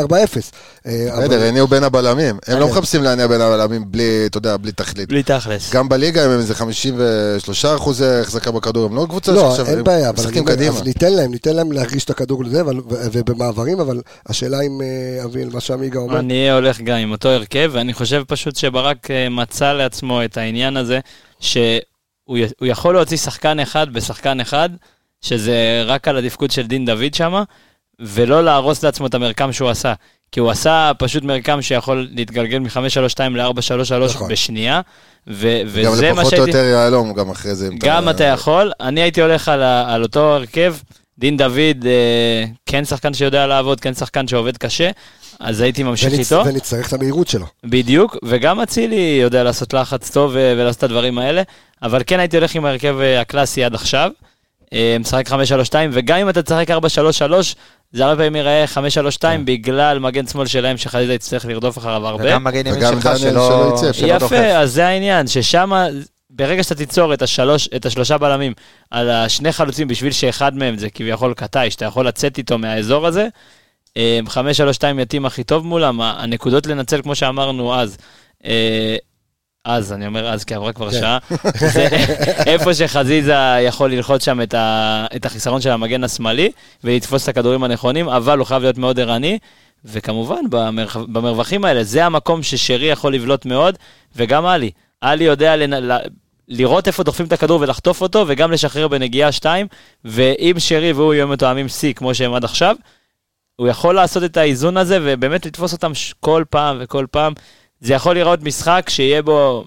Speaker 1: אה, אבל-
Speaker 6: בסדר, הניעו בין הבלמים. הם לא
Speaker 1: כן.
Speaker 6: מחפשים להניע בין הבלמים בלי, אתה יודע, בלי תכלית.
Speaker 5: בלי תכלס.
Speaker 6: גם בליגה הם איזה 53 אחוזי החזקה בכדור, הם לא קבוצה
Speaker 1: לא,
Speaker 6: שעכשיו
Speaker 1: אין
Speaker 6: הם
Speaker 1: בעיה, אבל אני
Speaker 6: משחקים
Speaker 1: אומר,
Speaker 6: קדימה.
Speaker 1: אז ניתן להם, ניתן להם להרגיש את הכדור לזה, אבל- ו- ובמעברים, אבל השאלה אם, אה, אבי, מה שעמיגה אומר,
Speaker 5: אני הולך גם עם אותו הרכב, ואני חושב פשוט שברק אה, מצא לעצמו את העניין הזה, שהוא י- הוא יכול להוציא שחקן אחד בשחקן אחד, שזה רק על התפקוד של דין דוד שם, ולא להרוס לעצמו את המרקם שהוא עשה. כי הוא עשה פשוט מרקם שיכול להתגלגל מ-532 ל-433
Speaker 1: נכון.
Speaker 5: בשנייה, ו-
Speaker 6: גם
Speaker 5: וזה מה
Speaker 6: לפחות לא או
Speaker 5: שהייתי...
Speaker 6: יותר יהלום, גם אחרי זה. אם
Speaker 5: גם אתה יכול. אני הייתי הולך על, ה- על אותו הרכב. דין דוד, אה, כן שחקן שיודע לעבוד, כן שחקן שעובד קשה, אז הייתי ממשיך
Speaker 1: ונצ-
Speaker 5: איתו.
Speaker 1: ונצטרך את המהירות שלו.
Speaker 5: בדיוק, וגם אצילי יודע לעשות לחץ טוב ו- ולעשות את הדברים האלה, אבל כן הייתי הולך עם ההרכב אה, הקלאסי עד עכשיו. אה, משחק 5-3-2, וגם אם אתה תשחק 4-3-3, זה הרבה פעמים ייראה 5-3-2 בגלל מגן שמאל שלהם שחלילה יצטרך לרדוף אחריו הרבה.
Speaker 4: וגם מגן ימין
Speaker 6: וגם
Speaker 4: שלך
Speaker 6: דניאל
Speaker 4: שלא...
Speaker 6: שלא יצא. שלא דוחף.
Speaker 5: יפה, אז זה העניין, ששם, ברגע שאתה תיצור את, השלוש, את השלושה בלמים על השני חלוצים, בשביל שאחד מהם זה כביכול קטעי, שאתה יכול לצאת איתו מהאזור אמ, הזה, 5-3-2 יתאים הכי טוב מולם, ה- הנקודות לנצל, כמו שאמרנו אז, אה, אז, אני אומר אז, כי עברה כבר שעה, זה איפה שחזיזה יכול ללחוץ שם את, ה, את החיסרון של המגן השמאלי ולתפוס את הכדורים הנכונים, אבל הוא חייב להיות מאוד ערני, וכמובן, במרח, במרווחים האלה, זה המקום ששרי יכול לבלוט מאוד, וגם עלי. עלי יודע לנ... ל- לראות איפה דוחפים את הכדור ולחטוף אותו, וגם לשחרר בנגיעה 2, ואם שרי והוא יהיו מתואמים שיא, כמו שהם עד עכשיו, הוא יכול לעשות את האיזון הזה ובאמת לתפוס אותם ש- כל פעם וכל פעם. זה יכול להיראות משחק שיהיה בו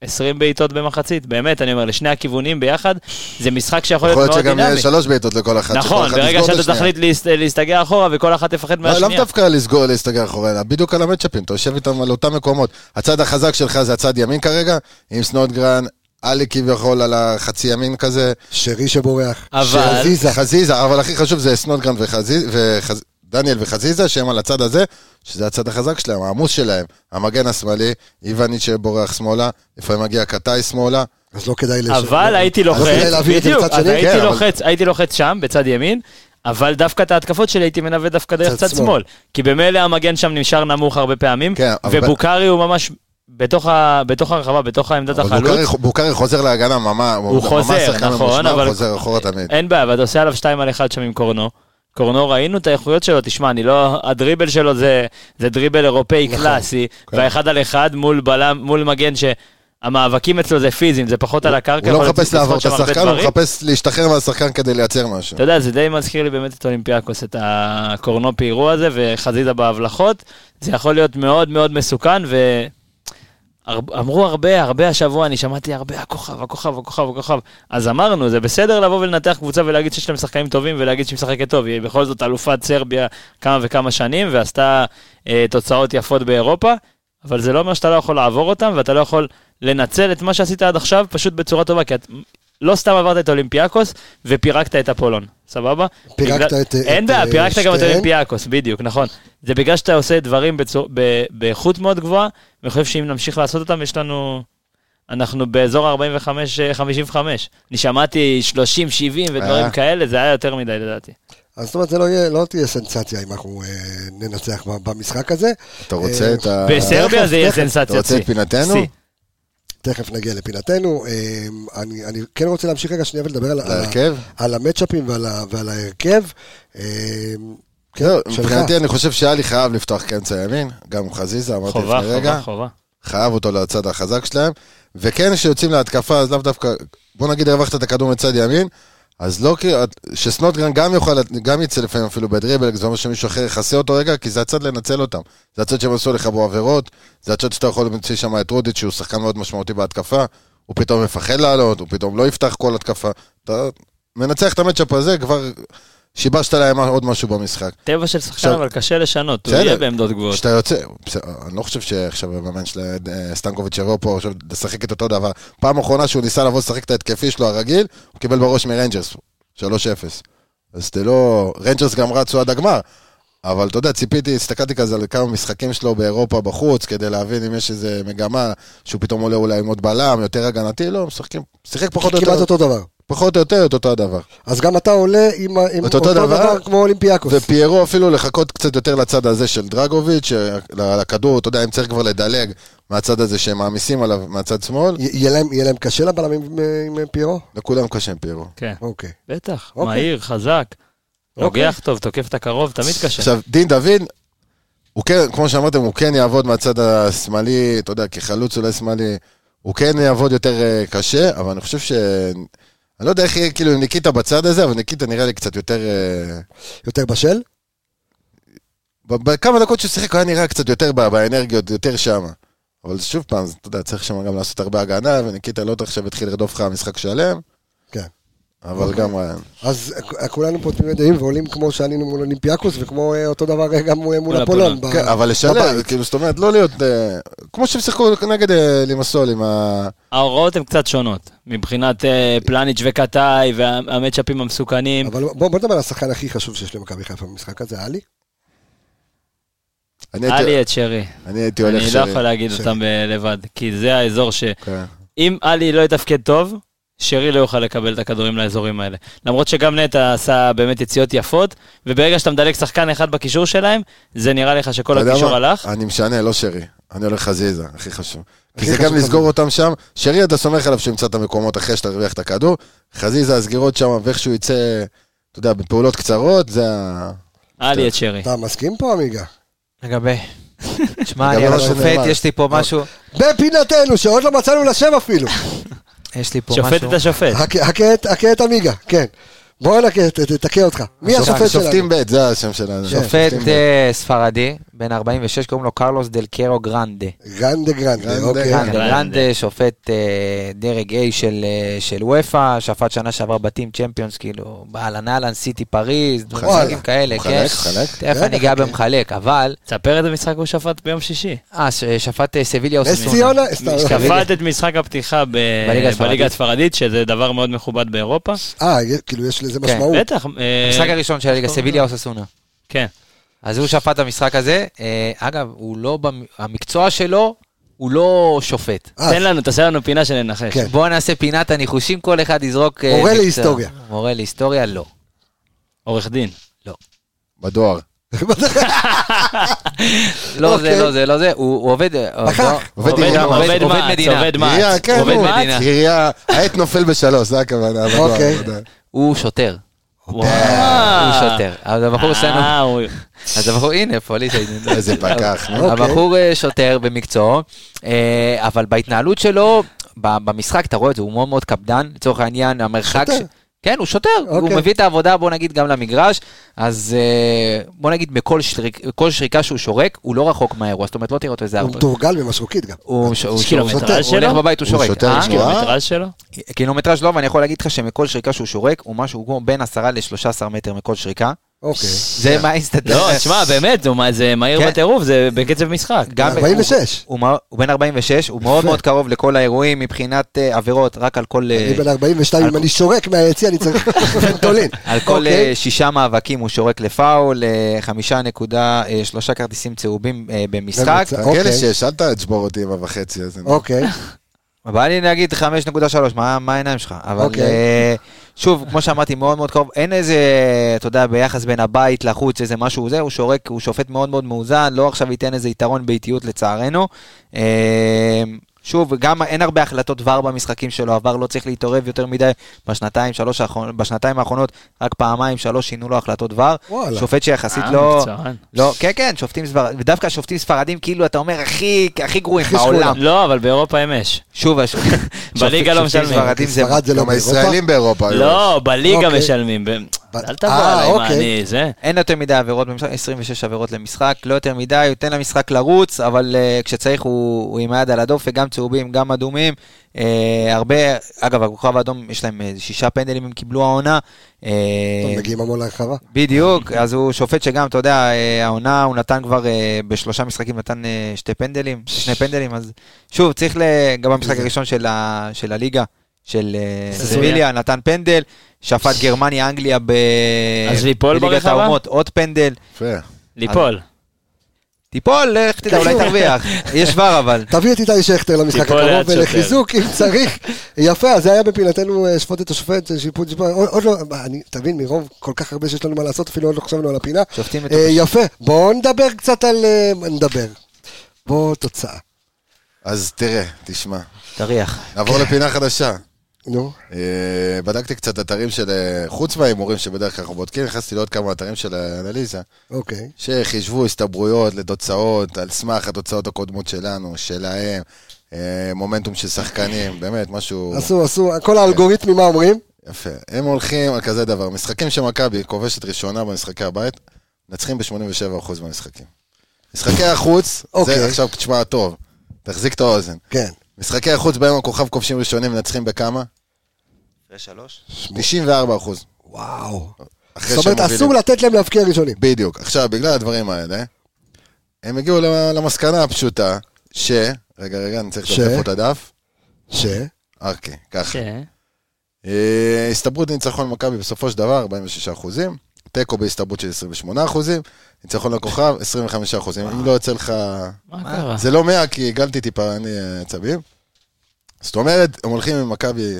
Speaker 5: 20 בעיטות במחצית, באמת, אני אומר, לשני הכיוונים ביחד, זה משחק שיכול
Speaker 6: יכול
Speaker 5: להיות
Speaker 6: להיות
Speaker 5: מאוד
Speaker 6: שגם
Speaker 5: דינמי.
Speaker 6: יהיה שלוש בעיטות לכל אחת.
Speaker 5: נכון,
Speaker 6: שכל אחת
Speaker 5: ברגע
Speaker 6: תסגור את
Speaker 5: שאתה
Speaker 6: השנייה.
Speaker 5: תחליט להסת- להסתגר אחורה וכל אחת תפחד
Speaker 6: לא, לאו
Speaker 5: מהשנייה.
Speaker 6: דווקא לסגור, להסתגר אחורה, אלא בדיוק על המצ'אפים, אתה יושב איתם על אותם מקומות. הצד החזק שלך זה הצד ימין כרגע, עם סנודגרן, עלי כביכול על החצי ימין כזה.
Speaker 1: שרי שבורח.
Speaker 5: אבל-
Speaker 1: שחזיזה.
Speaker 6: חזיזה, אבל הכי חשוב זה סנודגרן וחזיזה, וחז... דניאל וחזיזה, שהם על הצד הזה, שזה הצד החזק שלהם, העמוס שלהם. המגן השמאלי, איווניץ' שבורח שמאלה, לפעמים מגיע קטאי שמאלה.
Speaker 1: אז לא כדאי... לש-
Speaker 5: אבל
Speaker 6: אה,
Speaker 1: לא-
Speaker 5: הייתי
Speaker 1: לא כדאי
Speaker 5: לוחץ,
Speaker 1: להביא את זה
Speaker 5: בדיוק,
Speaker 1: לצד
Speaker 5: אז
Speaker 1: שני.
Speaker 5: הייתי
Speaker 6: כן, אבל-
Speaker 5: לוחץ, הייתי לוחץ שם, בצד ימין, אבל דווקא את ההתקפות שלי הייתי מנווט דווקא דרך
Speaker 1: צד
Speaker 5: צד
Speaker 1: שמאל.
Speaker 5: שמאל, כי במילא המגן שם נשאר נמוך הרבה פעמים,
Speaker 6: כן, אבל-
Speaker 5: ובוקארי הוא ממש בתוך ה- בתוך הרחבה, בתוך עמדת
Speaker 6: אבל
Speaker 5: החלוץ,
Speaker 6: בוקרי- בוקרי חוזר להגנה, ממש,
Speaker 5: הוא חוזר,
Speaker 6: שחקן
Speaker 5: נכון,
Speaker 6: ממושמע,
Speaker 5: אבל- אה,
Speaker 6: הוא חוזר אחורה תמיד.
Speaker 5: אין בעיה, ואתה עושה עליו 2 על 1 שם עם קורנו. קורנו ראינו את האיכויות שלו, תשמע, אני לא... הדריבל שלו זה, זה דריבל אירופאי
Speaker 6: נכון,
Speaker 5: קלאסי,
Speaker 6: כן.
Speaker 5: והאחד על אחד מול בלם, מול מגן שהמאבקים אצלו זה פיזיים, זה פחות על הקרקע.
Speaker 6: הוא לא
Speaker 5: יכול להיות לסחוט
Speaker 6: מחפש לעבור את
Speaker 5: שם הרבה
Speaker 6: השחקן, הוא
Speaker 5: דברים. אה,
Speaker 6: מחפש להשתחרר מהשחקן כדי לייצר משהו.
Speaker 5: אתה יודע, זה די מזכיר לי באמת את אולימפיאקוס, את הקורנו פירו הזה וחזיזה בהבלחות. זה יכול להיות מאוד מאוד מסוכן, ואמרו הרבה, הרבה השבוע, אני שמעתי הרבה, הכוכב, הכוכב, הכוכב, הכוכב. אז אמרנו, זה בסדר לבוא ולנתח קבוצה ולהגיד שיש להם שחקנים טובים ולהגיד שהיא משחקת טוב. היא בכל זאת אלופת סרביה כמה וכמה שנים, ועשתה אה, תוצאות יפות באירופה, אבל זה לא אומר שאתה לא יכול לעבור אותם, ואתה לא יכול לנצל את מה שעשית עד עכשיו פשוט בצורה טובה, כי את... לא סתם עברת את אולימפיאקוס ופירקת את אפולון, סבבה?
Speaker 1: פירקת
Speaker 5: בגלל-
Speaker 1: את-
Speaker 5: אין
Speaker 1: את,
Speaker 5: בעיה,
Speaker 1: אה,
Speaker 5: פירקת גם את
Speaker 1: שטרן.
Speaker 5: אולימפיאקוס, בדיוק, נכון. זה בגלל שאתה עושה דברים בצור... ב... באיכות מאוד גבוהה, ואני חושב שאם נמשיך לעשות אותם, יש לנו... אנחנו באזור 45-55. אני שמעתי 30-70 ודברים
Speaker 6: אה.
Speaker 5: כאלה, זה היה יותר מדי לדעתי.
Speaker 1: אז זאת אומרת, זה לא יהיה- לא תהיה סנסציה אם אנחנו אה, ננצח ב- במשחק הזה.
Speaker 6: אתה רוצה את ה...
Speaker 5: בסרביה זה יהיה סנסציה.
Speaker 6: אה. אתה רוצה את
Speaker 5: שיא.
Speaker 6: פינתנו?
Speaker 5: שיא.
Speaker 1: תכף נגיע לפינתנו. אה, אני, אני כן רוצה להמשיך רגע שנייה ולדבר על, על, ה-
Speaker 6: להרכב?
Speaker 1: על המצ'אפים ועל, ה- ועל ההרכב. אה, כן,
Speaker 6: זהו,
Speaker 1: שלך.
Speaker 6: מבחינתי אני חושב שאלי חייב לפתוח כאמצע ימין, גם חזיזה, אמרתי
Speaker 5: חובה,
Speaker 6: לפני רגע,
Speaker 5: חובה, חובה.
Speaker 6: חייב אותו לצד החזק שלהם, וכן כשיוצאים להתקפה אז לאו דווקא, בוא נגיד הרווחת את הכדור מצד ימין, אז לא כאילו, שסנוטגרן גם יוכל, גם יצא לפעמים אפילו בדריבל, זה אומר שמישהו אחר יכסה אותו רגע, כי זה הצד לנצל אותם, זה הצד שהם עשו לך בו עבירות, זה הצד שאתה יכול למצוא שם את רודיץ' שהוא שחקן מאוד משמעותי בהתקפה, הוא פתאום מפחד לעלות, הוא פתאום לא יפתח כל התקפה, אתה מנצח את המצ'אפ הזה, כבר שיבשת להם עוד משהו במשחק.
Speaker 5: טבע של שחקן,
Speaker 6: עכשיו-
Speaker 5: אבל קשה לשנות, הוא
Speaker 6: בסדר.
Speaker 5: יהיה בעמדות גבוהות.
Speaker 6: כשאתה יוצא, בסדר, אני לא חושב שעכשיו המאמן של אה, סטנקוביץ' יבוא פה עכשיו לשחק את אותו דבר. פעם אחרונה שהוא ניסה לבוא לשחק את ההתקפי שלו הרגיל, הוא קיבל בראש מרנג'רס, 3-0. אז זה לא... רנג'רס גם רצו עד הגמר. אבל אתה יודע, ציפיתי, הסתכלתי כזה על כמה משחקים שלו באירופה בחוץ, כדי להבין אם יש איזה מגמה שהוא פתאום עולה אולי עם עוד בלם, יותר הגנתי, לא, משחקים, שיחק פחות או
Speaker 1: כמעט
Speaker 6: יותר,
Speaker 1: אותו דבר.
Speaker 6: פחות או יותר את אותו הדבר.
Speaker 1: אז גם אתה עולה עם, ה- עם
Speaker 6: אותו
Speaker 1: אותו,
Speaker 6: דבר.
Speaker 1: דבר, כמו אולימפיאקוס.
Speaker 6: ופיירו אפילו לחכות קצת יותר לצד הזה של דרגוביץ', ש- ל- לכדור, אתה יודע, אם צריך כבר לדלג מהצד הזה שהם מעמיסים עליו, מהצד שמאל,
Speaker 1: י- יהיה להם, יהיה להם קשה לבלמים עם, עם פיירו?
Speaker 6: לכולם קשה עם פיירו.
Speaker 5: כן,
Speaker 1: אוקיי.
Speaker 5: בטח,
Speaker 1: אוקיי.
Speaker 5: מהיר, חזק,
Speaker 1: אוקיי.
Speaker 5: רוגח טוב, תוקף את הקרוב, תמיד קשה.
Speaker 6: עכשיו, דין דוד, הוא כן, כמו שאמרתם, הוא כן יעבוד מהצד השמאלי, אתה יודע, כחלוץ אולי שמאלי, הוא כן יעבוד יותר אה, קשה, אבל אני חושב ש... אני לא יודע איך יהיה, כאילו, עם ניקיטה בצד הזה, אבל ניקיטה נראה לי קצת יותר... אה,
Speaker 1: יותר בשל?
Speaker 6: ב- בכמה דקות שהוא שיחק הוא היה נראה קצת יותר ב- באנרגיות, יותר שם. אבל שוב פעם, אתה יודע, צריך שם גם לעשות הרבה הגנה, וניקיטה לא עכשיו התחיל לרדוף לך משחק שלם.
Speaker 1: כן.
Speaker 6: אבל גם... אה,
Speaker 1: אז כ- כולנו פה תמימי דעים ועולים כמו שעלינו מול אולימפיאקוס וכמו אה, אותו דבר אה, גם מול מול
Speaker 5: אפולון.
Speaker 1: אפולון. ב-
Speaker 6: כן, אבל לשלם,
Speaker 1: אה, בבית.
Speaker 6: כאילו, זאת אומרת, לא להיות... אה, כמו שהם שיחקו נגד אה, לימסול עם ה...
Speaker 5: ההוראות הן קצת שונות, מבחינת אה, פלניץ' וקטאי והמצ'אפים המסוכנים.
Speaker 1: אבל בוא בוא נדבר על השחקן הכי חשוב שיש למכבי חיפה במשחק הזה, עלי.
Speaker 6: אני הייתי-
Speaker 5: עלי את שרי,
Speaker 6: אני הייתי הולך
Speaker 5: אני לא
Speaker 6: שרי. אוקיי.
Speaker 5: יכול להגיד
Speaker 1: שרי.
Speaker 5: אותם אה, לבד, כי זה האזור ש...
Speaker 6: כן.
Speaker 5: אם עלי לא יתפקד טוב, שרי לא יוכל לקבל את הכדורים לאזורים האלה. למרות שגם נטע עשה באמת יציאות יפות, וברגע שאתה מדלג שחקן אחד בקישור שלהם, זה נראה לך שכל
Speaker 6: אתה יודע
Speaker 5: הקישור
Speaker 6: מה?
Speaker 5: הלך.
Speaker 6: אני משנה, לא שרי. אני הולך חזיזה, הכי חשוב. כי זה
Speaker 1: חשוב
Speaker 6: גם לסגור
Speaker 1: חזיזה.
Speaker 6: אותם שם. שרי, אתה סומך עליו שהוא ימצא את המקומות אחרי שתרוויח את הכדור. חזיזה, הסגירות שם, ואיך שהוא יצא, אתה יודע, בפעולות קצרות, זה ה...
Speaker 5: היה לי את שרי.
Speaker 1: אתה מסכים פה, עמיגה?
Speaker 4: לגבי. שמע, אני
Speaker 6: לגבי
Speaker 4: על
Speaker 6: מה שנאמר. אוקיי.
Speaker 4: השופט, יש לי פה משהו,
Speaker 1: בפינתנו, שעוד לא מצאנו לשם אפילו.
Speaker 4: יש לי פה משהו.
Speaker 5: שופט את השופט.
Speaker 1: הק- הקהת- הקהת עמיגה, כן. בוא נקהת, תכה אותך. מי
Speaker 6: השופט-
Speaker 1: השופט
Speaker 6: שופטים
Speaker 1: שלנו?
Speaker 6: ב', זה השם שלנו.
Speaker 4: שופט אה, ספרדי, בן 46, קוראים לו קרלוס דל קרו גרנדה.
Speaker 6: כן.
Speaker 1: גרנדה גרנדה,
Speaker 6: גרנדה,
Speaker 1: אוקיי.
Speaker 6: גרנדה.
Speaker 4: גרנדה, גרנדה, שופט אה, דרג A של, אה, של וופא, שפט שנה שעברה בתים צ'מפיונס, כאילו, באהלן אהלן, סיטי פריז, דברים כאלה,
Speaker 6: הוא
Speaker 4: כן.
Speaker 6: חלק, חלק.
Speaker 4: תכף אני אגע במחלק, אבל,
Speaker 5: תספר איזה משחק הוא שפט ביום שישי.
Speaker 4: אה, ש- שפט אה, סביליה
Speaker 1: נס
Speaker 4: אוסמונה.
Speaker 1: ציונה? סתם.
Speaker 5: שפט את משחק הפתיחה ב-
Speaker 4: בליגה הספרדית.
Speaker 5: בליגה הספרדית, שזה דבר מאוד מכובד באירופה.
Speaker 1: אה, יש- כאילו יש לזה
Speaker 4: כן.
Speaker 1: משמעות.
Speaker 5: בטח. אה,
Speaker 4: המשחק הראשון של הליגה, סביליה אוססונה.
Speaker 5: כן.
Speaker 4: אז הוא שפט את המשחק הזה. אה, אגב, הוא לא, במ- המקצוע שלו הוא לא שופט.
Speaker 1: אה,
Speaker 5: תן לנו, תעשה לנו פינה שננחש.
Speaker 1: כן.
Speaker 4: בואו נעשה פינת הניחושים, כל אחד יזרוק... אה,
Speaker 1: מורה
Speaker 4: מקצוע.
Speaker 1: להיסטוריה.
Speaker 4: מורה להיסטוריה, לא.
Speaker 5: עורך דין.
Speaker 6: בדואר.
Speaker 4: לא זה,
Speaker 1: אוקיי.
Speaker 4: לא זה, לא זה, הוא הוא עובד... אה,
Speaker 1: פחח.
Speaker 4: עובד
Speaker 6: עובד עירייה,
Speaker 4: עובד- עובד
Speaker 5: עובד מע"צ,
Speaker 4: מדינה.
Speaker 5: עובד מע"צ.
Speaker 6: עירייה, כן,
Speaker 5: עובד
Speaker 6: נו.
Speaker 5: מע"צ.
Speaker 6: עירייה, העט נופל בשלוש, זה הכוונה. בדואר,
Speaker 1: אוקיי.
Speaker 6: בדואר.
Speaker 4: הוא שוטר.
Speaker 5: וואו.
Speaker 4: הוא שוטר. אז הבחור
Speaker 5: אה,
Speaker 4: אצלנו...
Speaker 5: הוא-
Speaker 4: אז הבחור, הנה, פוליס.
Speaker 6: איזה פקח,
Speaker 1: אוקיי.
Speaker 6: נו.
Speaker 4: הבחור אה, שוטר במקצועו, אה, אבל בהתנהלות שלו, ב- במשחק, אתה רואה את זה, הוא מאוד מאוד קפדן, לצורך העניין, המרחק...
Speaker 1: שוטר.
Speaker 4: ש- כן, הוא שוטר, הוא
Speaker 1: אוקיי.
Speaker 4: מביא את העבודה, בוא נגיד, גם למגרש, אז אה, בוא נגיד, בכל שריק- כל שריקה שהוא שורק, הוא לא רחוק מהאירוע, זאת אומרת, לא תראה אותו איזה
Speaker 1: הוא
Speaker 4: ארבע.
Speaker 1: מתורגל במשרוקית גם.
Speaker 4: הוא ש- הוא-
Speaker 5: יש
Speaker 4: הוא-
Speaker 5: קילומטרז'
Speaker 4: הוא
Speaker 5: שלו?
Speaker 4: הולך בבית, הוא
Speaker 6: הוא
Speaker 4: שורק.
Speaker 6: שוטר,
Speaker 4: אה?
Speaker 6: יש לו-
Speaker 5: קילומטרז' שלו?
Speaker 4: קילומטראז' לא, ואני יכול להגיד לך שמכל שריקה שהוא שורק, הוא משהו כמו בין 10 ל-13 מטר מכל שריקה.
Speaker 1: אוקיי.
Speaker 4: זה מה האינסטנט.
Speaker 5: לא, תשמע, באמת, זה מה- זה מהיר
Speaker 4: אה, כן.
Speaker 5: בטירוף, זה בקצב משחק.
Speaker 4: גם-
Speaker 1: 46.
Speaker 4: הוא מה- הוא בן 46, הוא מאוד מאוד קרוב לכל האירועים מבחינת אה, עבירות, רק על כל... אה,
Speaker 1: אני בן 42, אם אני שורק מהיציע אני צריך פנטולין.
Speaker 4: על כל
Speaker 1: אוקיי.
Speaker 4: אה, שישה מאבקים הוא שורק לפאול, אה, חמישה נקודה אה, שלושה כרטיסים צהובים אה, במשחק.
Speaker 1: בממוצע.
Speaker 6: תחכה
Speaker 1: אוקיי.
Speaker 6: לי שיש, אל תשבור אותי עם וחצי הזה.
Speaker 1: אוקיי.
Speaker 4: אה, בא לי להגיד 5.3, מה מה העיניים שלך? אבל
Speaker 1: אוקיי.
Speaker 4: אה, שוב, כמו שאמרתי, מאוד מאוד קרוב, אין איזה, אתה יודע, ביחס בין הבית לחוץ, איזה משהו זה, הוא שורק, הוא שופט מאוד מאוד מאוזן, לא עכשיו ייתן איזה יתרון באיטיות לצערנו. אה, שוב, גם אין הרבה החלטות ור במשחקים שלו, הוואר לא צריך להתערב יותר מדי בשנתיים, שלוש האחרונות, בשנתיים האחרונות, רק פעמיים, שלוש שינו לו החלטות ור.
Speaker 1: וואלה.
Speaker 4: שופט שיחסית
Speaker 5: אה,
Speaker 4: לא...
Speaker 5: מקצוען.
Speaker 4: לא, כן, כן, שופטים ספרדים, ודווקא שופטים ספרדים, כאילו, אתה אומר, הכי, הכי גרועים בעולם.
Speaker 5: לא, אבל באירופה הם אש.
Speaker 4: שוב, הש-
Speaker 5: בליגה לא
Speaker 4: שופטים
Speaker 5: משלמים.
Speaker 4: ספרדים זה...
Speaker 1: ספרד זה לא
Speaker 6: גם
Speaker 1: באירופה?
Speaker 6: הישראלים באירופה. היו.
Speaker 5: לא, בליגה
Speaker 1: אוקיי.
Speaker 5: משלמים. ב-
Speaker 1: ב-
Speaker 5: אל תבוא
Speaker 1: אה,
Speaker 5: עליי, מה
Speaker 1: אוקיי.
Speaker 5: אני זה?
Speaker 4: אין יותר מדי עבירות במשחק, 26 עבירות למשחק, לא יותר מדי, תן למשחק לרוץ, אבל uh, כשצריך הוא, הוא עם היד על הדופק, גם צהובים, גם אדומים. Uh, הרבה, אגב, הכוכב האדום, יש להם uh, שישה פנדלים הם קיבלו העונה. Uh,
Speaker 1: טוב, מגיעים המון להרחבה.
Speaker 4: בדיוק, אז הוא שופט שגם, אתה יודע, אה, העונה, הוא נתן כבר, אה, בשלושה משחקים נתן אה, שתי פנדלים, שני פנדלים, אז שוב, צריך, ל- גם במשחק הראשון של ה- של הליגה, של אה,
Speaker 5: סביליה.
Speaker 4: סביליה, נתן פנדל, שפט גרמניה, אנגליה ב...
Speaker 5: אז ליפול
Speaker 4: בליגת
Speaker 5: ברחבה?
Speaker 4: האומות, עוד פנדל.
Speaker 6: יפה.
Speaker 5: ליפול.
Speaker 4: תיפול, לך תדע, אולי תרוויח. יש ור אבל.
Speaker 1: תביא את איתי שכטר למשחק
Speaker 5: טיפול ליד
Speaker 1: הקרוב
Speaker 5: שוטר.
Speaker 1: ולחיזוק אם צריך. יפה, אז זה היה בפינתנו אה, שפוט את השופט, אה, שיפוט שיפוט. עוד עוד לא, מה, אני- תבין, מרוב כל כך הרבה שיש לנו מה לעשות, אפילו עוד לא חשבנו על הפינה.
Speaker 4: שופטים
Speaker 1: אה, יפה, בואו נדבר קצת על... אה, נדבר. בוא תוצאה.
Speaker 6: אז תראה, תשמע.
Speaker 4: תריח.
Speaker 6: נעבור לפינה חדשה.
Speaker 1: נו,
Speaker 6: אה, בדקתי קצת אתרים של... אה, חוץ מההימורים שבדרך כלל אנחנו בודקים, נכנסתי לעוד כמה אתרים של האנליזה,
Speaker 1: אוקיי.
Speaker 6: שחישבו הסתברויות לתוצאות על סמך התוצאות הקודמות שלנו, שלהם, אה, מומנטום של שחקנים, באמת, משהו...
Speaker 1: עשו, עשו, כל האלגוריתמים מה אומרים?
Speaker 6: יפה. הם הולכים על כזה דבר. משחקים שמכבי כובשת ראשונה במשחקי הבית, מנצחים ב-87% מהמשחקים. משחקי החוץ,
Speaker 1: אוקיי.
Speaker 6: זה עכשיו תשמע טוב, תחזיק את האוזן.
Speaker 1: כן.
Speaker 6: משחקי החוץ בהם הכוכב כובשים ראשונים מנצחים בכמה? אחרי שלוש? 94 אחוז.
Speaker 1: וואו. זאת אומרת, אסור לתת להם להבקיע ראשונים.
Speaker 6: בדיוק. עכשיו, בגלל הדברים האלה, הם הגיעו ל- למסקנה הפשוטה, ש... רגע, רגע, אני צריך
Speaker 1: ש?
Speaker 6: לדפדף פה את הדף.
Speaker 1: ש?
Speaker 6: אוקיי, ככה.
Speaker 5: כן.
Speaker 6: אה, הסתברות ניצחון מכבי בסופו של דבר, 46 אחוזים, תיקו בהסתברות של 28 אחוזים, ניצחון לכוכב, 25 אחוזים. אם לא יוצא לך...
Speaker 5: מה קרה?
Speaker 6: זה לא 100, כי הגלתי טיפה, אני אה, עצבים. זאת אומרת, הם הולכים עם מכבי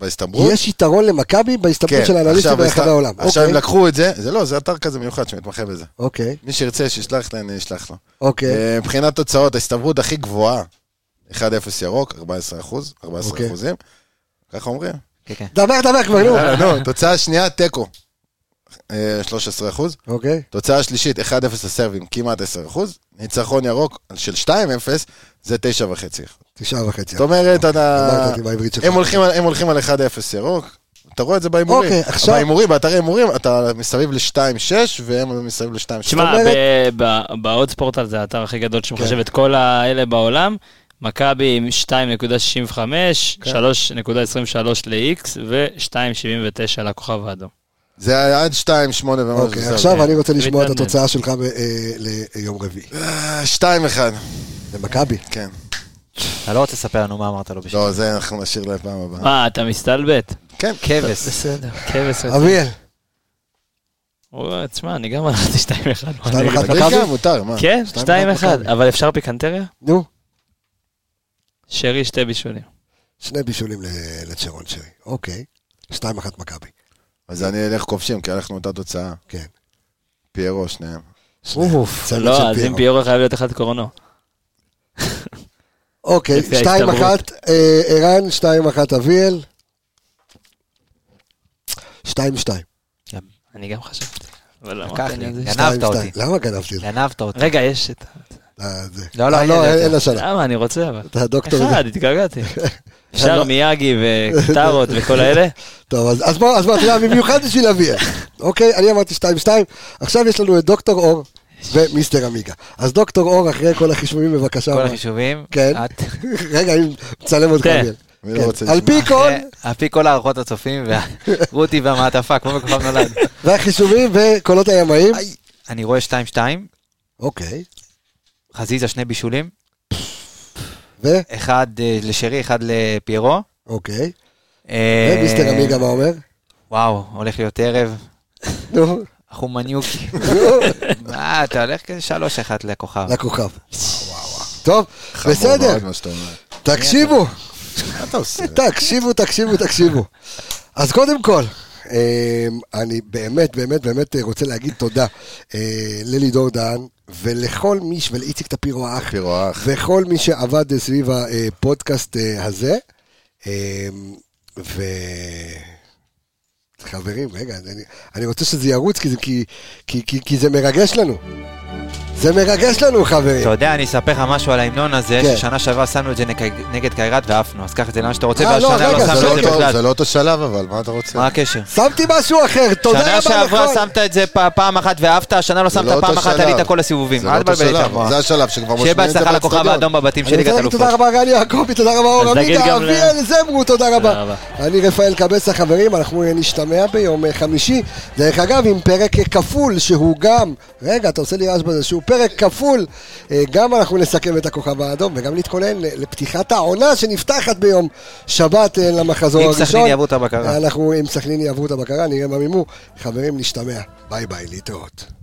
Speaker 6: בהסתברות.
Speaker 1: יש יתרון למכבי בהסתברות של האנליסטים
Speaker 6: כן, עכשיו
Speaker 1: ברחבי
Speaker 6: הסת-
Speaker 1: העולם.
Speaker 6: עכשיו
Speaker 1: אוקיי,
Speaker 6: הם לקחו את זה, זה לא, זה אתר כזה מיוחד שמתמחה בזה.
Speaker 1: אוקיי,
Speaker 6: מי שירצה, שישלח לי, אני אשלח לו.
Speaker 1: אוקיי.
Speaker 6: אה, מבחינת תוצאות, ההסתברות הכי גבוהה, 1-0 ירוק, 14 אחוז, 14
Speaker 1: אוקיי.
Speaker 6: אחוזים. ככה אומרים.
Speaker 4: כן, כן.
Speaker 1: דבר, דבר כבר, נו.
Speaker 6: אה, נו, תוצאה שנייה, תיקו. אה, 13 אחוז.
Speaker 1: אוקיי.
Speaker 6: תוצאה שלישית, 1-0 לסרבים, כמעט 10 אחוז. ניצחון ירוק של 2-0, זה 9.5.
Speaker 1: תשעה וחצי.
Speaker 6: זאת אומרת, אתה...
Speaker 1: אמרת לי בעברית שלך.
Speaker 6: הם הולכים על- הם הולכים על 1-0 ירוק. אתה רואה את זה בהימורים.
Speaker 1: אוקיי, עכשיו-
Speaker 6: בהימורים, באתרי הימורים, אתה מסביב ל-2.6 והם מסביב ל-2.6.
Speaker 5: תשמע,
Speaker 1: אומרת-
Speaker 5: ב- ב- בעוד ספורטל זה האתר הכי גדול שמחשב את כל האלה בעולם. מכבי עם 2.65, 3.23 ל-X ו-2.79 לכוכב האדום.
Speaker 6: זה היה עד 2.8 ומשהו.
Speaker 1: אוקיי,
Speaker 6: אה, זה
Speaker 1: עכשיו
Speaker 5: אוקיי.
Speaker 1: אני רוצה לשמוע את
Speaker 5: מתנדנד.
Speaker 1: התוצאה שלך ב- אה, ליום רביעי.
Speaker 6: אה, 2-1,
Speaker 1: למכבי.
Speaker 6: כן.
Speaker 4: אתה לא רוצה לספר לנו מה אמרת לו בשביל
Speaker 6: לא, זה אנחנו נשאיר לפעם הבאה.
Speaker 4: אה.
Speaker 5: מה, אתה מסתלבט?
Speaker 6: כן.
Speaker 4: כבש.
Speaker 1: בסדר.
Speaker 5: כבש
Speaker 1: אביאל,
Speaker 5: רציני. תשמע, אני גם אמרתי 2-1.
Speaker 4: אה,
Speaker 1: שתיים אחד
Speaker 6: תגיד
Speaker 1: מכבי?
Speaker 6: גם, מותר, מה?
Speaker 5: כן,
Speaker 1: שתיים
Speaker 5: 2-1,
Speaker 1: מכבי.
Speaker 5: אבל אפשר פיקנטריה?
Speaker 1: נו,
Speaker 5: שרי שתי בישולים.
Speaker 1: שני בישולים ל- לצ'רון שרי. אוקיי. שתיים אחת מכבי.
Speaker 6: אז אני אלך כובשים, כי הלכנו אותה תוצאה.
Speaker 1: כן.
Speaker 6: פיירו, שניהם.
Speaker 1: אוף.
Speaker 5: לא, אז אם פיורו חייב להיות אחד קורנו.
Speaker 1: אוקיי,
Speaker 5: לפי
Speaker 1: שתיים
Speaker 5: ההסתברות.
Speaker 1: אחת אה, ערן, שתיים אחת אביאל. שתיים שתיים.
Speaker 5: אני גם חשבתי. אבל אמרת
Speaker 4: לקח
Speaker 5: לי
Speaker 4: לי,
Speaker 5: על זה.
Speaker 1: שתיים,
Speaker 4: גנבת
Speaker 1: שתיים.
Speaker 4: אותי.
Speaker 1: למה גנבתי את זה?
Speaker 4: גנבת אותי.
Speaker 5: רגע, יש את...
Speaker 1: אה, זה.
Speaker 4: לא, לא,
Speaker 1: אה,
Speaker 4: אין
Speaker 1: לא,
Speaker 4: לי
Speaker 1: אין
Speaker 4: יותר.
Speaker 1: השנה.
Speaker 5: למה, אני רוצה אבל.
Speaker 1: אתה לא דוקטור. לא-
Speaker 5: אחד, התגעגעתי. שר מיאגי וטארות וכל האלה.
Speaker 1: טוב, אז- אז בוא, אז בוא, אתה יודע, במיוחד בשביל אביאל. אוקיי, אני אמרתי 2-2, עכשיו יש לנו את דוקטור אור ומיסטר עמיגה. אז דוקטור אור, אחרי כל החישובים,
Speaker 5: לא.
Speaker 1: בבקשה.
Speaker 4: כל החישובים.
Speaker 1: כן.
Speaker 4: את-
Speaker 1: רגע, אני מצלם אותך,
Speaker 5: כן.
Speaker 1: אביאל.
Speaker 6: אני לא
Speaker 1: כן.
Speaker 6: רוצה
Speaker 1: על
Speaker 6: לשמוע.
Speaker 1: פי כל,
Speaker 4: אחרי- על פי כל הערכות הצופים, ורותי והמעטפה, כמו בכוכב נולד.
Speaker 1: והחישובים וקולות הימאים.
Speaker 4: איי. אני רואה 2-2,
Speaker 1: אוקיי,
Speaker 4: חזיזה שני בישולים,
Speaker 1: ו...
Speaker 4: אחד אה, לשרי, אחד לפיירו.
Speaker 1: אוקיי.
Speaker 4: אה,
Speaker 1: ומיסטר עמיגה, מה אומר?
Speaker 4: וואו, הולך להיות ערב,
Speaker 1: נו,
Speaker 4: חומניוקי. מה, אתה הולך כזה 3-1 לכוכב.
Speaker 1: לכוכב. טוב,
Speaker 6: חמור
Speaker 1: בסדר,
Speaker 6: מאוד מה שאתה אומר.
Speaker 1: תקשיבו.
Speaker 6: מה אתה עושה?
Speaker 1: תקשיבו, תקשיבו, תקשיבו. אז קודם כל, אמ, אני באמת, באמת, באמת רוצה להגיד תודה אה, ללידור דהן ולכל מי, ש- ולאיציק טפירו האח,
Speaker 6: פיירו האח.
Speaker 1: וכל מי שעבד סביב הפודקאסט אה, הזה. אמ, ו... חברים, רגע, אני, אני רוצה שזה ירוץ, כי זה, כי, כי, כי, כי זה מרגש לנו. זה מרגש לנו, חברים.
Speaker 4: אתה יודע, אני אספר לך משהו על ההמנון הזה,
Speaker 1: כן.
Speaker 4: ששנה שעברה שמנו את זה נק- נגד קיירת ועפנו, אז קח את זה לאן שאתה רוצה,
Speaker 1: אה, לא,
Speaker 4: והשנה
Speaker 1: רגע,
Speaker 4: לא
Speaker 1: זה
Speaker 6: זה
Speaker 4: שמנו
Speaker 6: לא
Speaker 4: את זה
Speaker 6: אותו-
Speaker 4: בכלל.
Speaker 6: זה לא אותו שלב, אבל מה אתה רוצה?
Speaker 4: מה הקשר?
Speaker 1: שמתי משהו אחר, תודה רבה
Speaker 4: שנה
Speaker 1: לכל...
Speaker 4: שעברה שמת את זה פ- פעם אחת ואהבת, השנה לא
Speaker 6: זה
Speaker 4: שמת
Speaker 6: לא
Speaker 4: פעם
Speaker 6: אותו
Speaker 4: אחת,
Speaker 6: שלב.
Speaker 4: עלית כל הסיבובים.
Speaker 6: זה לא
Speaker 4: אל
Speaker 6: אותו
Speaker 4: תבלבל את
Speaker 6: שלב,
Speaker 4: המוח.
Speaker 6: זה השלב שכבר
Speaker 4: שיהיה
Speaker 6: משמיעים את זה
Speaker 4: בהצלחה לכוכב
Speaker 6: באצטדיון.
Speaker 4: האדום בבתים של
Speaker 1: אני
Speaker 4: ליגת
Speaker 1: רוצה להגיד
Speaker 4: אלופות.
Speaker 1: תודה רבה רן יעקבי, תודה רבה אור
Speaker 5: אז תגיד
Speaker 1: עמיגה,
Speaker 5: גם ל-
Speaker 1: אביאל זמרו, תודה
Speaker 5: תודה
Speaker 1: רבה.
Speaker 5: רבה.
Speaker 1: אני רפאל קבס החברים, אנחנו נשתמע ביום אה, חמישי. דרך אגב, עם פרק אה, כפול שהוא גם, רגע, אתה עושה לי רעש בזה, שהוא פרק כפול, אה, גם אנחנו נסכם את הכוכב האדום וגם נתכונן ל- לפתיחת העונה שנפתחת ביום שבת אה, למחזור
Speaker 4: אם
Speaker 1: הראשון.
Speaker 4: סכנין יעברו את הבקרה.
Speaker 1: אנחנו, אם סכנין יעברו את הבקרה, נראה מה מימו. חברים, נשתמע. ביי ביי, להתראות.